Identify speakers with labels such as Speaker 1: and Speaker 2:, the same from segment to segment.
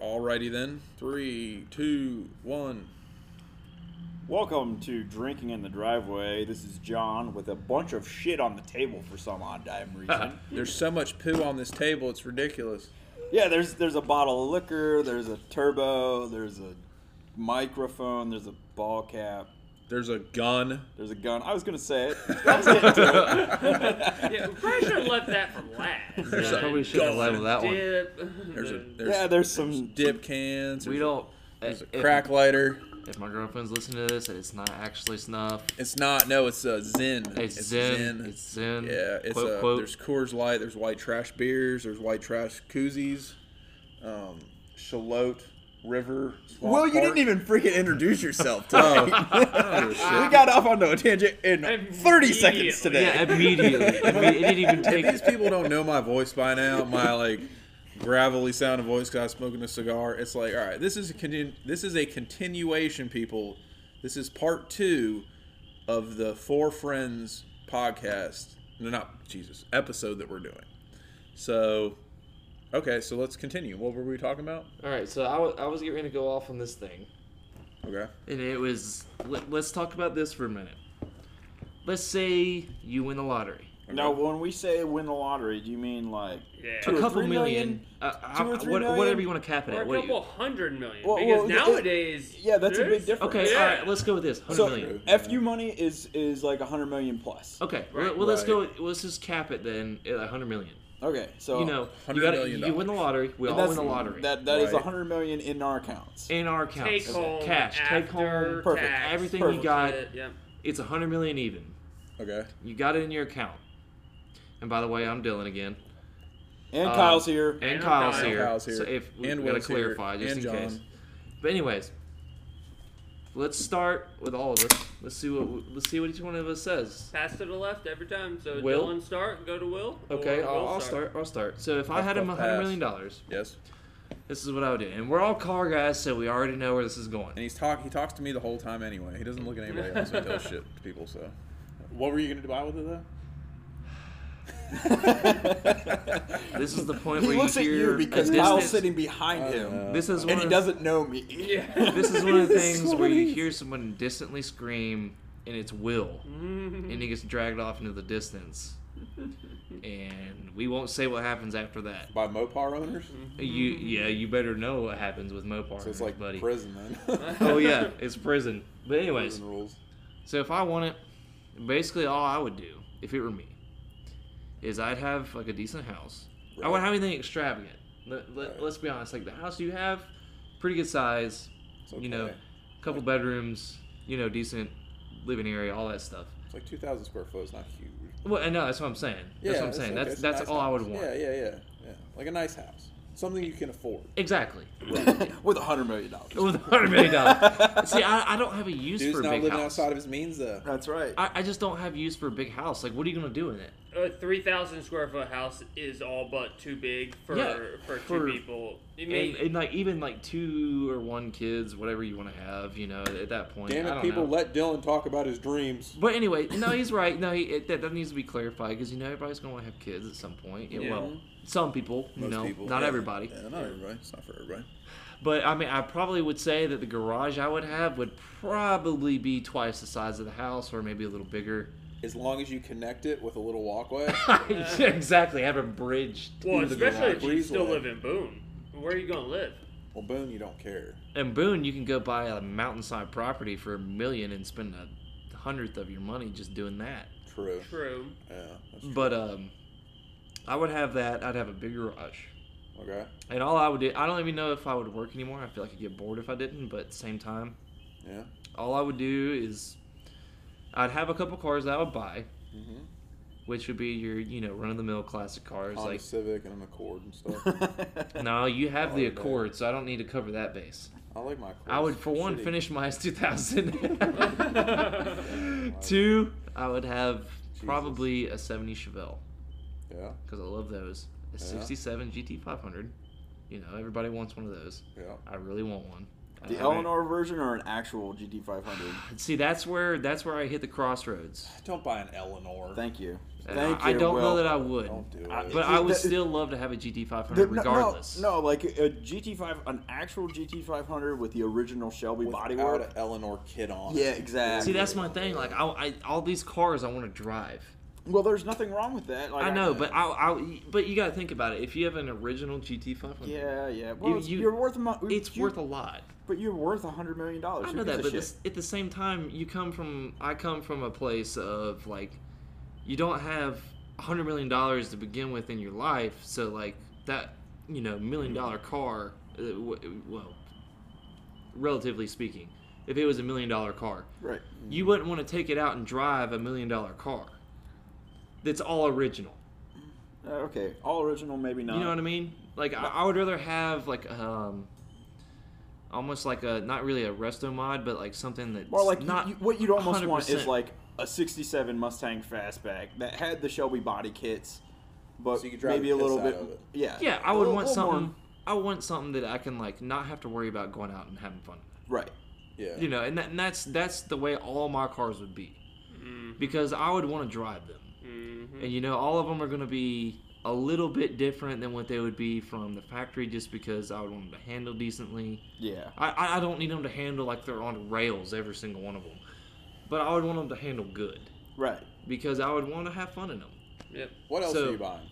Speaker 1: Alrighty then. Three, two, one.
Speaker 2: Welcome to Drinking in the Driveway. This is John with a bunch of shit on the table for some odd damn reason.
Speaker 1: There's so much poo on this table, it's ridiculous.
Speaker 2: yeah, there's there's a bottle of liquor, there's a turbo, there's a microphone, there's a ball cap,
Speaker 1: There's a gun.
Speaker 2: there's a gun. I was gonna say it. I was getting to it.
Speaker 3: Yeah, we probably should have left that for last.
Speaker 1: There's
Speaker 3: Uh,
Speaker 1: a-
Speaker 4: Probably should have
Speaker 1: Go on.
Speaker 4: labeled that one.
Speaker 3: dip.
Speaker 1: There's a there's
Speaker 2: yeah, there's some
Speaker 1: dip cans.
Speaker 4: We
Speaker 1: there's-
Speaker 4: don't. eh,
Speaker 1: There's a
Speaker 4: if-
Speaker 1: crack lighter.
Speaker 4: If, my girlfriend's listening to this, it's not actually snuff.
Speaker 1: It's not. No, it's a Zen.
Speaker 4: It's, Zen. It's Zen.
Speaker 1: yeah, it's
Speaker 4: quote,
Speaker 1: a,
Speaker 4: quote.
Speaker 1: there's Coors Light. There's white trash beers. There's white trash koozies. Um, Shalote River. Swamp
Speaker 5: Well, you
Speaker 1: Park.
Speaker 5: didn't even freaking introduce yourself.
Speaker 1: Oh,
Speaker 5: Today.
Speaker 1: I don't give a shit.
Speaker 5: we got off onto a tangent in 30 seconds
Speaker 3: Immediately.
Speaker 5: today.
Speaker 4: Yeah, immediately. I mean, it didn't even take.
Speaker 1: If these people don't know my voice by now, my like gravelly sound of voice guy smoking a cigar, it's like, all right, this is a continu- this is a continuation, people. This is part two of the Four Friends podcast. No, not Jesus episode that we're doing. So, okay, so let's continue. What were we talking about?
Speaker 6: All right, so I wa- I was getting ready to go off on this thing.
Speaker 1: Okay,
Speaker 4: and it was. Let, let's talk about this for a minute. Let's say you win the lottery.
Speaker 2: Now when we say win the lottery, do you mean like
Speaker 3: Yeah.
Speaker 2: two
Speaker 4: a
Speaker 2: or
Speaker 4: couple
Speaker 2: three
Speaker 4: million. uh,
Speaker 2: Two or
Speaker 4: uh,
Speaker 2: three
Speaker 4: what-
Speaker 2: million?
Speaker 4: Whatever you want to cap it
Speaker 3: Or
Speaker 4: at.
Speaker 3: a
Speaker 4: What do
Speaker 3: couple
Speaker 4: you,
Speaker 3: hundred million.
Speaker 2: Well,
Speaker 3: because
Speaker 2: well, it-
Speaker 3: nowadays.
Speaker 2: Yeah, that's a big
Speaker 3: there's-
Speaker 2: difference.
Speaker 4: okay,
Speaker 3: Yeah.
Speaker 4: all right, let's go with this. 100
Speaker 2: So
Speaker 4: million.
Speaker 2: FU money is is like 100 million plus.
Speaker 4: Okay,
Speaker 3: Right,
Speaker 4: well, well, let's
Speaker 1: right.
Speaker 4: go. Let's just cap it then at 100 million.
Speaker 2: Okay, so
Speaker 4: you know, you,
Speaker 1: 100
Speaker 4: gotta,
Speaker 1: million
Speaker 4: you win the lottery. We all
Speaker 2: that's-
Speaker 4: win the lottery.
Speaker 2: That that is
Speaker 1: Right.
Speaker 2: 100 million in our accounts.
Speaker 4: in our
Speaker 3: Take
Speaker 4: accounts.
Speaker 3: home.
Speaker 4: cash,
Speaker 3: after
Speaker 4: take home.
Speaker 2: Perfect.
Speaker 3: tax,
Speaker 4: Everything
Speaker 2: Perfect.
Speaker 4: you got,
Speaker 3: shit, Yeah.
Speaker 4: it's a hundred million even.
Speaker 1: okay.
Speaker 4: You got it in your account. And by the way, I'm Dylan again,
Speaker 2: And
Speaker 4: Um,
Speaker 2: Kyle's here.
Speaker 4: and
Speaker 3: And
Speaker 4: Kyle's
Speaker 3: Kyle.
Speaker 4: here.
Speaker 1: Kyle's here.
Speaker 4: So if we
Speaker 1: And
Speaker 4: gotta
Speaker 1: Will's here.
Speaker 4: clarify, just
Speaker 1: And
Speaker 4: in
Speaker 1: John.
Speaker 4: case. But anyways, let's start with all of us. Let's see what let's see what each one of us says.
Speaker 3: Pass to the left every time. So
Speaker 4: Will?
Speaker 3: Dylan start, go to Will. or
Speaker 4: Okay,
Speaker 3: Will
Speaker 4: I'll, I'll start. I'll start. So if I had him a
Speaker 1: I'll
Speaker 4: hundred
Speaker 1: pass.
Speaker 4: million dollars,
Speaker 1: Yes,
Speaker 4: this is what I would do. And we're all car guys, so we already know where this is
Speaker 1: and
Speaker 4: going.
Speaker 1: he's talk. He talks to me the whole time anyway. He doesn't look at anybody else and tells shit to people. So, what were you gonna buy with it though?
Speaker 4: This is the point
Speaker 2: he
Speaker 4: where
Speaker 2: looks
Speaker 4: you
Speaker 2: at
Speaker 4: hear
Speaker 2: you because
Speaker 4: a
Speaker 2: Kyle's
Speaker 4: distance-
Speaker 2: sitting behind him,
Speaker 4: This is one
Speaker 2: and he
Speaker 4: of-
Speaker 2: doesn't know me.
Speaker 3: Yeah.
Speaker 4: This is one of the
Speaker 5: This is
Speaker 4: things
Speaker 5: what
Speaker 4: where
Speaker 5: it
Speaker 4: you
Speaker 5: is.
Speaker 4: hear someone distantly scream, and it's Will,
Speaker 5: Mm.
Speaker 4: and he gets dragged off into the distance. And we won't say what happens after that.
Speaker 1: By Mopar owners.
Speaker 4: You, yeah, you better know what happens with Mopar.
Speaker 1: So it's like
Speaker 4: buddy.
Speaker 1: prison then.
Speaker 4: oh yeah, it's prison. But anyways,
Speaker 1: prison rules.
Speaker 4: so if I want it, basically all I would do, if it were me, is I'd have like a decent house. I wouldn't have anything extravagant. Let, let,
Speaker 1: Right.
Speaker 4: Let's be honest. Like the house you have, pretty good size.
Speaker 1: It's
Speaker 4: You know,
Speaker 1: okay.
Speaker 4: couple bedrooms. You know, decent living area, all that stuff.
Speaker 1: it's like 2,000 square foot. It's not huge.
Speaker 4: Well, I know that's what I'm saying. That's what I'm saying.
Speaker 1: okay.
Speaker 4: That's
Speaker 1: It's a
Speaker 4: that's
Speaker 1: nice
Speaker 4: all I would
Speaker 1: house.
Speaker 4: want.
Speaker 1: Yeah, yeah, yeah, yeah. Like a nice house, something you can afford.
Speaker 4: Exactly.
Speaker 2: with a hundred million dollars.
Speaker 4: With a hundred million dollars. See, I, I don't have a use
Speaker 1: Dude's
Speaker 4: for a
Speaker 1: not
Speaker 4: big
Speaker 1: living
Speaker 4: house.
Speaker 1: outside of his means though.
Speaker 2: That's right.
Speaker 4: I, I just don't have use for a big house. Like, what are you gonna do with it?
Speaker 3: A three thousand square foot house is all but too big for
Speaker 4: Yeah,
Speaker 3: for two
Speaker 4: for-
Speaker 3: people. I mean,
Speaker 4: And, and like even like two or one kids, whatever you want to have, you know, at that point.
Speaker 1: Damn
Speaker 4: I
Speaker 1: it,
Speaker 4: don't
Speaker 1: people!
Speaker 4: know.
Speaker 1: Let Dylan talk about his dreams.
Speaker 4: But anyway, no, he's right. No, he, it, that, that needs to be clarified because you know everybody's gonna want to have kids at some point. Yeah,
Speaker 3: Yeah.
Speaker 4: Well, some people, you
Speaker 1: Most
Speaker 4: know,
Speaker 1: people,
Speaker 4: not
Speaker 1: yeah.
Speaker 4: everybody.
Speaker 1: Yeah, not everybody. It's not for everybody.
Speaker 4: But I mean, I probably would say that the garage I would have would probably be twice the size of the house, or maybe a little bigger.
Speaker 1: As long as you connect it with a little walkway.
Speaker 4: exactly, have a bridge to
Speaker 3: well,
Speaker 4: the
Speaker 3: especially if
Speaker 4: garage.
Speaker 3: you
Speaker 1: breezeway.
Speaker 3: still live in Boone, where are you gonna live?
Speaker 1: well, boom, you don't care.
Speaker 4: And Boone, you can go buy a mountainside property for a million and spend a hundredth of your money just doing that.
Speaker 1: True.
Speaker 3: True.
Speaker 1: Yeah. that's true.
Speaker 4: But um, I would have that. I'd have a big garage.
Speaker 1: Okay.
Speaker 4: And all I would do, I don't even know if I would work anymore. I feel like I'd get bored if I didn't. But at the same time,
Speaker 1: Yeah.
Speaker 4: all I would do is I'd have a couple cars that I would buy,
Speaker 2: Mm-hmm.
Speaker 1: Mhm.
Speaker 4: which would be your you know run of the mill classic cars.
Speaker 1: Honda
Speaker 4: Like
Speaker 1: Civic and an Accord and stuff.
Speaker 4: no, you have the
Speaker 1: Honda.
Speaker 4: Accord, so I don't need to cover that base.
Speaker 1: I like my. Accord.
Speaker 4: I would for one finish my 2000. Two, I would have probably a 70 Chevelle
Speaker 1: Yeah.
Speaker 4: because I love those. A 67 GT 500. You know, everybody wants one of those.
Speaker 1: Yeah.
Speaker 4: I really want one.
Speaker 2: the
Speaker 4: Uh,
Speaker 2: Eleanor version or an actual GT500?
Speaker 4: See, that's where that's where I hit the crossroads.
Speaker 1: Don't buy an Eleanor.
Speaker 2: Thank you. Thank
Speaker 4: Uh, I
Speaker 2: you,
Speaker 4: don't know
Speaker 2: Will.
Speaker 4: that I would,
Speaker 1: Don't do it.
Speaker 2: I-
Speaker 4: but I would
Speaker 2: Th-
Speaker 4: still love to have a GT500
Speaker 2: There- no- no,
Speaker 4: regardless.
Speaker 2: No, like a GT5, an actual GT500 with the original Shelby
Speaker 1: Without
Speaker 2: bodywork.
Speaker 1: an Eleanor kid on.
Speaker 2: Yeah,
Speaker 1: it.
Speaker 2: exactly.
Speaker 4: See, that's my thing. Like, I, I all these cars I want to drive.
Speaker 2: well, there's nothing wrong with that. Like,
Speaker 4: I know, but I, I but you got to think about it. If you have an original GT500,
Speaker 2: yeah, yeah. Well, it's-
Speaker 4: you-
Speaker 2: you're worth. a mo-
Speaker 4: it's
Speaker 2: you- Oh,
Speaker 4: worth a lot.
Speaker 2: But you're worth a hundred million dollars.
Speaker 4: I
Speaker 2: Who
Speaker 4: know that,
Speaker 2: gives
Speaker 4: but
Speaker 2: a shit?
Speaker 4: this, at the same time, you come from I come from a place of like you don't have a hundred million dollars to begin with in your life, so like that you know million
Speaker 2: Mm.
Speaker 4: dollar car, uh, w- well, relatively speaking, if it was a million dollar car,
Speaker 2: right?
Speaker 4: you wouldn't want to take it out and drive a million dollar car. That's all original.
Speaker 2: Uh, okay, all original, maybe not.
Speaker 4: You know what I mean? Like I, I would rather have like um, almost like a not really a resto mod, but like something that's
Speaker 2: More like
Speaker 4: not
Speaker 2: you, what you'd almost want is
Speaker 4: 100%.
Speaker 2: like a '67 Mustang Fastback that had the Shelby body kits, but
Speaker 1: So you could drive
Speaker 2: maybe
Speaker 1: the
Speaker 2: a little
Speaker 1: piss out
Speaker 2: bit.
Speaker 1: of it.
Speaker 2: Yeah,
Speaker 4: yeah. I
Speaker 2: a
Speaker 4: would
Speaker 2: little-
Speaker 4: want
Speaker 2: little more-
Speaker 4: something. I want something that I can like not have to worry about going out and having fun.
Speaker 2: Right.
Speaker 1: Yeah.
Speaker 4: You know, and, that, and that's that's the way all my cars would be, because I would want to drive them, and you know, all of them are going to be a little bit different than what they would be from the factory, just because I would want them to handle decently.
Speaker 2: Yeah.
Speaker 4: I- I, I don't need them to handle like they're on rails, every single one of them. But I would want them to handle good
Speaker 2: Right.
Speaker 4: because I would want to have fun in them.
Speaker 3: Yep.
Speaker 1: What else
Speaker 4: So-
Speaker 1: are you buying?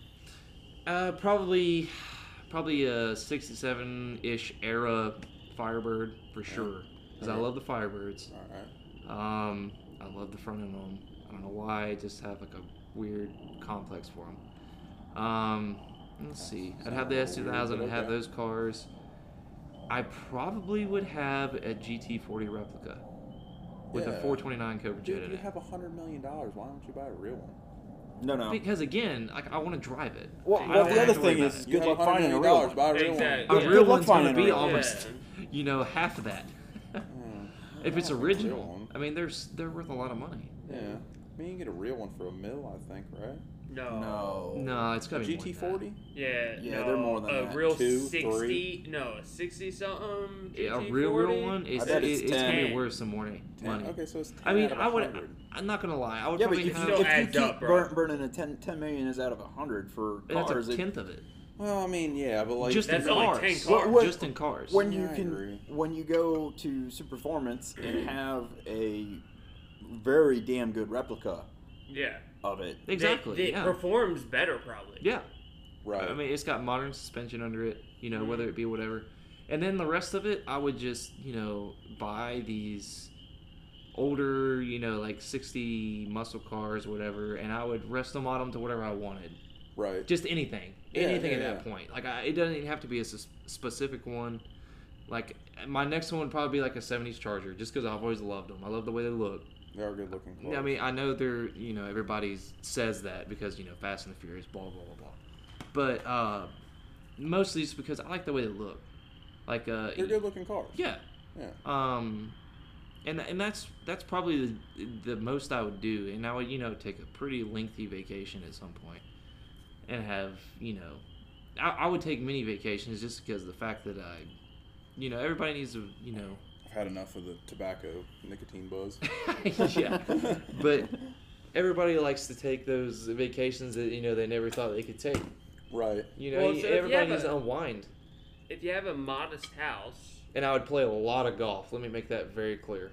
Speaker 4: Uh, probably, probably a '67 ish era Firebird for sure because I love the Firebirds.
Speaker 1: All right.
Speaker 4: Um, I love the front end of them. I don't know why. I just have like a weird complex for them. Um, let's see. I'd have the S2000. I'd have
Speaker 1: Okay.
Speaker 4: those cars. I probably would have a GT40 replica with a
Speaker 1: Yeah.
Speaker 4: 429 Cobra Jet
Speaker 1: Dude,
Speaker 4: in
Speaker 1: you
Speaker 4: it.
Speaker 1: have a hundred million dollars. Why don't you buy a real one?
Speaker 2: No, no.
Speaker 4: Because again, like I want to drive it.
Speaker 2: Well,
Speaker 4: I
Speaker 2: well,
Speaker 4: don't
Speaker 2: the
Speaker 4: have
Speaker 2: other
Speaker 4: to worry
Speaker 2: thing
Speaker 4: about
Speaker 2: is,
Speaker 4: it.
Speaker 2: good
Speaker 1: have
Speaker 2: luck finding a
Speaker 1: $100
Speaker 2: real
Speaker 1: million,
Speaker 2: one.
Speaker 1: Buy a real
Speaker 3: Exactly.
Speaker 1: one.
Speaker 4: a
Speaker 3: Yeah,
Speaker 2: good
Speaker 4: real
Speaker 2: luck
Speaker 4: one's going
Speaker 2: finding
Speaker 4: to
Speaker 2: a
Speaker 4: be
Speaker 2: real one.
Speaker 4: almost, you know, half of that.
Speaker 1: I don't
Speaker 4: if it's
Speaker 1: think it's Hmm. a real
Speaker 4: original,
Speaker 1: one.
Speaker 4: I mean, there's they're worth a lot of money.
Speaker 1: Yeah. I mean, you can get a real one for a mil, I think, right?
Speaker 3: No.
Speaker 2: No.
Speaker 4: No, it's got to be more than that.
Speaker 1: GT40.
Speaker 3: Yeah.
Speaker 2: Yeah,
Speaker 3: no.
Speaker 2: they're more than
Speaker 3: a
Speaker 2: that.
Speaker 3: real
Speaker 1: Two,
Speaker 3: sixty. No, sixty something.
Speaker 4: Yeah, a real, real one is
Speaker 2: bet
Speaker 4: it,
Speaker 2: it's
Speaker 4: it's, gonna
Speaker 3: 10.
Speaker 4: be worth some money. money.
Speaker 1: Okay, so it's. 10
Speaker 4: I mean,
Speaker 1: out of
Speaker 4: I would.
Speaker 1: 100.
Speaker 4: I'm not gonna lie. I would
Speaker 2: Yeah, but
Speaker 4: probably
Speaker 2: if you,
Speaker 4: have.
Speaker 3: still
Speaker 2: if you
Speaker 3: adds
Speaker 2: keep
Speaker 3: up, bro.
Speaker 2: burn, burning a 10, 10 million is out of hundred for
Speaker 4: that's
Speaker 2: cars.
Speaker 4: a
Speaker 2: it-
Speaker 4: tenth of it.
Speaker 1: Well, I mean, yeah, but like
Speaker 4: just in
Speaker 3: That's only
Speaker 4: cars.
Speaker 3: 10 cars.
Speaker 2: What-
Speaker 4: just in cars.
Speaker 2: when
Speaker 1: Yeah,
Speaker 2: you
Speaker 1: I
Speaker 2: can
Speaker 1: agree.
Speaker 2: when you go to Superformance and have a very damn good replica
Speaker 3: Yeah.
Speaker 2: of it.
Speaker 3: It,
Speaker 4: exactly.
Speaker 3: it
Speaker 4: yeah.
Speaker 3: performs better probably.
Speaker 4: yeah.
Speaker 1: right.
Speaker 4: I mean, it's got modern suspension under it. You know, whether it be whatever. And then the rest of it, I would just you know buy these older you know like 60 muscle cars whatever and i would rest them on them to whatever i wanted
Speaker 1: right.
Speaker 4: just anything
Speaker 1: Yeah,
Speaker 4: anything
Speaker 1: yeah,
Speaker 4: at that
Speaker 1: yeah.
Speaker 4: point like I, it doesn't even have to be a s- specific one like my next one would probably be like a 70s charger just because i've always loved them i love the way they look
Speaker 1: they are good looking.
Speaker 4: i mean i know they're you know everybody says that because you know fast and the furious blah blah blah blah but uh mostly it's because i like the way they look like uh
Speaker 1: they're good looking cars.
Speaker 4: yeah
Speaker 1: Yeah.
Speaker 4: um and and that's that's probably the, the most I would do and I would you know take a pretty lengthy vacation at some point and have you know I, I would take many vacations just because of the fact that I you know everybody needs to you know
Speaker 1: I've had enough of the tobacco nicotine buzz.
Speaker 4: yeah but everybody likes to take those vacations that you know they never thought they could take
Speaker 1: right.
Speaker 4: you know
Speaker 3: Well, so if you
Speaker 4: everybody
Speaker 3: have
Speaker 4: needs
Speaker 3: a-
Speaker 4: to unwind
Speaker 3: If you have a modest house,
Speaker 4: and I would play a lot of golf let me make that very clear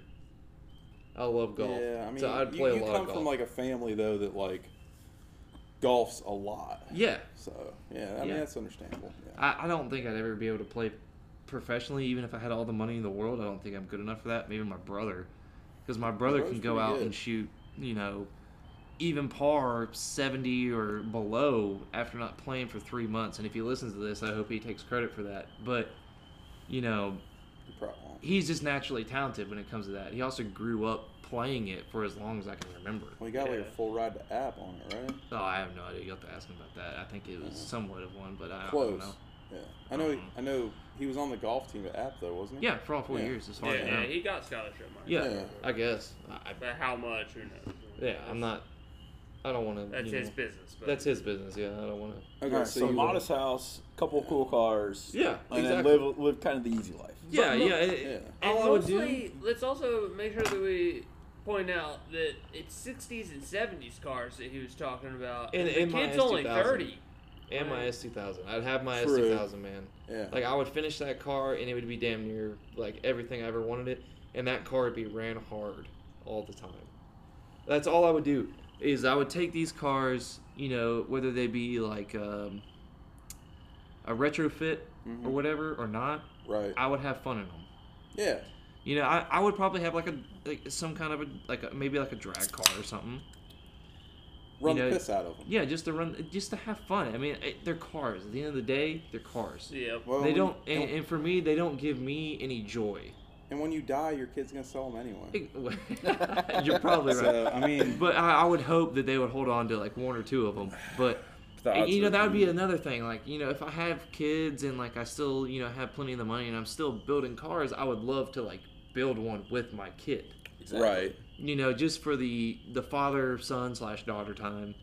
Speaker 4: I love golf
Speaker 1: Yeah, I mean,
Speaker 4: so I'd
Speaker 1: you-
Speaker 4: play
Speaker 1: you,
Speaker 4: a lot
Speaker 1: come
Speaker 4: of golf
Speaker 1: from like a family though that like golfs a lot.
Speaker 4: yeah
Speaker 1: So yeah, I mean
Speaker 4: Yeah.
Speaker 1: that's understandable. Yeah.
Speaker 4: I, I don't think I'd ever be able to play professionally, even if I had all the money in the world. I don't think I'm good enough for that. Maybe my brother, because my brother
Speaker 1: brother's
Speaker 4: can go
Speaker 1: pretty
Speaker 4: out
Speaker 1: good.
Speaker 4: and shoot, you know, even par 70 or below after not playing for three months. And if he listens to this, I hope he takes credit for that. But, you know,
Speaker 1: You probably won't.
Speaker 4: he's just naturally talented when it comes to that. He also grew up playing it for as long as I can remember.
Speaker 1: Well, you got like
Speaker 3: Yeah.
Speaker 1: a full ride to app on it, right?
Speaker 4: Oh, I have no idea. You'll have to ask him about that. I think it was somewhat of one, but I, I
Speaker 1: Mm-hmm. Close.
Speaker 4: don't know. Uh-huh.
Speaker 1: Yeah. I know. I know. He was on the golf team at app though, wasn't he?
Speaker 4: Yeah, for all four
Speaker 1: Yeah.
Speaker 4: years, as far
Speaker 3: yeah,
Speaker 4: as I know.
Speaker 3: yeah, he got scholarship money.
Speaker 4: Yeah,
Speaker 1: Yeah.
Speaker 4: I guess. I, I-
Speaker 3: But how much? Who knows?
Speaker 4: yeah, I'm not. I don't want to.
Speaker 3: That's his business. But
Speaker 4: That's his business. Yeah, I don't want to.
Speaker 1: Okay.
Speaker 2: Alright,
Speaker 1: so,
Speaker 2: so
Speaker 1: you
Speaker 2: modest house, couple cool cars.
Speaker 4: Yeah,
Speaker 2: and
Speaker 4: exactly.
Speaker 2: then live live kind of the easy life.
Speaker 4: Yeah,
Speaker 3: look-
Speaker 4: yeah. it-
Speaker 1: Yeah.
Speaker 4: All
Speaker 3: And
Speaker 4: I would do.
Speaker 3: mostly, let's also make sure that we point out that it's 60s and 70s cars that he was talking about.
Speaker 7: And-
Speaker 3: And, the
Speaker 7: and my
Speaker 3: kid's only
Speaker 7: 2000.
Speaker 3: 30.
Speaker 7: And my S2000. I'd have my
Speaker 2: True.
Speaker 7: S2000, man.
Speaker 1: Yeah.
Speaker 7: Like, I would finish that car, and it would be damn near, like, everything I ever wanted it. And that car would be ran hard all the time. That's all I would do.
Speaker 4: is I would take these cars, you know, whether they be like um, a retrofit or whatever or not,
Speaker 1: Right.
Speaker 4: I would have fun in them.
Speaker 1: Yeah.
Speaker 4: You know, I, I would probably have like a like some kind of a like a, maybe like a drag car or something.
Speaker 1: Run
Speaker 4: know-
Speaker 1: the piss out of them.
Speaker 4: Yeah, just to run, just to have fun. I mean, it, they're cars. At the end of the day, they're cars.
Speaker 3: Yeah.
Speaker 1: Well,
Speaker 4: they
Speaker 1: when-
Speaker 4: don't, and,
Speaker 1: And,
Speaker 4: and for me, they don't give me any joy.
Speaker 1: and when you die, your kid's gonna sell them anyway.
Speaker 4: You're probably right.
Speaker 1: So I mean,
Speaker 4: But I, I would hope that they would hold on to like one or two of them. But
Speaker 8: The odds
Speaker 4: you know
Speaker 8: are
Speaker 4: that would be
Speaker 8: huge.
Speaker 4: another thing. Like you know, if I have kids and like I still you know have plenty of the money and I'm still building cars, I would love to like build one with my kid.
Speaker 8: right.
Speaker 4: You know, just for the the father son slash daughter time.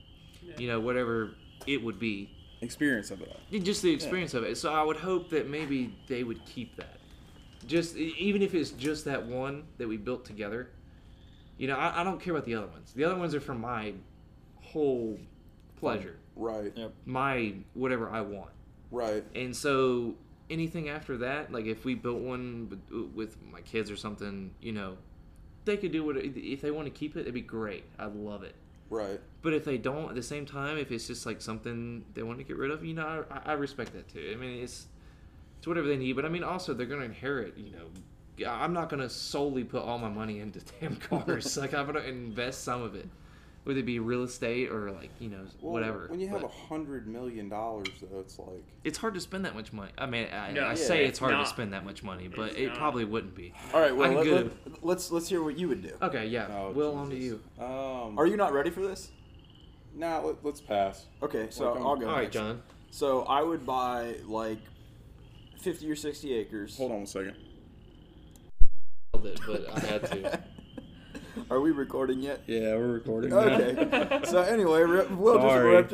Speaker 4: You know, whatever it would be,
Speaker 8: Experience of it all.
Speaker 4: Yeah, just the experience of it. So I would hope that maybe they would keep that. Just e- even if it's just that one that we built together. You know, I, I don't care about the other ones. The other ones are for my whole pleasure,
Speaker 1: right,
Speaker 4: my whatever I want.
Speaker 1: right.
Speaker 4: And so anything after that, like if we built one with, with my kids or something, you know, they could do what if they want to keep it, it'd be great. I'd love it.
Speaker 1: Right.
Speaker 4: But if they don't, at the same time, if it's just like something they want to get rid of, you know, I, I respect that too. I mean, it's it's whatever they need. But I mean, also they're gonna inherit. You know, I- I'm not gonna solely put all my money into damn cars. like I'm gonna invest some of it, whether it be real estate or like you know
Speaker 1: Well,
Speaker 4: whatever.
Speaker 1: When you have a
Speaker 4: But
Speaker 1: hundred million dollars, though, it's like
Speaker 4: it's hard to spend that much money. I mean, I,
Speaker 3: No,
Speaker 4: I say
Speaker 3: yeah,
Speaker 4: it's hard
Speaker 3: not.
Speaker 4: to spend that much money, but
Speaker 3: It's
Speaker 4: it
Speaker 3: not.
Speaker 4: probably wouldn't be.
Speaker 2: All right, well,
Speaker 4: can
Speaker 2: let,
Speaker 4: go
Speaker 2: let, let's let's hear what you would do.
Speaker 4: Okay, yeah.
Speaker 1: Oh,
Speaker 4: Will, on to
Speaker 1: Jesus.
Speaker 4: you.
Speaker 1: um.
Speaker 2: Are you not ready for this?
Speaker 1: Nah, let, let's pass.
Speaker 2: Okay, so
Speaker 1: Work on-
Speaker 2: I'll go.
Speaker 7: All right,
Speaker 2: next.
Speaker 7: John.
Speaker 2: So I would buy like fifty or sixty acres.
Speaker 8: Hold on one second.
Speaker 7: Nailed it, but I had to.
Speaker 2: Are we recording yet?
Speaker 8: Yeah, we're recording.
Speaker 2: Okay. so anyway, Ri- Will
Speaker 8: Sorry.
Speaker 2: just ripped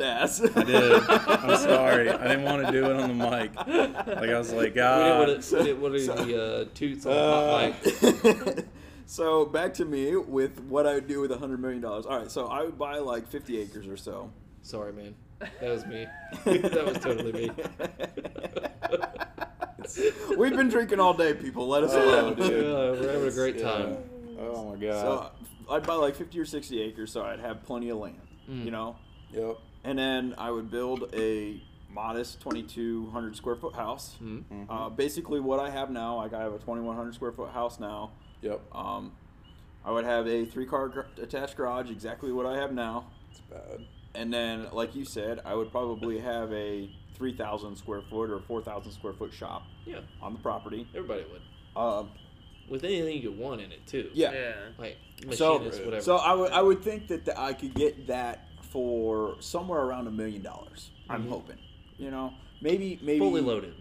Speaker 2: ass.
Speaker 8: I did. I'm sorry. I didn't want to do it on the mic. Like I was like,
Speaker 7: We
Speaker 8: God.
Speaker 1: Uh,
Speaker 7: didn't want to. What are the uh, toots on the hot mic?
Speaker 2: so back to me with what I would do with hundred million dollars. All right, so I would buy like fifty acres or so.
Speaker 7: Sorry, man. That was me. that was totally me.
Speaker 2: We've been drinking all day, people. Let us
Speaker 1: Oh,
Speaker 2: alone.
Speaker 7: Yeah,
Speaker 1: dude.
Speaker 7: we're having a great
Speaker 1: Yeah.
Speaker 7: time.
Speaker 1: Oh my
Speaker 2: So
Speaker 1: god.
Speaker 2: I'd buy like fifty or sixty acres, so I'd have plenty of land.
Speaker 7: Mm.
Speaker 2: You know,
Speaker 1: yep.
Speaker 2: and then I would build a modest 2,200 square foot house.
Speaker 7: Mm.
Speaker 1: Mm-hmm.
Speaker 2: Uh, basically, what I have now, like I have a 2,100 square foot house now.
Speaker 1: Yep.
Speaker 2: Um, I would have a three car gar- attached garage, exactly what I have now.
Speaker 1: It's bad.
Speaker 2: And then, like you said, I would probably have a 3,000 square foot or 4,000 square foot shop
Speaker 7: Yeah,
Speaker 2: on the property.
Speaker 7: everybody would.
Speaker 2: Um,
Speaker 7: With anything you want in it too.
Speaker 2: yeah.
Speaker 3: Yeah.
Speaker 7: Like
Speaker 2: So,
Speaker 7: machinists, whatever.
Speaker 2: so I would I would think that the, I could get that for somewhere around a million dollars. I'm
Speaker 3: Mm-hmm.
Speaker 2: hoping, you know, maybe maybe
Speaker 7: fully loaded.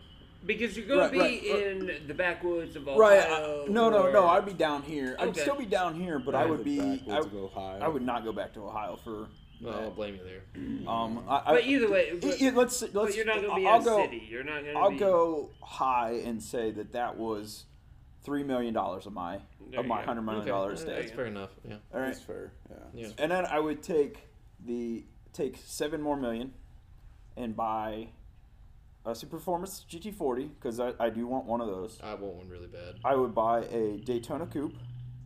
Speaker 3: Because you're going
Speaker 2: Right,
Speaker 3: to be
Speaker 2: right, right.
Speaker 3: in the backwoods of Ohio.
Speaker 2: Right. I, no, no, no.
Speaker 3: or-
Speaker 2: I'd be down here. I'd
Speaker 3: Oh, Okay.
Speaker 2: still be down here, but I would be. I, I would not go back to Ohio for.
Speaker 7: Well, I don't blame you there.
Speaker 2: Um. I, I,
Speaker 3: Oh, But either way,
Speaker 2: it-
Speaker 3: but,
Speaker 2: it- let's let's.
Speaker 3: but you're not going to be in
Speaker 2: I'll
Speaker 3: a
Speaker 2: go,
Speaker 3: city. You're not going to.
Speaker 2: I'll
Speaker 3: be,
Speaker 2: go high and say that that was three million dollars of my
Speaker 3: There
Speaker 2: of
Speaker 3: you
Speaker 2: my
Speaker 3: go.
Speaker 2: hundred million
Speaker 7: Okay,
Speaker 2: dollar
Speaker 7: uh, that's
Speaker 2: estate.
Speaker 7: fair enough. Yeah.
Speaker 2: All right.
Speaker 1: That's fair. Yeah.
Speaker 7: Yeah.
Speaker 2: And then I would take the take seven more million, and buy a Super Performance GT40 because I, I do want one of those.
Speaker 7: I want one really bad.
Speaker 2: I would buy a Daytona Coupe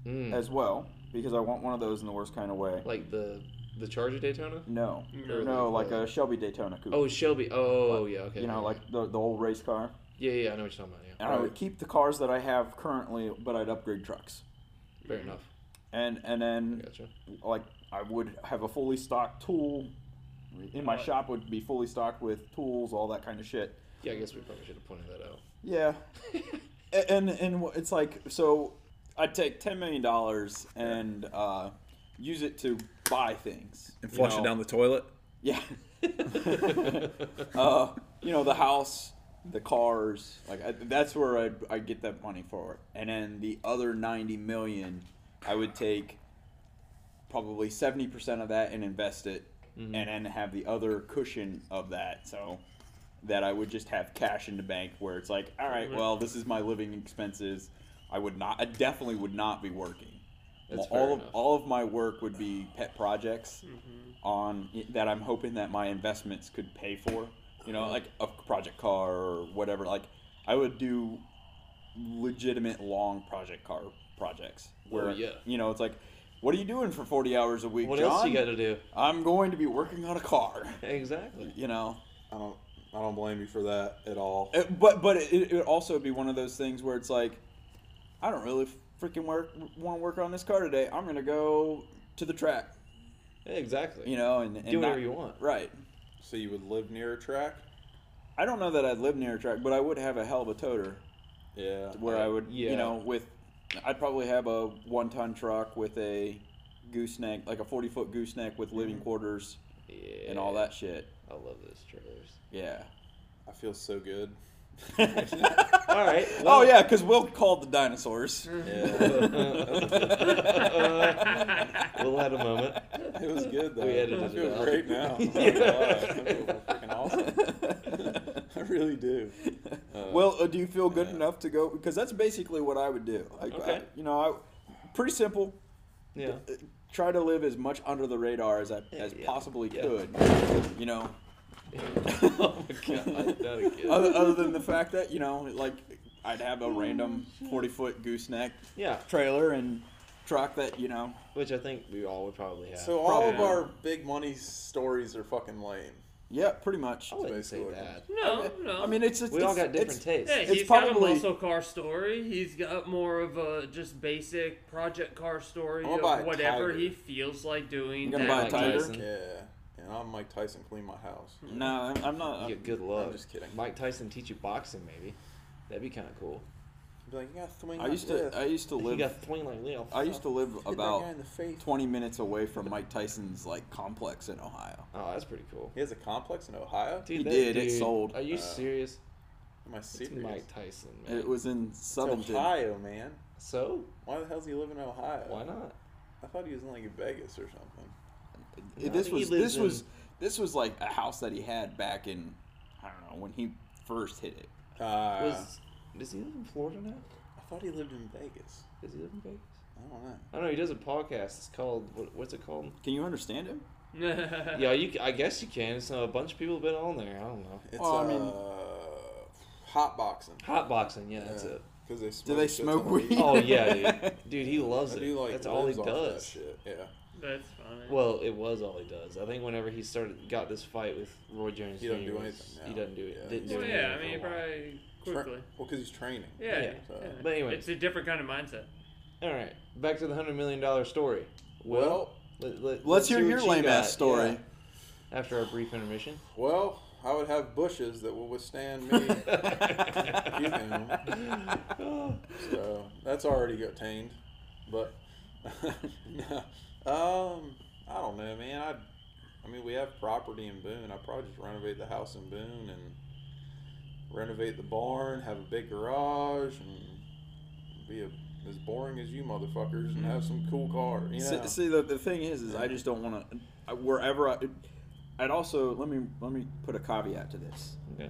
Speaker 7: Mm.
Speaker 2: as well because I want one of those in the worst kind of way.
Speaker 7: Like the the Charger Daytona.
Speaker 2: No,
Speaker 7: Or
Speaker 2: no, like
Speaker 7: the-
Speaker 2: a Shelby Daytona Coupe.
Speaker 7: Oh, Shelby. Oh, yeah. Okay.
Speaker 2: you
Speaker 7: okay.
Speaker 2: know, like the, the old race car.
Speaker 7: Yeah, yeah. I know what you're talking about. Yeah.
Speaker 2: And I would
Speaker 1: Right.
Speaker 2: keep the cars that I have currently, but I'd upgrade trucks.
Speaker 7: Fair enough.
Speaker 2: And and then
Speaker 7: Gotcha.
Speaker 2: like I would have a fully stocked tool. In my
Speaker 3: Right.
Speaker 2: shop would be fully stocked with tools, all that kind of shit.
Speaker 7: Yeah, I guess we probably should have pointed that out.
Speaker 2: Yeah. A- and and wh- it's like so I'd take ten million dollars and uh, use it to buy things
Speaker 8: and
Speaker 2: you
Speaker 8: flush
Speaker 2: know?
Speaker 8: it down the toilet.
Speaker 2: Yeah. uh, you know, the house, the cars, like I, that's where I'd, I'd get that money for. And then the other 90 million, I would take probably 70% of that and invest it
Speaker 4: Mm-hmm.
Speaker 2: and then have the other cushion of that. So that I would just have cash in the bank where it's like, all right, well, this is my living expenses. I would not, I definitely would not be working.
Speaker 4: That's fair
Speaker 2: all of
Speaker 4: enough. Mm-hmm.
Speaker 2: all of my work would be pet projects
Speaker 3: Mhm.
Speaker 2: on that I'm hoping that my investments could pay for. You know, like a project car or whatever. Like I would do legitimate long project car projects where
Speaker 4: Oh, yeah.
Speaker 2: you know it's like, what are you doing for forty hours a week,
Speaker 4: What
Speaker 2: John?
Speaker 4: else you got to do?
Speaker 2: I'm going to be working on a car.
Speaker 4: Exactly.
Speaker 2: You know,
Speaker 1: I don't. I don't blame you for that at all.
Speaker 2: It- but but it, it would also be one of those things where it's like, I don't really freaking work want to work on this car today. I'm gonna go to the track,
Speaker 4: Exactly.
Speaker 2: you know, and, and
Speaker 4: do whatever
Speaker 2: not-
Speaker 4: you want.
Speaker 2: Right.
Speaker 1: So you would live near a track?
Speaker 2: I don't know that I'd live near a track, but I would have a hell of a toter
Speaker 1: Yeah.
Speaker 2: where I would,
Speaker 4: Uh, Yeah.
Speaker 2: you know, with I'd probably have a one ton truck with a gooseneck, like a forty foot gooseneck with living
Speaker 4: Mm-hmm.
Speaker 2: quarters
Speaker 4: Yeah.
Speaker 2: and all that shit.
Speaker 4: I love those trailers.
Speaker 2: Yeah.
Speaker 1: I feel so good.
Speaker 4: All right.
Speaker 2: oh
Speaker 4: well- Mm-hmm.
Speaker 2: yeah, because Will called the dinosaurs.
Speaker 4: We'll had a moment.
Speaker 1: It was good though.
Speaker 4: We edited
Speaker 1: I
Speaker 4: it
Speaker 1: feel
Speaker 4: out.
Speaker 1: great now. Oh, I'm not gonna lie. I feel freaking awesome. I really do. Uh,
Speaker 2: Well, uh, do you feel good
Speaker 1: yeah.
Speaker 2: enough to go? Because that's basically what I would do. Like, I,
Speaker 4: Okay.
Speaker 2: you know, I, pretty simple.
Speaker 4: Yeah.
Speaker 2: Uh, Try to live as much under the radar as I as
Speaker 4: yeah,
Speaker 2: possibly
Speaker 4: yeah.
Speaker 2: could. You know,
Speaker 4: oh my god. Not again.
Speaker 2: other, other than the fact that you know, like, I'd have a random forty foot gooseneck
Speaker 4: Yeah.
Speaker 2: trailer and truck that you know.
Speaker 4: Which I think we all would probably have.
Speaker 1: so all of
Speaker 9: Probably.
Speaker 1: our big money stories are fucking lame.
Speaker 2: Yeah, pretty much.
Speaker 4: I wouldn't say
Speaker 1: basically-
Speaker 4: that.
Speaker 3: No, no.
Speaker 2: I mean, it's it's,
Speaker 4: Oh, We all
Speaker 2: it's-
Speaker 4: got different
Speaker 2: it's-
Speaker 4: tastes.
Speaker 3: Hey,
Speaker 2: it's
Speaker 3: he's got
Speaker 2: probably-
Speaker 3: a muscle car story. He's got more of a just basic project car story
Speaker 1: I'm gonna buy
Speaker 3: of
Speaker 1: a
Speaker 3: whatever
Speaker 1: tiger.
Speaker 3: he feels like doing.
Speaker 2: You're gonna buy a
Speaker 3: that
Speaker 4: Mike
Speaker 2: tiger?
Speaker 4: Tyson.
Speaker 1: Yeah. And I'm Mike Tyson. Clean my house.
Speaker 4: Hmm.
Speaker 2: No, I'm, I'm not.
Speaker 4: Yeah, good luck.
Speaker 1: I'm just kidding.
Speaker 4: Mike Tyson teach you boxing, maybe. That'd be kind of cool.
Speaker 1: Be like, you gotta swing
Speaker 2: I
Speaker 1: like
Speaker 2: used
Speaker 1: this.
Speaker 2: to I used to
Speaker 4: You
Speaker 2: live
Speaker 4: got Thwing like Leo.
Speaker 2: I used to live
Speaker 1: Hit that guy
Speaker 2: about
Speaker 1: in the face.
Speaker 2: 20 minutes away from Mike Tyson's like complex in Ohio.
Speaker 4: Oh, that's pretty cool.
Speaker 1: He has a complex in Ohio.
Speaker 4: Dude,
Speaker 2: He
Speaker 4: that
Speaker 2: did, it
Speaker 4: dude-
Speaker 2: sold.
Speaker 4: Are you
Speaker 1: Uh,
Speaker 4: serious?
Speaker 1: Am I
Speaker 4: It's
Speaker 1: serious?
Speaker 4: Mike Tyson, man.
Speaker 2: It was in Southern.
Speaker 1: It's Ohio, man.
Speaker 4: so
Speaker 1: Why the hell's he living in Ohio?
Speaker 4: why not?
Speaker 1: I thought he was in like Vegas or something.
Speaker 4: No, I
Speaker 2: this
Speaker 4: think he
Speaker 2: was
Speaker 4: lives
Speaker 2: this was this was like a house that he had back in I don't know when he first hit it.
Speaker 1: Uh,
Speaker 4: Was does he live in Florida now?
Speaker 1: I thought he lived in Vegas.
Speaker 4: Does he live in Vegas?
Speaker 1: I don't know.
Speaker 4: I don't know. He does a podcast. It's called what, what's it called?
Speaker 2: Can you understand him?
Speaker 3: tiger.
Speaker 4: Yeah, you. c- I guess you can. So a bunch of people have been on there. I don't know.
Speaker 1: It's
Speaker 2: Well, I
Speaker 1: uh,
Speaker 2: mean-
Speaker 1: hot boxing.
Speaker 4: Hot boxing. Yeah, that's it.
Speaker 1: Because they
Speaker 2: Do
Speaker 1: smoke
Speaker 2: they
Speaker 1: shit ton
Speaker 2: smoke
Speaker 1: of
Speaker 2: weed?
Speaker 4: Oh yeah, dude. Dude, he loves
Speaker 1: And
Speaker 4: it.
Speaker 1: he, like,
Speaker 4: Oh, that's all he
Speaker 1: lives off that
Speaker 4: does.
Speaker 1: shit, Yeah,
Speaker 3: That's funny.
Speaker 4: Well, it was all he does. I think whenever he started, got this fight with Roy Jones,
Speaker 1: He
Speaker 4: Jr.,
Speaker 1: doesn't do
Speaker 4: was-
Speaker 1: anything now.
Speaker 4: He doesn't do it.
Speaker 1: Yeah.
Speaker 4: Didn't do
Speaker 3: Well,
Speaker 4: anything
Speaker 3: yeah, I
Speaker 4: for a
Speaker 3: mean, he
Speaker 4: while.
Speaker 3: probably
Speaker 1: Tra-
Speaker 3: quickly.
Speaker 1: well, because he's training.
Speaker 3: Yeah,
Speaker 4: Yeah.
Speaker 1: So-
Speaker 3: yeah.
Speaker 4: But anyway.
Speaker 3: it's a different kind of mindset.
Speaker 4: All right, back to the hundred million dollar story.
Speaker 1: Well,
Speaker 4: let, let,
Speaker 2: Let's hear
Speaker 4: see
Speaker 2: your
Speaker 4: what you
Speaker 2: lame
Speaker 4: got,
Speaker 2: ass story.
Speaker 4: yeah, after our brief intermission.
Speaker 1: well, I would have bushes that will withstand me. you know, so that's already obtained. But no, um, I don't know, man. I, I mean, we have property in Boone. I probably just renovate the house in Boone and renovate the barn, have a big garage, and be a, as boring as you motherfuckers, and have some cool car. You
Speaker 2: See,
Speaker 1: know,
Speaker 2: see the, the thing is, is I just don't want to. Wherever I, I'd also let me let me put a caveat to this.
Speaker 4: Okay.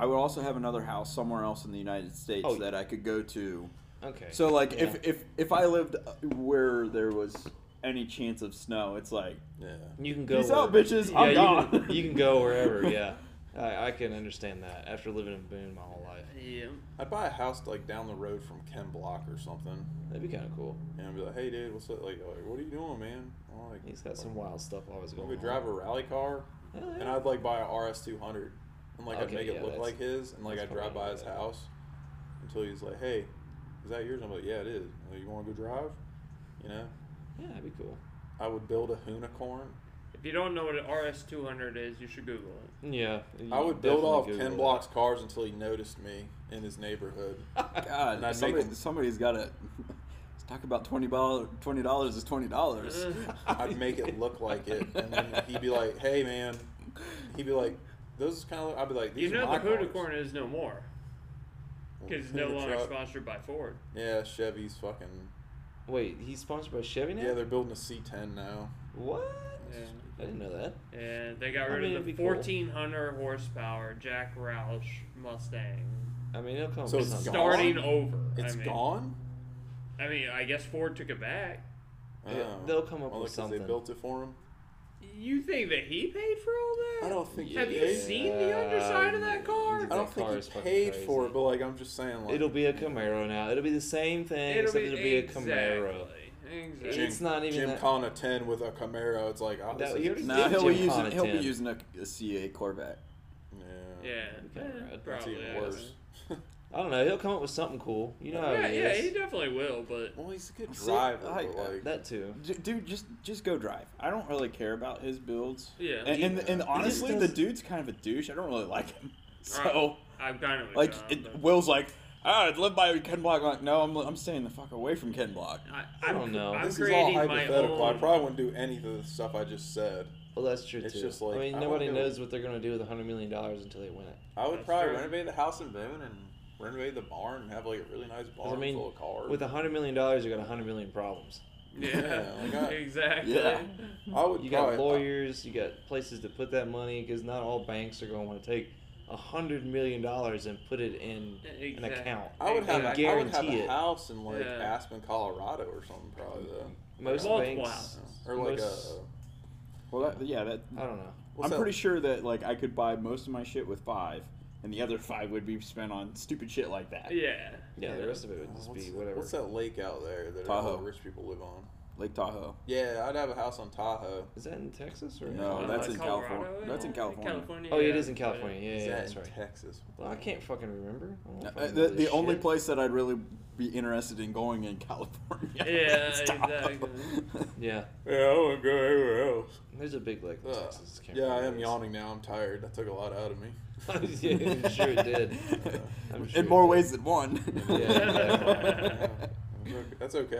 Speaker 2: I would also have another house somewhere else in the United States
Speaker 4: Oh.
Speaker 2: that I could go to.
Speaker 4: Okay.
Speaker 2: So like
Speaker 4: Yeah.
Speaker 2: if, if if I lived uh, where there was any chance of snow, it's like
Speaker 1: yeah.
Speaker 4: you can go.
Speaker 2: peace out,
Speaker 4: where-
Speaker 2: bitches.
Speaker 4: Yeah,
Speaker 2: I'm
Speaker 4: you
Speaker 2: gone.
Speaker 4: can, you can go wherever. Yeah, I, I can understand that after living in Boone my whole life.
Speaker 3: Yeah.
Speaker 1: I'd buy a house like down the road from Ken Block or something,
Speaker 4: That'd be kind of cool.
Speaker 1: and I'd be like, "Hey, dude, what's up? Like, like what are you doing, man?" I'm like,
Speaker 4: He's got some wild stuff always
Speaker 1: I
Speaker 4: going
Speaker 1: would
Speaker 4: on.
Speaker 1: drive a rally car,
Speaker 4: Hell
Speaker 1: and
Speaker 4: yeah.
Speaker 1: I'd like buy a RS two hundred, and like I'd
Speaker 4: Okay,
Speaker 1: make
Speaker 4: yeah,
Speaker 1: it look
Speaker 4: that's-
Speaker 1: like his, and like
Speaker 4: that's
Speaker 1: I'd drive
Speaker 4: probably
Speaker 1: by
Speaker 4: a
Speaker 1: his
Speaker 4: good idea.
Speaker 1: house until he's like, "Hey, is that yours?" I'm like, "Yeah, it is." I'm like, you want to go drive? You know,
Speaker 4: Yeah, that'd be cool.
Speaker 1: I would build a unicorn.
Speaker 3: If you don't know what an RS200 is, you should Google it.
Speaker 4: Yeah. you
Speaker 1: I would build
Speaker 4: definitely
Speaker 1: off
Speaker 4: Google
Speaker 1: Ken
Speaker 4: that.
Speaker 1: Block's cars until he noticed me in his neighborhood.
Speaker 2: God,
Speaker 1: And I'd
Speaker 2: somebody,
Speaker 1: make 'em-
Speaker 2: somebody's got to talk about twenty dollars. Twenty dollars is twenty dollars.
Speaker 1: I'd make it look like it, and then he'd be like, "Hey, man," he'd be like, "Those kind of." I'd be like,
Speaker 3: you
Speaker 1: "These are
Speaker 3: know
Speaker 1: my
Speaker 3: the Huda
Speaker 1: cars."
Speaker 3: corn is no more because it's no
Speaker 1: Huda
Speaker 3: longer
Speaker 1: truck.
Speaker 3: sponsored by Ford.
Speaker 1: Yeah, Chevy's fucking.
Speaker 4: Wait, he's sponsored by Chevy now.
Speaker 1: Yeah, they're building a C10 now.
Speaker 4: What?
Speaker 3: Yeah.
Speaker 4: I didn't know that.
Speaker 3: And they got
Speaker 4: I
Speaker 3: rid
Speaker 4: mean,
Speaker 3: of
Speaker 4: it'd
Speaker 3: the
Speaker 4: be cool.
Speaker 3: 1400 horsepower Jack Roush Mustang.
Speaker 4: I mean, it'll come.
Speaker 1: So
Speaker 4: with
Speaker 1: it's
Speaker 4: something.
Speaker 1: gone?
Speaker 3: Starting over.
Speaker 1: It's
Speaker 3: I mean,
Speaker 1: gone.
Speaker 3: I mean, I guess Ford took it back.
Speaker 4: It-
Speaker 1: Oh.
Speaker 4: they'll come up
Speaker 1: Only
Speaker 4: with
Speaker 1: 'cause
Speaker 4: something.
Speaker 1: they built it for him.
Speaker 3: You think that he paid for all that?
Speaker 1: I don't think. he
Speaker 3: Have you
Speaker 1: paid-
Speaker 3: seen the underside of that car?
Speaker 1: I don't
Speaker 4: That car
Speaker 1: think
Speaker 4: is
Speaker 1: he
Speaker 4: fucking
Speaker 1: paid
Speaker 4: crazy.
Speaker 1: for it, but like I'm just saying, like
Speaker 4: It'll be a Camaro now. It'll be the same thing, except it'll be a Camaro.
Speaker 3: Exactly. exactly.
Speaker 1: Jim,
Speaker 4: it's not even
Speaker 1: Jim
Speaker 4: that-
Speaker 1: Connor ten with a Camaro. It's like
Speaker 4: That-
Speaker 1: obviously,
Speaker 4: you already
Speaker 2: Nah,
Speaker 4: did
Speaker 2: he'll be
Speaker 4: Jim
Speaker 2: using
Speaker 4: Connett
Speaker 2: he'll be
Speaker 4: 10.
Speaker 2: using a, a CA Corvette.
Speaker 1: yeah,
Speaker 3: Yeah,
Speaker 4: Camaro,
Speaker 3: eh,
Speaker 4: that's
Speaker 1: that's
Speaker 3: probably.
Speaker 1: even
Speaker 3: I
Speaker 1: worse.
Speaker 4: I don't know. He'll come up with something cool. You know how
Speaker 3: guess. Yeah,
Speaker 4: he
Speaker 3: yeah,
Speaker 4: is.
Speaker 3: he definitely will, but
Speaker 1: well, he's a good
Speaker 2: See,
Speaker 1: driver,
Speaker 2: I-
Speaker 1: but like
Speaker 4: That too.
Speaker 2: J- Dude, just just go drive. I don't really care about his builds.
Speaker 3: Yeah.
Speaker 2: and and, and honestly, the
Speaker 4: does-
Speaker 2: dude's kind of a douche. I don't really like him. So
Speaker 3: Alright. I'm kind of
Speaker 2: like,
Speaker 3: John,
Speaker 2: it,
Speaker 3: but
Speaker 2: Will's like, ah, I'd live by Ken Block. I'm like, no, I'm I'm staying the fuck away from Ken Block.
Speaker 3: I,
Speaker 4: I
Speaker 3: I'm,
Speaker 4: don't know.
Speaker 3: I'm
Speaker 1: this is all
Speaker 3: creating my
Speaker 1: hypothetical. I
Speaker 3: own.
Speaker 1: probably wouldn't do any of the stuff I just said.
Speaker 4: Well, that's true
Speaker 1: It's
Speaker 4: too.
Speaker 1: just like,
Speaker 4: I mean,
Speaker 1: I
Speaker 4: nobody
Speaker 1: wanna-
Speaker 4: knows what they're gonna do with hundred million dollars until they win it.
Speaker 1: I would
Speaker 3: That's
Speaker 1: probably
Speaker 3: true.
Speaker 1: renovate the house in Boone and renovate the barn and have like a really nice barn
Speaker 4: mean,
Speaker 1: full of cars.
Speaker 4: With hundred million dollars, you got hundred million problems.
Speaker 3: yeah,
Speaker 1: Yeah, like I-
Speaker 3: exactly.
Speaker 2: Yeah.
Speaker 1: I would
Speaker 4: You got
Speaker 1: probably-
Speaker 4: lawyers. You got places to put that money because not all banks are gonna want to take hundred million dollars and put it in an
Speaker 3: Exactly.
Speaker 4: account.
Speaker 1: I would have.
Speaker 4: and
Speaker 1: A, I would have
Speaker 4: guarantee
Speaker 1: a
Speaker 4: it.
Speaker 1: house in like
Speaker 3: Yeah.
Speaker 1: Aspen, Colorado, or something probably though,
Speaker 4: Most
Speaker 3: Multiple
Speaker 4: banks.
Speaker 3: houses.
Speaker 1: or like
Speaker 4: Most-
Speaker 1: a.
Speaker 2: Well, that, yeah, that
Speaker 4: I don't know.
Speaker 1: what's
Speaker 2: I'm
Speaker 1: that-
Speaker 2: pretty sure that like I could buy most of my shit with five, and the other five would be spent on stupid shit like that.
Speaker 3: Yeah.
Speaker 4: Yeah, the rest of it would just
Speaker 1: What's,
Speaker 4: be whatever.
Speaker 1: what's that lake out there that all
Speaker 2: Tahoe.
Speaker 1: the rich people live on?
Speaker 2: Lake Tahoe.
Speaker 1: Yeah, I'd have a house on Tahoe.
Speaker 4: Is that in Texas or
Speaker 2: No,
Speaker 3: Uh,
Speaker 2: Oh, that's in
Speaker 3: Colorado,
Speaker 2: California.
Speaker 3: yeah.
Speaker 2: That's in California.
Speaker 4: Oh, yeah, it is in California. Yeah,
Speaker 1: Is
Speaker 4: yeah,
Speaker 1: that
Speaker 4: that's
Speaker 1: in Uh,
Speaker 4: right.
Speaker 1: Texas?
Speaker 4: Well, I can't fucking remember. I don't
Speaker 2: No,
Speaker 4: fucking
Speaker 2: Uh, the
Speaker 4: know
Speaker 2: the
Speaker 4: this
Speaker 2: only
Speaker 4: shit.
Speaker 2: place that I'd really be interested in going in California.
Speaker 3: Yeah,
Speaker 2: is Tahoe.
Speaker 3: exactly.
Speaker 4: Yeah,
Speaker 1: Yeah, I wouldn't go anywhere else.
Speaker 4: there's a big lake in
Speaker 1: Ugh.
Speaker 4: Texas. can't
Speaker 1: Uh, yeah, I
Speaker 4: remember
Speaker 1: am
Speaker 4: this.
Speaker 1: yawning now. I'm tired. That took a lot out of me.
Speaker 4: yeah, I'm sure it did. I'm sure
Speaker 2: in more
Speaker 4: it did.
Speaker 2: ways than one.
Speaker 4: Yeah.
Speaker 1: That's okay.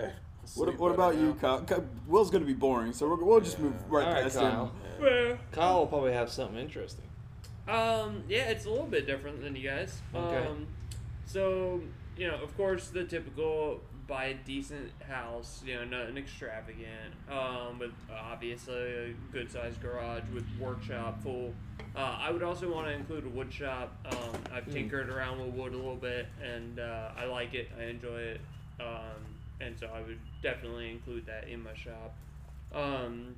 Speaker 2: what,
Speaker 1: Sleep
Speaker 2: what
Speaker 1: better
Speaker 2: about you,
Speaker 1: now.
Speaker 2: Kyle? Ky- Will's gonna be boring, so we're, we'll just move
Speaker 1: Yeah.
Speaker 2: right
Speaker 4: All right,
Speaker 2: past
Speaker 4: Kyle.
Speaker 2: him.
Speaker 3: Well,
Speaker 4: Kyle will probably have something interesting.
Speaker 3: Um, yeah, it's a little bit different than you guys.
Speaker 4: Okay.
Speaker 3: Um, so, you know, of course, the typical buy a decent house, you know, nothing extravagant, um, with obviously a good sized garage with workshop full. Uh, I would also want to include a wood shop. Um,
Speaker 4: Mm.
Speaker 3: I've tinkered around with wood a little bit, and uh, I like it. I enjoy it. Um, and so I would definitely include that in my shop. Um,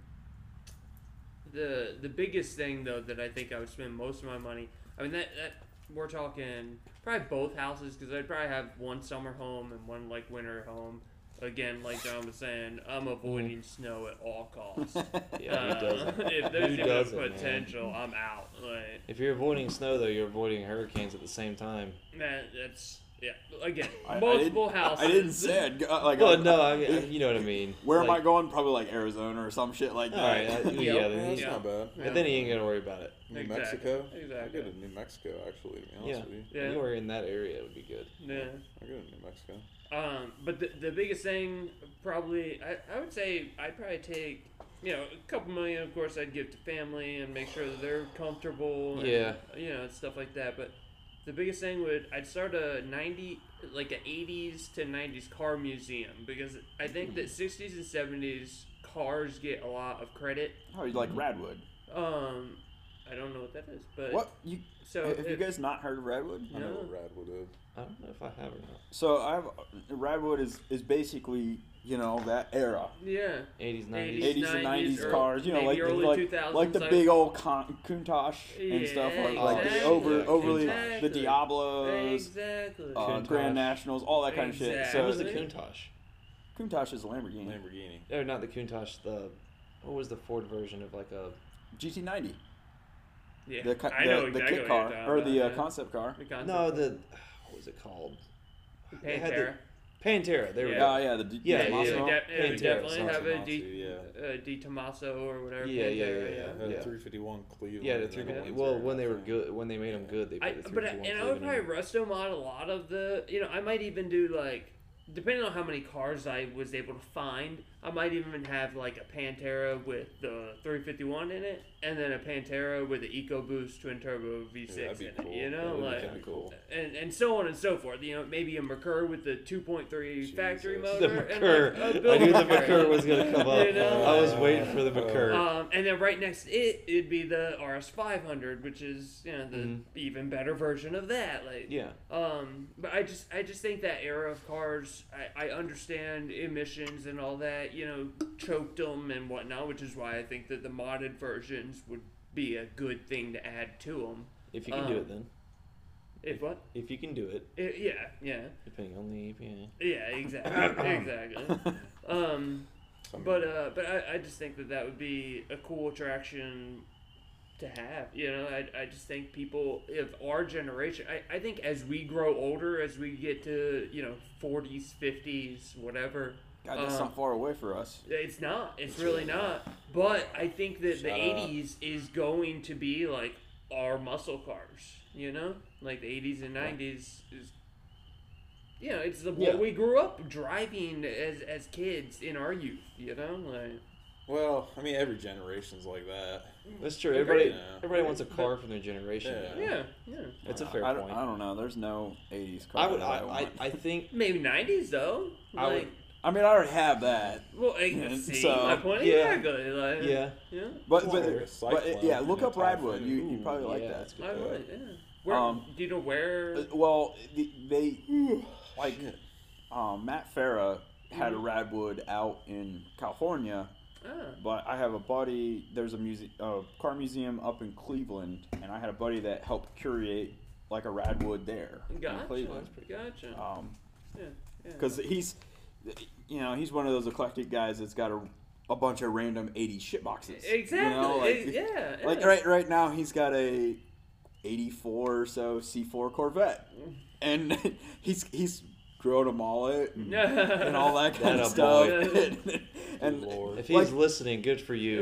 Speaker 3: the the biggest thing though that I think I would spend most of my money. I mean that that we're talking probably both houses because I'd probably have one summer home and one like winter home. Again, like John was saying, I'm avoiding snow at all costs.
Speaker 4: Yeah,
Speaker 3: Uh,
Speaker 4: who doesn't?
Speaker 3: if there's
Speaker 4: Who
Speaker 3: even
Speaker 4: doesn't, man?
Speaker 3: potential, I'm out. Like
Speaker 4: If you're avoiding snow, though, you're avoiding hurricanes at the same time.
Speaker 3: man, that's yeah. Again,
Speaker 2: I- I didn't-
Speaker 3: multiple houses.
Speaker 2: I didn't say I'd go, like.
Speaker 4: Well,
Speaker 2: I-
Speaker 4: no, I mean, you know what I mean.
Speaker 2: Where am I
Speaker 4: Like,
Speaker 2: going? Probably like Arizona or some shit like
Speaker 4: All right,
Speaker 2: that.
Speaker 4: I- yeah,
Speaker 1: Yeah,
Speaker 4: then
Speaker 1: that's
Speaker 4: he,
Speaker 1: not bad.
Speaker 4: and then he ain't gonna worry about it.
Speaker 1: New
Speaker 3: Exactly,
Speaker 1: Mexico. I
Speaker 3: exactly.
Speaker 1: get a New Mexico actually. To be honest
Speaker 4: Yeah.
Speaker 1: with you,
Speaker 3: Yeah.
Speaker 4: Anywhere in that area would be good.
Speaker 3: Yeah.
Speaker 1: I get a New Mexico.
Speaker 3: Um, but the, the biggest thing, probably, I, I would say I'd probably take, you know, a couple million, of course, I'd give to family and make sure that they're comfortable. And,
Speaker 4: Yeah.
Speaker 3: You know, and stuff like that. But the biggest thing would, I'd start a 90, like a 80s to 90s car museum because I think that 60s and 70s cars get a lot of credit.
Speaker 2: Oh, you like Radwood?
Speaker 3: Um, I don't know what that is, but.
Speaker 2: What you?
Speaker 3: So,
Speaker 2: have you
Speaker 3: it-
Speaker 2: guys not heard of Radwood?
Speaker 1: I know
Speaker 3: No.
Speaker 1: what Rad would have.
Speaker 4: I don't know if I have or not.
Speaker 2: So I've Radwood is is basically you know that era.
Speaker 3: yeah.
Speaker 4: 80s, 90s.
Speaker 3: 80s,
Speaker 2: 80s and 90s
Speaker 3: 90s,
Speaker 2: cars, you know,
Speaker 3: maybe
Speaker 2: like the,
Speaker 3: early
Speaker 2: like,
Speaker 3: 2000s,
Speaker 2: like the
Speaker 3: like-
Speaker 2: big old con- Countach and stuff,
Speaker 3: Yeah,
Speaker 2: like, like the
Speaker 4: exactly.
Speaker 2: over,
Speaker 4: Yeah,
Speaker 2: overly
Speaker 3: Countach.
Speaker 2: the
Speaker 4: Uh,
Speaker 2: Diablos,
Speaker 3: Exactly.
Speaker 2: uh,
Speaker 4: Countach.
Speaker 2: Grand Nationals, all that kind of shit.
Speaker 4: What
Speaker 2: So
Speaker 4: was the
Speaker 3: Exactly.
Speaker 4: Countach?
Speaker 2: Countach is a Lamborghini
Speaker 1: Lamborghini.
Speaker 4: Or not the Countach. The what was the Ford version of like a?
Speaker 2: GT90,
Speaker 3: yeah.
Speaker 2: the, co-
Speaker 3: I know
Speaker 2: the, the
Speaker 3: exactly
Speaker 2: kit
Speaker 3: what you're
Speaker 2: car
Speaker 3: talking
Speaker 2: or
Speaker 3: about,
Speaker 2: the uh,
Speaker 3: yeah.
Speaker 2: concept car.
Speaker 3: The concept
Speaker 4: No,
Speaker 3: of
Speaker 4: the what was it called? They had
Speaker 3: Pantera.
Speaker 4: the- Pantera. There we
Speaker 3: Yeah.
Speaker 2: Yeah, Uh, yeah, the D-
Speaker 4: Yeah,
Speaker 2: the
Speaker 3: it
Speaker 4: yeah,
Speaker 3: would
Speaker 2: Massimo.
Speaker 3: def- it would
Speaker 4: Pantera,
Speaker 3: definitely
Speaker 4: sorry.
Speaker 3: have a
Speaker 1: Matsu,
Speaker 3: D,
Speaker 1: yeah.
Speaker 3: uh, D Tomaso or whatever.
Speaker 4: Yeah, yeah,
Speaker 3: Pantera,
Speaker 4: yeah,
Speaker 1: Yeah, had
Speaker 4: yeah.
Speaker 1: a 351 Cleveland.
Speaker 4: go. Yeah, the
Speaker 1: and then a
Speaker 4: 350.
Speaker 1: Windsor,
Speaker 4: Well, when they
Speaker 1: I
Speaker 4: were
Speaker 1: think.
Speaker 4: good, when they made them good, they
Speaker 3: I,
Speaker 4: put the
Speaker 3: but I-
Speaker 4: 351
Speaker 3: and I
Speaker 4: Cleveland
Speaker 3: would
Speaker 4: in
Speaker 3: probably
Speaker 4: there.
Speaker 3: resto mod a lot of the you know I might even do like depending on how many cars I was able to find I might even have like a Pantera with the 351 in it and then a Pantera with the EcoBoost twin turbo V6
Speaker 1: Yeah, that'd
Speaker 3: in
Speaker 1: be
Speaker 3: it
Speaker 1: cool.
Speaker 3: you know
Speaker 1: That would be
Speaker 3: like
Speaker 1: kinda cool.
Speaker 3: and and so on and so forth you know maybe a Mercur with the 2.3 factory
Speaker 1: Jesus.
Speaker 3: motor
Speaker 4: The
Speaker 3: and,
Speaker 4: Mercur.
Speaker 3: like, a
Speaker 4: I
Speaker 3: build
Speaker 4: knew the
Speaker 3: Mercur.
Speaker 4: Mercur was gonna come up.
Speaker 3: You know,
Speaker 4: I was
Speaker 1: like-
Speaker 4: waiting for the Mercur.
Speaker 3: Um, and then right next to it, it'd be the RS500, which is you know the
Speaker 4: Mhm.
Speaker 3: even better version of that. Like
Speaker 4: yeah.
Speaker 3: Um, but I just I just think that era of cars course, I, I understand emissions and all that, you know, choked them and whatnot, which is why I think that the modded versions would be a good thing to add to them.
Speaker 4: If you can do
Speaker 3: Um,
Speaker 4: it, then
Speaker 3: If what?
Speaker 4: if you can do it,
Speaker 3: Eh, yeah, yeah,
Speaker 4: depending on the E EPA.
Speaker 3: yeah, exactly, exactly. Um, but uh, but I, I just think that that would be a cool attraction to have. You know, I, I just think people of our generation, I, I think as we grow older, as we get to, you know, 40s, 50s, whatever,
Speaker 2: God, that's
Speaker 3: Um,
Speaker 2: not far away for us.
Speaker 3: it's not. It's really not. But I think that the
Speaker 2: Shut up.
Speaker 3: 80s is going to be like our muscle cars, you know? Like the 80s and 90s is you know, it's the what
Speaker 4: Yeah.
Speaker 3: we grew up driving as as kids in our youth, you know? Like
Speaker 1: Well, I mean, every generation's like that.
Speaker 4: That's true. Everybody,
Speaker 1: Yeah.
Speaker 4: everybody wants a car from their generation.
Speaker 1: Yeah.
Speaker 4: now.
Speaker 3: yeah, yeah.
Speaker 4: that's a fair
Speaker 2: I, don't-
Speaker 4: point.
Speaker 2: I don't know. There's no 80s car.
Speaker 4: I would.
Speaker 2: that
Speaker 4: I,
Speaker 2: want.
Speaker 4: I, I think.
Speaker 3: Maybe 90s though.
Speaker 4: I
Speaker 3: Like
Speaker 4: would-
Speaker 2: I mean, I already have that.
Speaker 3: well, I
Speaker 2: Yeah,
Speaker 3: see
Speaker 2: so,
Speaker 3: my point
Speaker 4: yeah.
Speaker 3: exactly. Like
Speaker 4: Yeah.
Speaker 3: Yeah.
Speaker 2: But,
Speaker 1: Well, like
Speaker 2: but,
Speaker 1: a
Speaker 2: but
Speaker 1: cyclone
Speaker 2: yeah,
Speaker 1: and
Speaker 2: look
Speaker 1: a
Speaker 2: up Radwood.
Speaker 1: typhoon.
Speaker 2: You, you probably like
Speaker 4: yeah,
Speaker 2: that.
Speaker 4: that's a good
Speaker 3: I
Speaker 4: point.
Speaker 3: would, yeah. Where
Speaker 2: Um,
Speaker 3: do you know where
Speaker 2: Uh, Well, the- they like um, Matt Farah had a Radwood out in California,
Speaker 3: ah,
Speaker 2: but I have a buddy. There's a muse- uh, car museum up in Cleveland, and I had a buddy that helped curate like a Radwood there in
Speaker 3: gotcha.
Speaker 2: Cleveland.
Speaker 3: Gotcha.
Speaker 4: Uh,
Speaker 2: Um,
Speaker 3: yeah. yeah.
Speaker 2: because he's, you know, he's one of those eclectic guys that's got a, a bunch of random '80s shit boxes.
Speaker 3: Exactly.
Speaker 2: You know, like,
Speaker 3: Eh, yeah.
Speaker 2: like
Speaker 3: yeah.
Speaker 2: right right now he's got a 84 or so C4 Corvette, and he's he's grown them all out and, and all that kind of
Speaker 4: That a
Speaker 2: stuff.
Speaker 3: boy.
Speaker 2: and and-
Speaker 1: Lord.
Speaker 4: If he's
Speaker 2: Like-
Speaker 4: listening, good for you.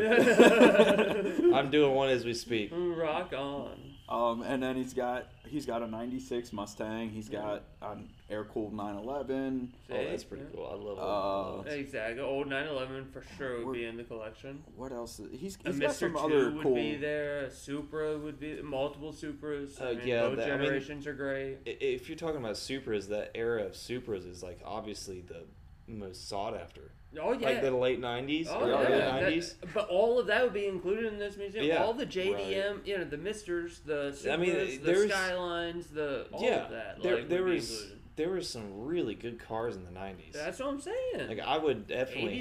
Speaker 4: I'm doing one as we speak.
Speaker 3: Rock on.
Speaker 2: um, and then he's got he's got a '96 Mustang. He's got an air cooled 911.
Speaker 4: Oh, that's pretty
Speaker 3: Yeah.
Speaker 4: cool. I love it.
Speaker 2: Uh,
Speaker 3: Exactly. Old 911 for sure would be in the collection.
Speaker 2: What else? is- He's,
Speaker 3: A
Speaker 2: he's got
Speaker 3: Mr.
Speaker 2: some
Speaker 3: 2
Speaker 2: other
Speaker 3: would
Speaker 2: cool.
Speaker 3: be there. A Supra would be multiple Supras.
Speaker 4: Uh,
Speaker 3: I mean,
Speaker 4: yeah,
Speaker 3: both
Speaker 4: that- I mean-
Speaker 3: generations are great.
Speaker 4: I- if you're talking about Supras, that era of Supras is like obviously the most sought after.
Speaker 3: Oh yeah.
Speaker 4: Like the late '90s,
Speaker 3: Oh
Speaker 4: or
Speaker 3: yeah,
Speaker 4: early
Speaker 2: yeah.
Speaker 4: '90s.
Speaker 3: That- but all of that would be included in this museum.
Speaker 4: Yeah.
Speaker 3: all the JDM, you know, the Misters, the Supras,
Speaker 4: I mean,
Speaker 3: the
Speaker 4: there's-
Speaker 3: Skylines, the all
Speaker 4: yeah,
Speaker 3: of that.
Speaker 4: there,
Speaker 3: like,
Speaker 4: there
Speaker 3: would be
Speaker 4: was
Speaker 3: included.
Speaker 4: there were some really good cars in the '90s.
Speaker 3: That's what I'm saying.
Speaker 4: like I would definitely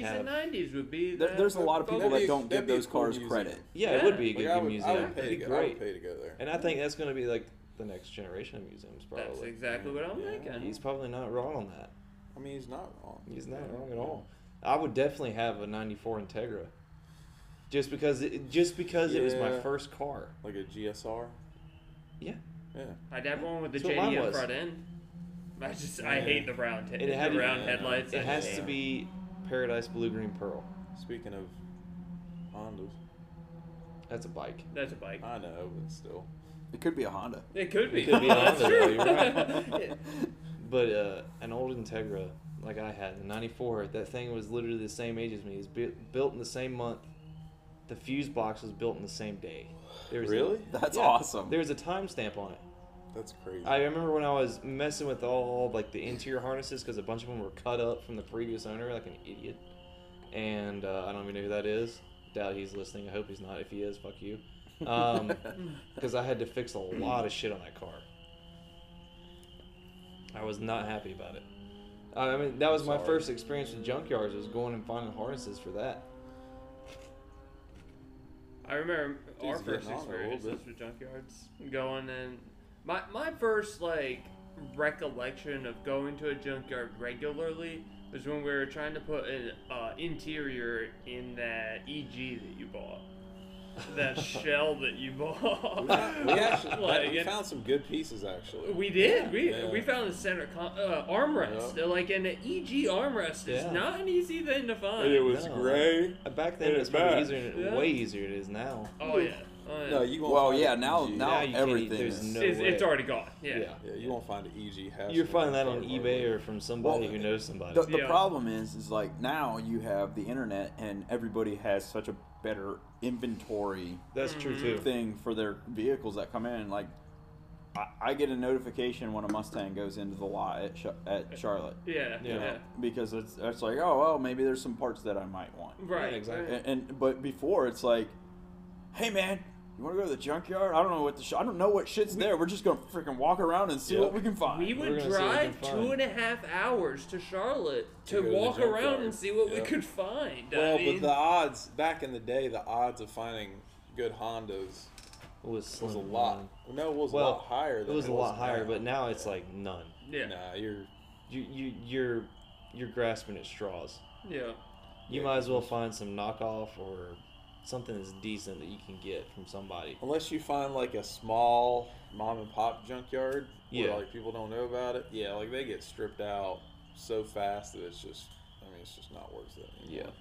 Speaker 3: 80s
Speaker 4: have.
Speaker 3: and 90s would be.
Speaker 2: There-
Speaker 3: that
Speaker 2: there's a lot of people
Speaker 3: focus.
Speaker 2: that
Speaker 1: oh, That'd be-
Speaker 2: don't give
Speaker 1: that'd be a
Speaker 2: those
Speaker 1: cool
Speaker 2: cars
Speaker 1: museum.
Speaker 2: credit.
Speaker 4: yeah, it would be a
Speaker 1: Like,
Speaker 4: good,
Speaker 1: I,
Speaker 4: good
Speaker 1: would, I
Speaker 4: museum.
Speaker 1: would pay to
Speaker 4: It'd be
Speaker 1: go. I would
Speaker 4: great.
Speaker 1: pay to go there.
Speaker 4: And I think that's going to be like the next generation of museums, probably.
Speaker 3: That's exactly what I'm
Speaker 1: Yeah.
Speaker 3: thinking.
Speaker 4: He's probably not wrong on that.
Speaker 1: I mean, he's not wrong.
Speaker 4: He's not wrong at all. I would definitely have a '94 Integra, just because it, just because it was my
Speaker 1: Yeah.
Speaker 4: first car.
Speaker 1: Like a GSR.
Speaker 4: Yeah,
Speaker 1: Yeah.
Speaker 3: I'd have one with the
Speaker 4: That's what mine
Speaker 3: JDM
Speaker 4: was.
Speaker 3: front end. I just I hate the round head,
Speaker 4: And it had
Speaker 3: the
Speaker 4: to-
Speaker 3: round
Speaker 1: yeah.
Speaker 3: headlights.
Speaker 4: it
Speaker 3: I
Speaker 4: has
Speaker 3: hate
Speaker 4: to
Speaker 3: them.
Speaker 4: be Paradise Blue Green Pearl.
Speaker 1: Speaking of Hondas,
Speaker 4: That's a bike.
Speaker 3: That's a bike.
Speaker 1: I know, but still.
Speaker 2: It could be a Honda.
Speaker 3: It could be.
Speaker 4: could be
Speaker 3: That's
Speaker 4: Honda, though,
Speaker 3: true.
Speaker 4: you're
Speaker 3: Yeah.
Speaker 4: But uh, an old Integra, like I had in '94, that thing was literally the same age as me. It was bu- built in the same month. The fuse box was built in the same day. There was
Speaker 1: Really?
Speaker 2: That's
Speaker 4: Yeah.
Speaker 2: awesome.
Speaker 4: There was a timestamp on it.
Speaker 1: That's crazy.
Speaker 4: I remember when I was messing with all like the interior harnesses because a bunch of them were cut up from the previous owner, like an idiot. And uh, I don't even know who that is. Doubt he's listening. I hope he's not. If he is, fuck you. Because I had to fix a lot of shit on that car. I was not happy about it. I mean, that was my
Speaker 1: Sorry.
Speaker 4: first experience with junkyards. Was going and finding harnesses for that.
Speaker 3: I remember
Speaker 1: Dude's
Speaker 3: our first
Speaker 1: getting on a little
Speaker 3: experience was with junkyards. Going and my my first like recollection of going to a junkyard regularly was when we were trying to put an uh, interior in that EG that you bought. That shell that you bought.
Speaker 1: we actually
Speaker 3: Like,
Speaker 1: we
Speaker 3: it-
Speaker 1: found some good pieces actually.
Speaker 3: We did. We,
Speaker 1: Yeah.
Speaker 3: we found the center con- uh, armrest.
Speaker 1: Yeah.
Speaker 3: Like an EG armrest is
Speaker 4: Yeah.
Speaker 3: not an easy thing to find.
Speaker 4: was No. gray Back then, it was
Speaker 1: It's
Speaker 4: probably
Speaker 1: bad.
Speaker 4: easier,
Speaker 3: Yeah.
Speaker 4: way easier than it is now.
Speaker 3: oh yeah. Oh, yeah.
Speaker 1: No, you won't.
Speaker 2: well,
Speaker 1: find
Speaker 2: yeah,
Speaker 1: an
Speaker 2: now
Speaker 1: EG.
Speaker 2: now
Speaker 4: Now you can't-
Speaker 2: everything
Speaker 4: there's
Speaker 2: is.
Speaker 4: no-
Speaker 3: it's, it's
Speaker 4: way.
Speaker 3: already gone. Yeah.
Speaker 1: Yeah, you won't find E an EG has.
Speaker 4: You're finding that on eBay or from somebody
Speaker 2: Well,
Speaker 4: who knows somebody.
Speaker 2: The, the
Speaker 3: Yeah.
Speaker 2: problem is, is like now you have the internet and everybody has such a better inventory
Speaker 4: That's true too.
Speaker 2: thing for their vehicles that come in. Like, I, I get a notification when a Mustang goes into the lot at, Sh- at Charlotte.
Speaker 3: Yeah.
Speaker 2: You know,
Speaker 3: yeah.
Speaker 2: because it's, it's like, oh, well, maybe there's some parts that I might want.
Speaker 3: Right.
Speaker 4: Yeah, exactly.
Speaker 3: right.
Speaker 2: And, and but before it's like, hey man, You want to go to the junkyard? I don't know what the sh- I don't know what shit's there. We're just gonna freaking walk around and see
Speaker 4: Yep.
Speaker 2: what we can find.
Speaker 3: We
Speaker 4: We're
Speaker 3: would
Speaker 4: gonna see what we
Speaker 3: drive
Speaker 4: can
Speaker 3: two
Speaker 4: find.
Speaker 3: and a half hours to Charlotte to,
Speaker 1: go to the
Speaker 3: walk
Speaker 1: junkyard.
Speaker 3: around and see what we
Speaker 1: Yeah.
Speaker 3: could find.
Speaker 1: Well,
Speaker 3: I mean,
Speaker 1: but the odds back in the day, the odds of finding good Hondas
Speaker 4: was
Speaker 1: was
Speaker 4: slim
Speaker 1: a
Speaker 4: to
Speaker 1: lot.
Speaker 4: none.
Speaker 1: No, it was a
Speaker 4: Well,
Speaker 1: lot higher.
Speaker 4: It
Speaker 1: Than
Speaker 4: was a lot higher,
Speaker 1: now.
Speaker 4: but now it's like none.
Speaker 3: yeah,
Speaker 1: nah, you're
Speaker 4: You you you're you're grasping at straws.
Speaker 3: yeah.
Speaker 4: You
Speaker 1: Yeah.
Speaker 4: might as well find some knockoff or something that's decent that you can get from somebody.
Speaker 1: unless you find like a small mom and pop junkyard
Speaker 4: Yeah.
Speaker 1: where like people don't know about it. Yeah, like they get stripped out so fast that it's just. I mean, it's just not worth it. anymore.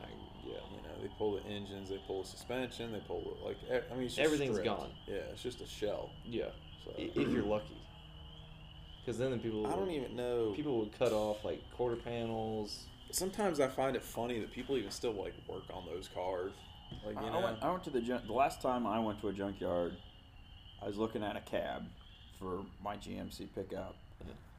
Speaker 4: I, yeah.
Speaker 1: You know, they pull the engines, they pull the suspension, they pull the, like. e- I mean, it's just
Speaker 4: Everything's
Speaker 1: stripped.
Speaker 4: gone.
Speaker 1: Yeah, it's just a shell.
Speaker 4: Yeah.
Speaker 1: So
Speaker 4: I- If you're lucky. Because then the people
Speaker 1: I don't even know.
Speaker 4: people would cut off like quarter panels.
Speaker 1: Sometimes I find it funny that people even still like work on those cars. Like
Speaker 2: I-
Speaker 1: you
Speaker 2: I,
Speaker 1: know,
Speaker 2: went, I went to the junk. The last time I went to a junkyard, I was looking at a cab for my GMC pickup,